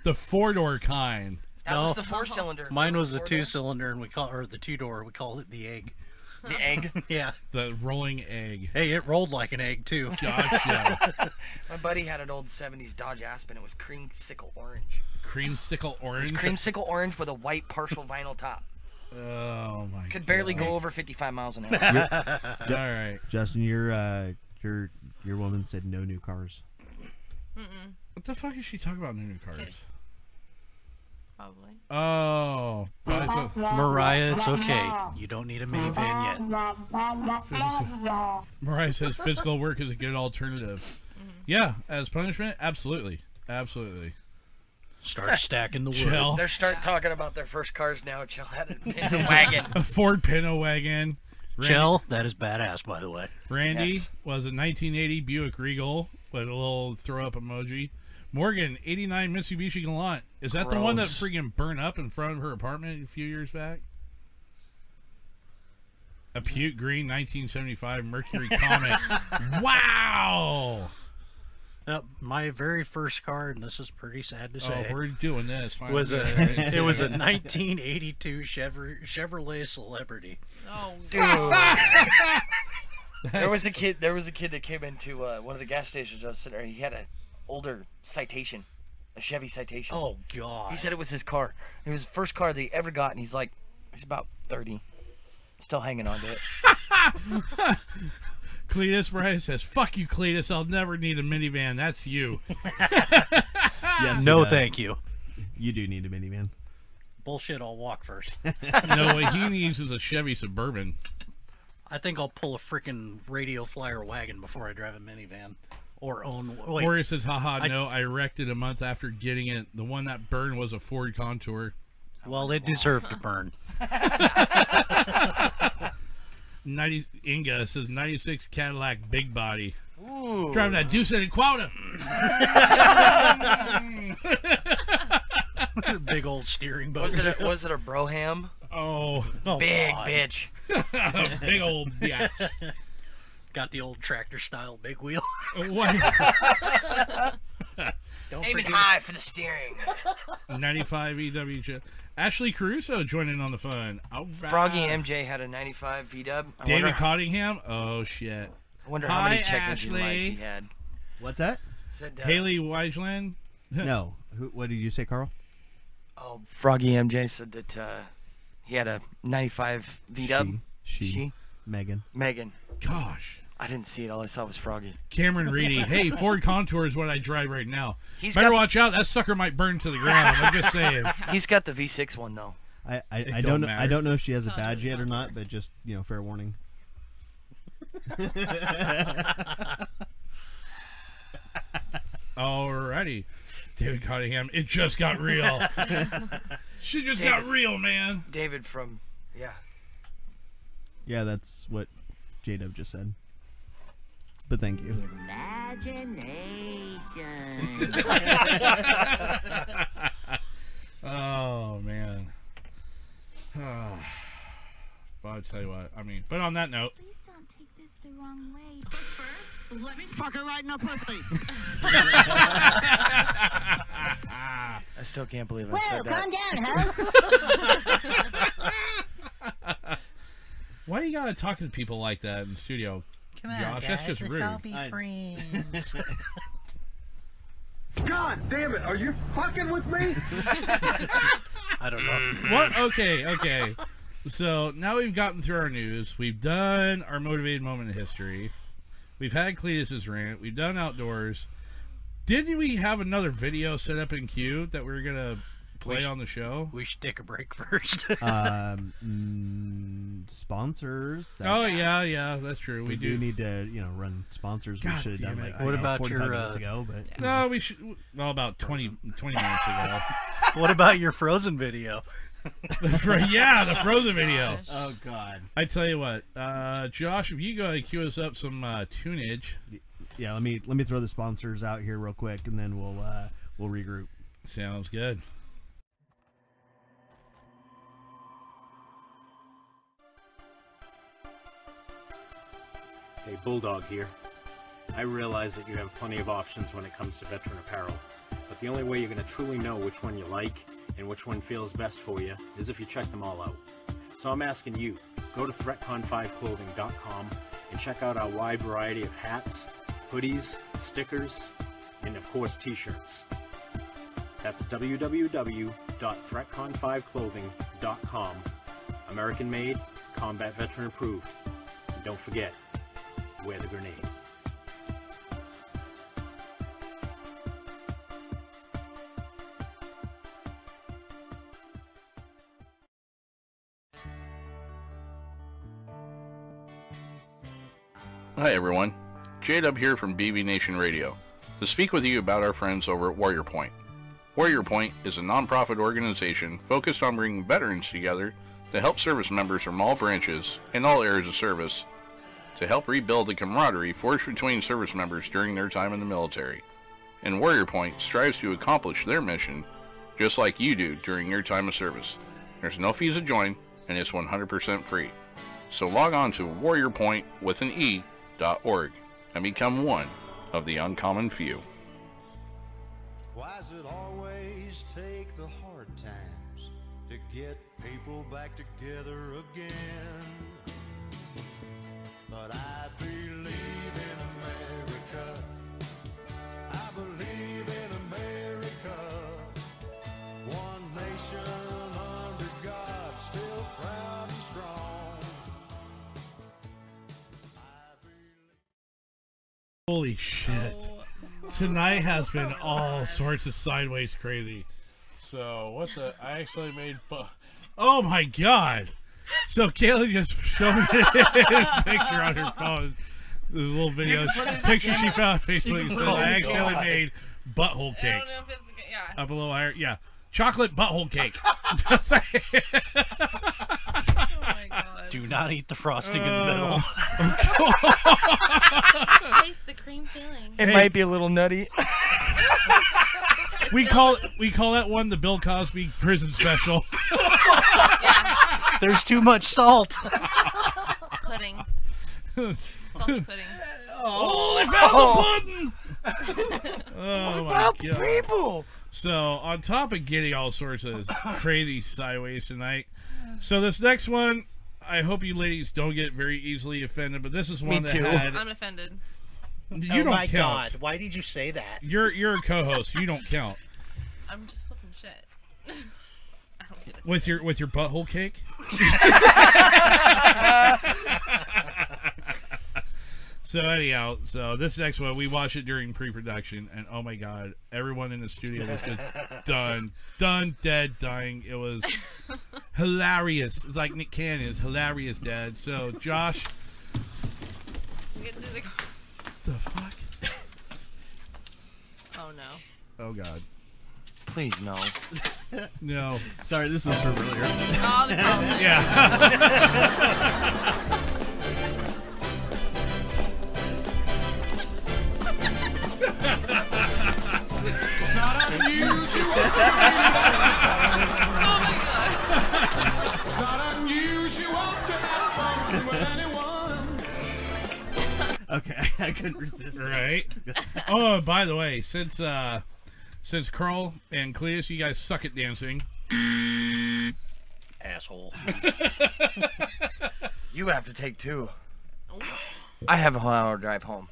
[SPEAKER 3] The four door kind.
[SPEAKER 9] That was the four-cylinder.
[SPEAKER 12] Mine was the
[SPEAKER 9] Four-door?
[SPEAKER 12] two-cylinder, and we call or the two-door. We called it the egg.
[SPEAKER 9] The egg.
[SPEAKER 12] yeah.
[SPEAKER 3] The rolling egg.
[SPEAKER 12] Hey, it rolled like an egg too.
[SPEAKER 9] My buddy had an old 70s Dodge Aspen. It was creamsicle orange.
[SPEAKER 3] Creamsicle
[SPEAKER 9] It was
[SPEAKER 3] orange.
[SPEAKER 9] creamsicle orange with a white partial vinyl top.
[SPEAKER 3] Oh my.
[SPEAKER 9] Could barely
[SPEAKER 3] God.
[SPEAKER 9] go over 55 miles an
[SPEAKER 4] You're-
[SPEAKER 9] hour.
[SPEAKER 4] Ju-
[SPEAKER 3] All right.
[SPEAKER 4] Justin, your uh, your your woman said no new cars.
[SPEAKER 3] What the fuck is she talking about? in New cars.
[SPEAKER 10] Probably.
[SPEAKER 3] Oh. but it's a-
[SPEAKER 12] Mariah, it's okay. You don't need a minivan yet.
[SPEAKER 3] Mariah says physical work is a good alternative. Yeah, as punishment, absolutely, absolutely.
[SPEAKER 12] Start stacking the wood.
[SPEAKER 3] Chill.
[SPEAKER 9] They start talking about their first cars now. Chell had a it's a wagon.
[SPEAKER 3] A Ford Pinto wagon.
[SPEAKER 12] Chell, that is badass, by the way.
[SPEAKER 3] Randy
[SPEAKER 12] Yes.
[SPEAKER 3] was a 1980 Buick Regal with a little throw up emoji. Morgan, 89 Mitsubishi Galant. Is that the one that
[SPEAKER 9] Gross.
[SPEAKER 3] freaking burned up in front of her apartment a few years back? A Puke Green 1975 Mercury Comet. wow.
[SPEAKER 12] Yep, my very first car, and this is pretty sad to
[SPEAKER 3] Oh,
[SPEAKER 12] say.
[SPEAKER 3] we're doing this. Fine,
[SPEAKER 12] Was
[SPEAKER 3] we'll
[SPEAKER 12] a
[SPEAKER 3] do it.
[SPEAKER 12] it was a 1982 Chevro- Chevrolet Celebrity.
[SPEAKER 10] Oh,
[SPEAKER 9] Dude. there was a kid. There was a kid that came into uh, one of the gas stations. I was sitting there. He had an older Citation, a Chevy Citation.
[SPEAKER 12] Oh God.
[SPEAKER 9] He said it was his car. It was the first car that he ever got, and he's like, he's about 30, still hanging on to it.
[SPEAKER 3] Cletus Mariah says, "Fuck you, Cletus. I'll never need a minivan. That's you."
[SPEAKER 4] Yes. he
[SPEAKER 12] No,
[SPEAKER 4] does.
[SPEAKER 12] thank you.
[SPEAKER 4] You do need a minivan.
[SPEAKER 12] Bullshit. I'll walk first.
[SPEAKER 3] no, what he needs is a Chevy Suburban.
[SPEAKER 12] I think I'll pull a freaking radio flyer wagon before I drive a minivan, or own. Wait,
[SPEAKER 3] Warrior says, haha,
[SPEAKER 12] I-
[SPEAKER 3] no, I wrecked it a month after getting it. The one that burned was a Ford Contour.
[SPEAKER 12] Well, it deserved to burn.
[SPEAKER 3] 90, Inga says, 96 Cadillac Big Body.
[SPEAKER 9] Ooh.
[SPEAKER 3] Driving that Deuce and Quota.
[SPEAKER 12] Big old steering boat.
[SPEAKER 9] Was it a, was it a broham?
[SPEAKER 3] Oh,
[SPEAKER 9] big
[SPEAKER 12] God.
[SPEAKER 9] bitch.
[SPEAKER 3] Big old bitch. Uh,
[SPEAKER 12] Got the old tractor style big wheel.
[SPEAKER 3] What?
[SPEAKER 12] Don't
[SPEAKER 9] Aiming
[SPEAKER 12] forget-
[SPEAKER 9] high for the steering.
[SPEAKER 3] 95 EWJ. E Ashley Caruso joining on the phone. All right.
[SPEAKER 9] Froggy MJ had a 95 V Dub. I
[SPEAKER 3] David
[SPEAKER 9] wonder,
[SPEAKER 3] Cottingham. Oh, shit.
[SPEAKER 9] I wonder how
[SPEAKER 3] Hi,
[SPEAKER 9] many check engine lights
[SPEAKER 3] Ashley.
[SPEAKER 9] he had.
[SPEAKER 4] What's that?
[SPEAKER 9] Said, uh,
[SPEAKER 3] Haley Weigeland.
[SPEAKER 4] no. Who, what did you say, Carl?
[SPEAKER 9] Oh, Froggy MJ said that uh, he had a 95 V Dub.
[SPEAKER 4] She. Megan.
[SPEAKER 9] Megan.
[SPEAKER 3] Gosh.
[SPEAKER 9] I didn't see it. All I saw was Froggy.
[SPEAKER 3] Cameron Reedy. Hey, Ford Contour is what I drive right now.
[SPEAKER 9] He's
[SPEAKER 3] Better
[SPEAKER 9] got-
[SPEAKER 3] watch out. That sucker might burn to the ground. I'm just saying.
[SPEAKER 9] He's got the V6 one though.
[SPEAKER 4] I I, I
[SPEAKER 3] It
[SPEAKER 4] don't,
[SPEAKER 3] don't
[SPEAKER 4] know, I
[SPEAKER 3] matter.
[SPEAKER 4] don't know if she has a badge yet or not, but just you know, fair warning.
[SPEAKER 3] Alrighty. David Cottingham. It just got real. she just got
[SPEAKER 9] David-
[SPEAKER 3] real, man.
[SPEAKER 9] David from yeah.
[SPEAKER 4] Yeah, that's what J Dub just said. But thank you.
[SPEAKER 3] Oh man. well, I tell you what. I mean, but on that note,
[SPEAKER 8] Please don't take this the wrong way.
[SPEAKER 23] Let me fuck her right in the pussy.
[SPEAKER 9] I still can't believe I
[SPEAKER 23] Whoa,
[SPEAKER 9] said that.
[SPEAKER 23] calm down, huh?
[SPEAKER 3] why you gotta talk to people like that in the studio?
[SPEAKER 23] Come on,
[SPEAKER 3] Josh, that's
[SPEAKER 23] guys,
[SPEAKER 3] just
[SPEAKER 23] let's
[SPEAKER 3] rude.
[SPEAKER 23] all be I- friends.
[SPEAKER 11] God damn it, are you fucking with me?
[SPEAKER 12] I don't know.
[SPEAKER 3] What? Okay, okay. So now we've gotten through our news. We've done our motivated moment in history. We've had Cletus's rant. We've done outdoors. Didn't we have another video set up in queue that we were gonna play
[SPEAKER 12] We sh-
[SPEAKER 3] on the show?
[SPEAKER 12] We should take a break first.
[SPEAKER 23] Uh,
[SPEAKER 4] um, mm, sponsors.
[SPEAKER 3] Oh yeah, yeah, that's true.
[SPEAKER 4] We,
[SPEAKER 3] We
[SPEAKER 4] do
[SPEAKER 3] do.
[SPEAKER 4] need to, you know, run sponsors. we
[SPEAKER 3] God
[SPEAKER 4] should have
[SPEAKER 3] damn
[SPEAKER 4] done
[SPEAKER 3] it.
[SPEAKER 4] like I
[SPEAKER 3] What
[SPEAKER 4] don't know,
[SPEAKER 3] about
[SPEAKER 4] 45
[SPEAKER 3] your,
[SPEAKER 4] minutes
[SPEAKER 3] uh,
[SPEAKER 4] ago, but
[SPEAKER 3] No, we should. Well, about 20, 20 minutes ago.
[SPEAKER 12] what about your Frozen video?
[SPEAKER 3] Fro- yeah, the Frozen video.
[SPEAKER 4] Oh God.
[SPEAKER 3] I tell you what, uh, Josh, if you go and queue us up some uh, tunage,
[SPEAKER 4] yeah, let me let me throw the sponsors out here real quick, and then we'll uh, we'll regroup.
[SPEAKER 3] Sounds good.
[SPEAKER 7] Hey, Bulldog here. I realize that you have plenty of options when it comes to veteran apparel, but the only way you're going to truly know which one you like and which one feels best for you is if you check them all out. So I'm asking you, go to ThreatCon5clothing.com and check out our wide variety of hats, hoodies, stickers, and of course t-shirts. That's www.threatcon5clothing.com. American made, combat veteran approved. And don't forget, wear the grenade.
[SPEAKER 24] Hi everyone, JW here from BB Nation Radio to speak with you about our friends over at Warrior Point. Warrior Point is a nonprofit organization focused on bringing veterans together to help service members from all branches and all areas of service to help rebuild the camaraderie forged between service members during their time in the military. And Warrior Point strives to accomplish their mission just like you do during your time of service. There's no fees to join and it's 100% free. So log on to warriorpoint with an e dot org and become one of the uncommon few.
[SPEAKER 13] Why's it always take the hard times to get people back together again? But I believe in America. I believe in America. One nation under God, still proud and strong.
[SPEAKER 3] Holy shit. Tonight has been all sorts of sideways crazy. So, what the? I actually made. Bu- oh my god! So, Kayla just showed me this picture on her phone. This little video.
[SPEAKER 10] Dude, put it in the
[SPEAKER 3] picture she
[SPEAKER 10] camera.
[SPEAKER 3] found on Facebook.
[SPEAKER 10] You
[SPEAKER 3] So,
[SPEAKER 10] put it
[SPEAKER 3] I
[SPEAKER 10] in the
[SPEAKER 3] actually
[SPEAKER 10] God.
[SPEAKER 3] made butthole
[SPEAKER 10] I
[SPEAKER 3] cake.
[SPEAKER 10] don't know if it's good. Yeah.
[SPEAKER 3] Up a little higher. Yeah. Chocolate butthole cake.
[SPEAKER 10] Oh
[SPEAKER 12] Do not eat the frosting in the middle.
[SPEAKER 3] Oh.
[SPEAKER 10] Taste the cream filling.
[SPEAKER 19] It might be a little nutty.
[SPEAKER 3] we call we call that one the Bill Cosby prison special.
[SPEAKER 12] There's too much salt.
[SPEAKER 10] pudding. Salty pudding.
[SPEAKER 3] Oh,
[SPEAKER 4] they found
[SPEAKER 3] the pudding!
[SPEAKER 4] What
[SPEAKER 3] Oh
[SPEAKER 4] about
[SPEAKER 3] my God.
[SPEAKER 4] people?
[SPEAKER 3] So on top of getting all sorts of crazy sideways tonight, so this next one, I hope you ladies don't get very easily offended, but this is one that had
[SPEAKER 10] I'm offended.
[SPEAKER 3] you
[SPEAKER 10] Oh
[SPEAKER 3] don't
[SPEAKER 10] my
[SPEAKER 3] count.
[SPEAKER 10] God,
[SPEAKER 12] Why did you say that?
[SPEAKER 3] You're you're a co-host. You don't count
[SPEAKER 10] I'm just flipping shit. I don't get it.
[SPEAKER 3] with your with your butthole cake. so anyhow, so this next one we watched it during pre-production, and oh my god, everyone in the studio was just done, done, dead, dying. It was hilarious. It's like Nick Cannon is hilarious, Dad. So Josh,
[SPEAKER 10] Get to the-
[SPEAKER 3] the fuck?
[SPEAKER 10] Oh no.
[SPEAKER 25] Oh God.
[SPEAKER 19] Please no.
[SPEAKER 3] no.
[SPEAKER 25] Sorry, this is from earlier.
[SPEAKER 10] Oh, the politics.
[SPEAKER 4] It's not unusual. It's not unusual to have fun with anyone.
[SPEAKER 25] Okay, I couldn't resist.
[SPEAKER 3] Right. oh, and by the way, since uh since Carl and Cletus, you guys suck at dancing.
[SPEAKER 4] Oh,
[SPEAKER 12] Asshole.
[SPEAKER 19] You have to take two. I have a whole hour drive home.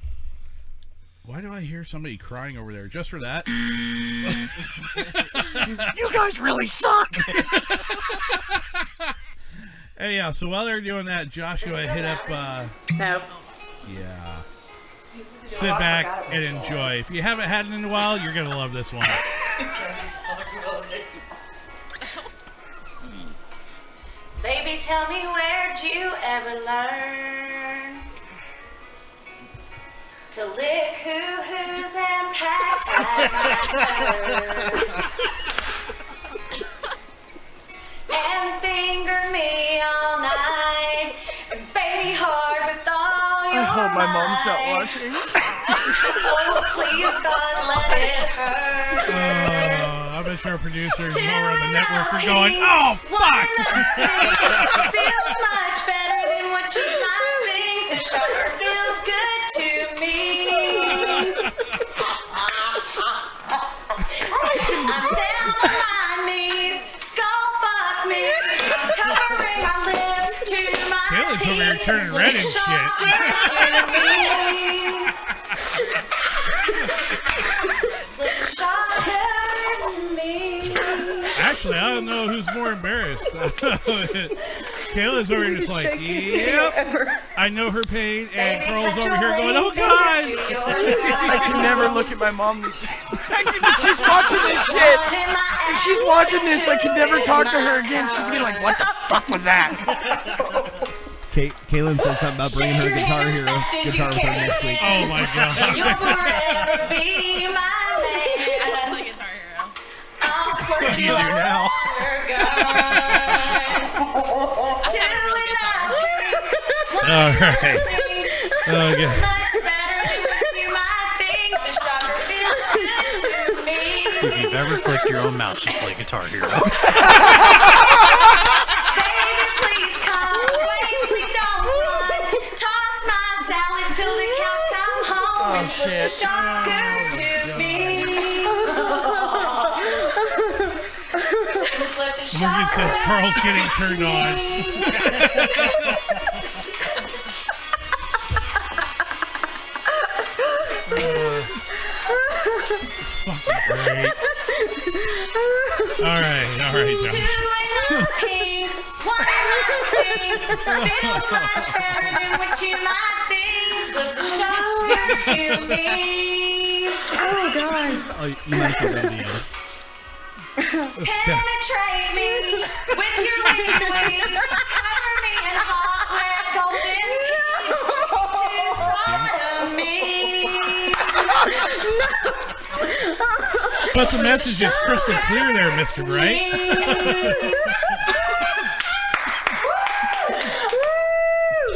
[SPEAKER 3] Why do I hear somebody crying over there just for that?
[SPEAKER 4] You guys really suck.
[SPEAKER 3] Anyhow, so while they're doing that, Josh, go ahead hit up. Uh,
[SPEAKER 4] No.
[SPEAKER 3] yeah. Sit back and enjoy. If you haven't had it in a while, you're gonna love this one.
[SPEAKER 15] Baby, tell me where'd you ever learn to lick hoo-hoos and pat and finger me all night and baby hard with all your
[SPEAKER 19] I hope my mom's not
[SPEAKER 15] might.
[SPEAKER 19] watching.
[SPEAKER 15] Oh, please God, let it hurt.
[SPEAKER 3] Uh, I bet your producers over on the network are going, "Oh fuck!"
[SPEAKER 15] It feels much better than what you might think. The sugar feels good
[SPEAKER 3] turning red and shit. Actually, I don't know who's more embarrassed. Kayla's over here just like,
[SPEAKER 11] Shakiest thing
[SPEAKER 3] yep. I know her pain, and Carl's over here going, oh god.
[SPEAKER 9] I can never look at my mom the same. I can, if she's watching this shit, if she's watching this, I can never talk to her again. She's gonna be like, "What the fuck was that?"
[SPEAKER 4] Kay- Kaylin said something about bringing her Guitar Hero guitar with her next week.
[SPEAKER 3] Oh my god.
[SPEAKER 15] You'll forever be my lady. I don't play Guitar Hero. I'll flirt you out,
[SPEAKER 9] now.
[SPEAKER 15] girl. Till we not be
[SPEAKER 3] All right. Oh, Okay.
[SPEAKER 15] much better than what you might think. The shocker feels good to me.
[SPEAKER 11] If you've ever clicked your own mouse to play Guitar Hero,
[SPEAKER 15] Please come away, please don't run. Toss my salad till the cows come home.
[SPEAKER 11] Oh,
[SPEAKER 15] and put the
[SPEAKER 11] shit.
[SPEAKER 15] shocker
[SPEAKER 9] Oh,
[SPEAKER 15] to me. Just let the
[SPEAKER 3] Morgan says
[SPEAKER 15] shocker
[SPEAKER 3] Carl's getting turned on. Great. All right, all right, Josh.
[SPEAKER 15] Two in the pink, one in the pink. Feels much better than what you might think. Just the shocker to me. Oh God.
[SPEAKER 4] Oh, you might as well go to the end.
[SPEAKER 15] Penetrate me with your wing wing. Cover me in hot, wet, golden heat. To sodomy.
[SPEAKER 3] But the message is crystal clear there, Mister Right.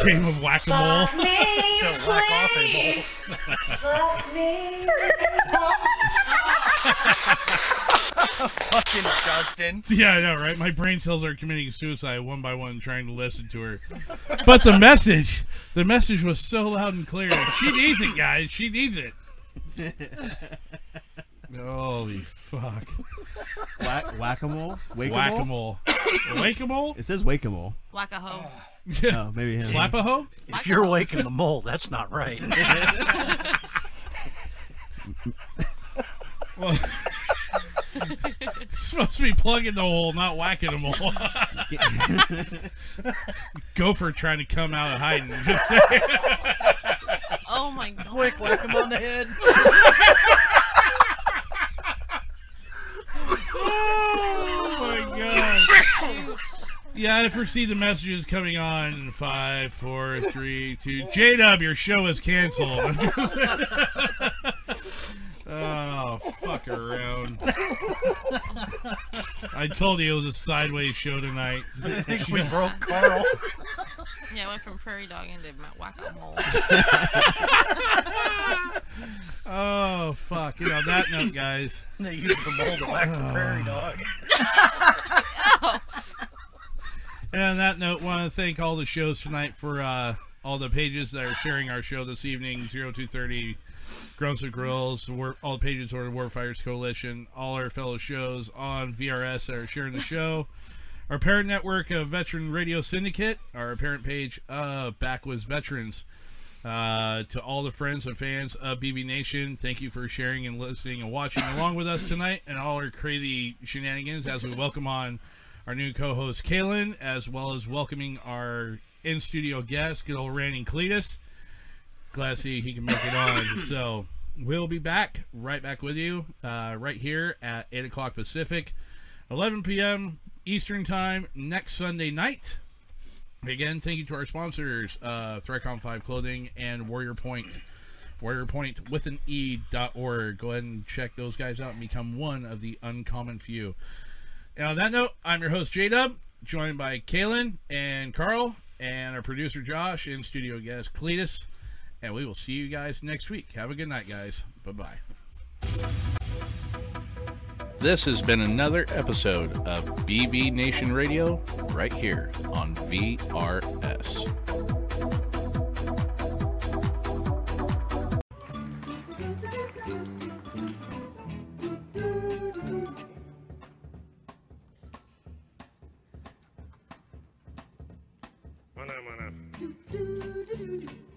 [SPEAKER 3] Game of whack a mole.
[SPEAKER 15] Fuck me, please. Fuck me.
[SPEAKER 9] Fucking Justin.
[SPEAKER 3] Yeah, I know, right? My brain cells are committing suicide one by one, trying to listen to her. But the message, the message was so loud and clear. She needs it, guys. She needs it. Holy fuck!
[SPEAKER 4] Whack- Whack-a-mole? Wake-a-mole?
[SPEAKER 3] Whack-a-mole. Wake-a-mole?
[SPEAKER 4] It says wake-a-mole.
[SPEAKER 10] Whack a hoe.
[SPEAKER 4] Oh, maybe him.
[SPEAKER 3] Slap a hoe?
[SPEAKER 12] If you're waking the mole, that's not right. Oh.
[SPEAKER 3] Well, supposed to be plugging the hole, not whacking the hole. Gopher trying to come out of hiding. Just saying.
[SPEAKER 10] Oh my god.
[SPEAKER 11] Quick, whack him on the head.
[SPEAKER 3] oh my god. Yeah, I foresee the messages coming on in five, four, three, two. J Dub, your show is canceled. I'm just- oh, fuck around. I told you it was a sideways show tonight.
[SPEAKER 11] I think we broke Carl.
[SPEAKER 10] Yeah, I went from prairie dog into my whack a mole.
[SPEAKER 3] Oh fuck! You know on that note, guys.
[SPEAKER 12] They used the mole to whack the prairie dog.
[SPEAKER 3] And on that note, want to thank all the shows tonight for uh, all the pages that are sharing our show this evening. Zero two thirty, Grumps and Grills, War, all the pages ordered Warfighters Coalition, all our fellow shows on VRS that are sharing the show. Our parent network of Veteran Radio Syndicate, our parent page of Backwoods Veterans. Uh, to all the friends and fans of BB Nation, thank you for sharing and listening and watching along with us tonight and all our crazy shenanigans as we welcome on our new co host Kalen, as well as welcoming our in studio guest, good old Randy Cletus. Glad to see he can make it on. So we'll be back, right back with you, uh, right here at 8 o'clock Pacific, 11 p.m. Eastern Time next Sunday night. Again, thank you to our sponsors, uh, Threatcon 5 Clothing and Warrior Point. Warrior Point with an E dot org. Go ahead and check those guys out and become one of the uncommon few. And on that note, I'm your host, J Dub, joined by Kalen and Carl, and our producer, Josh, and studio guest, Cletus. And we will see you guys next week. Have a good night, guys. Bye bye.
[SPEAKER 5] This has been another episode of BB Nation Radio right here on VRS.
[SPEAKER 1] Mana, mana.
[SPEAKER 15] Do, do, do, do, do.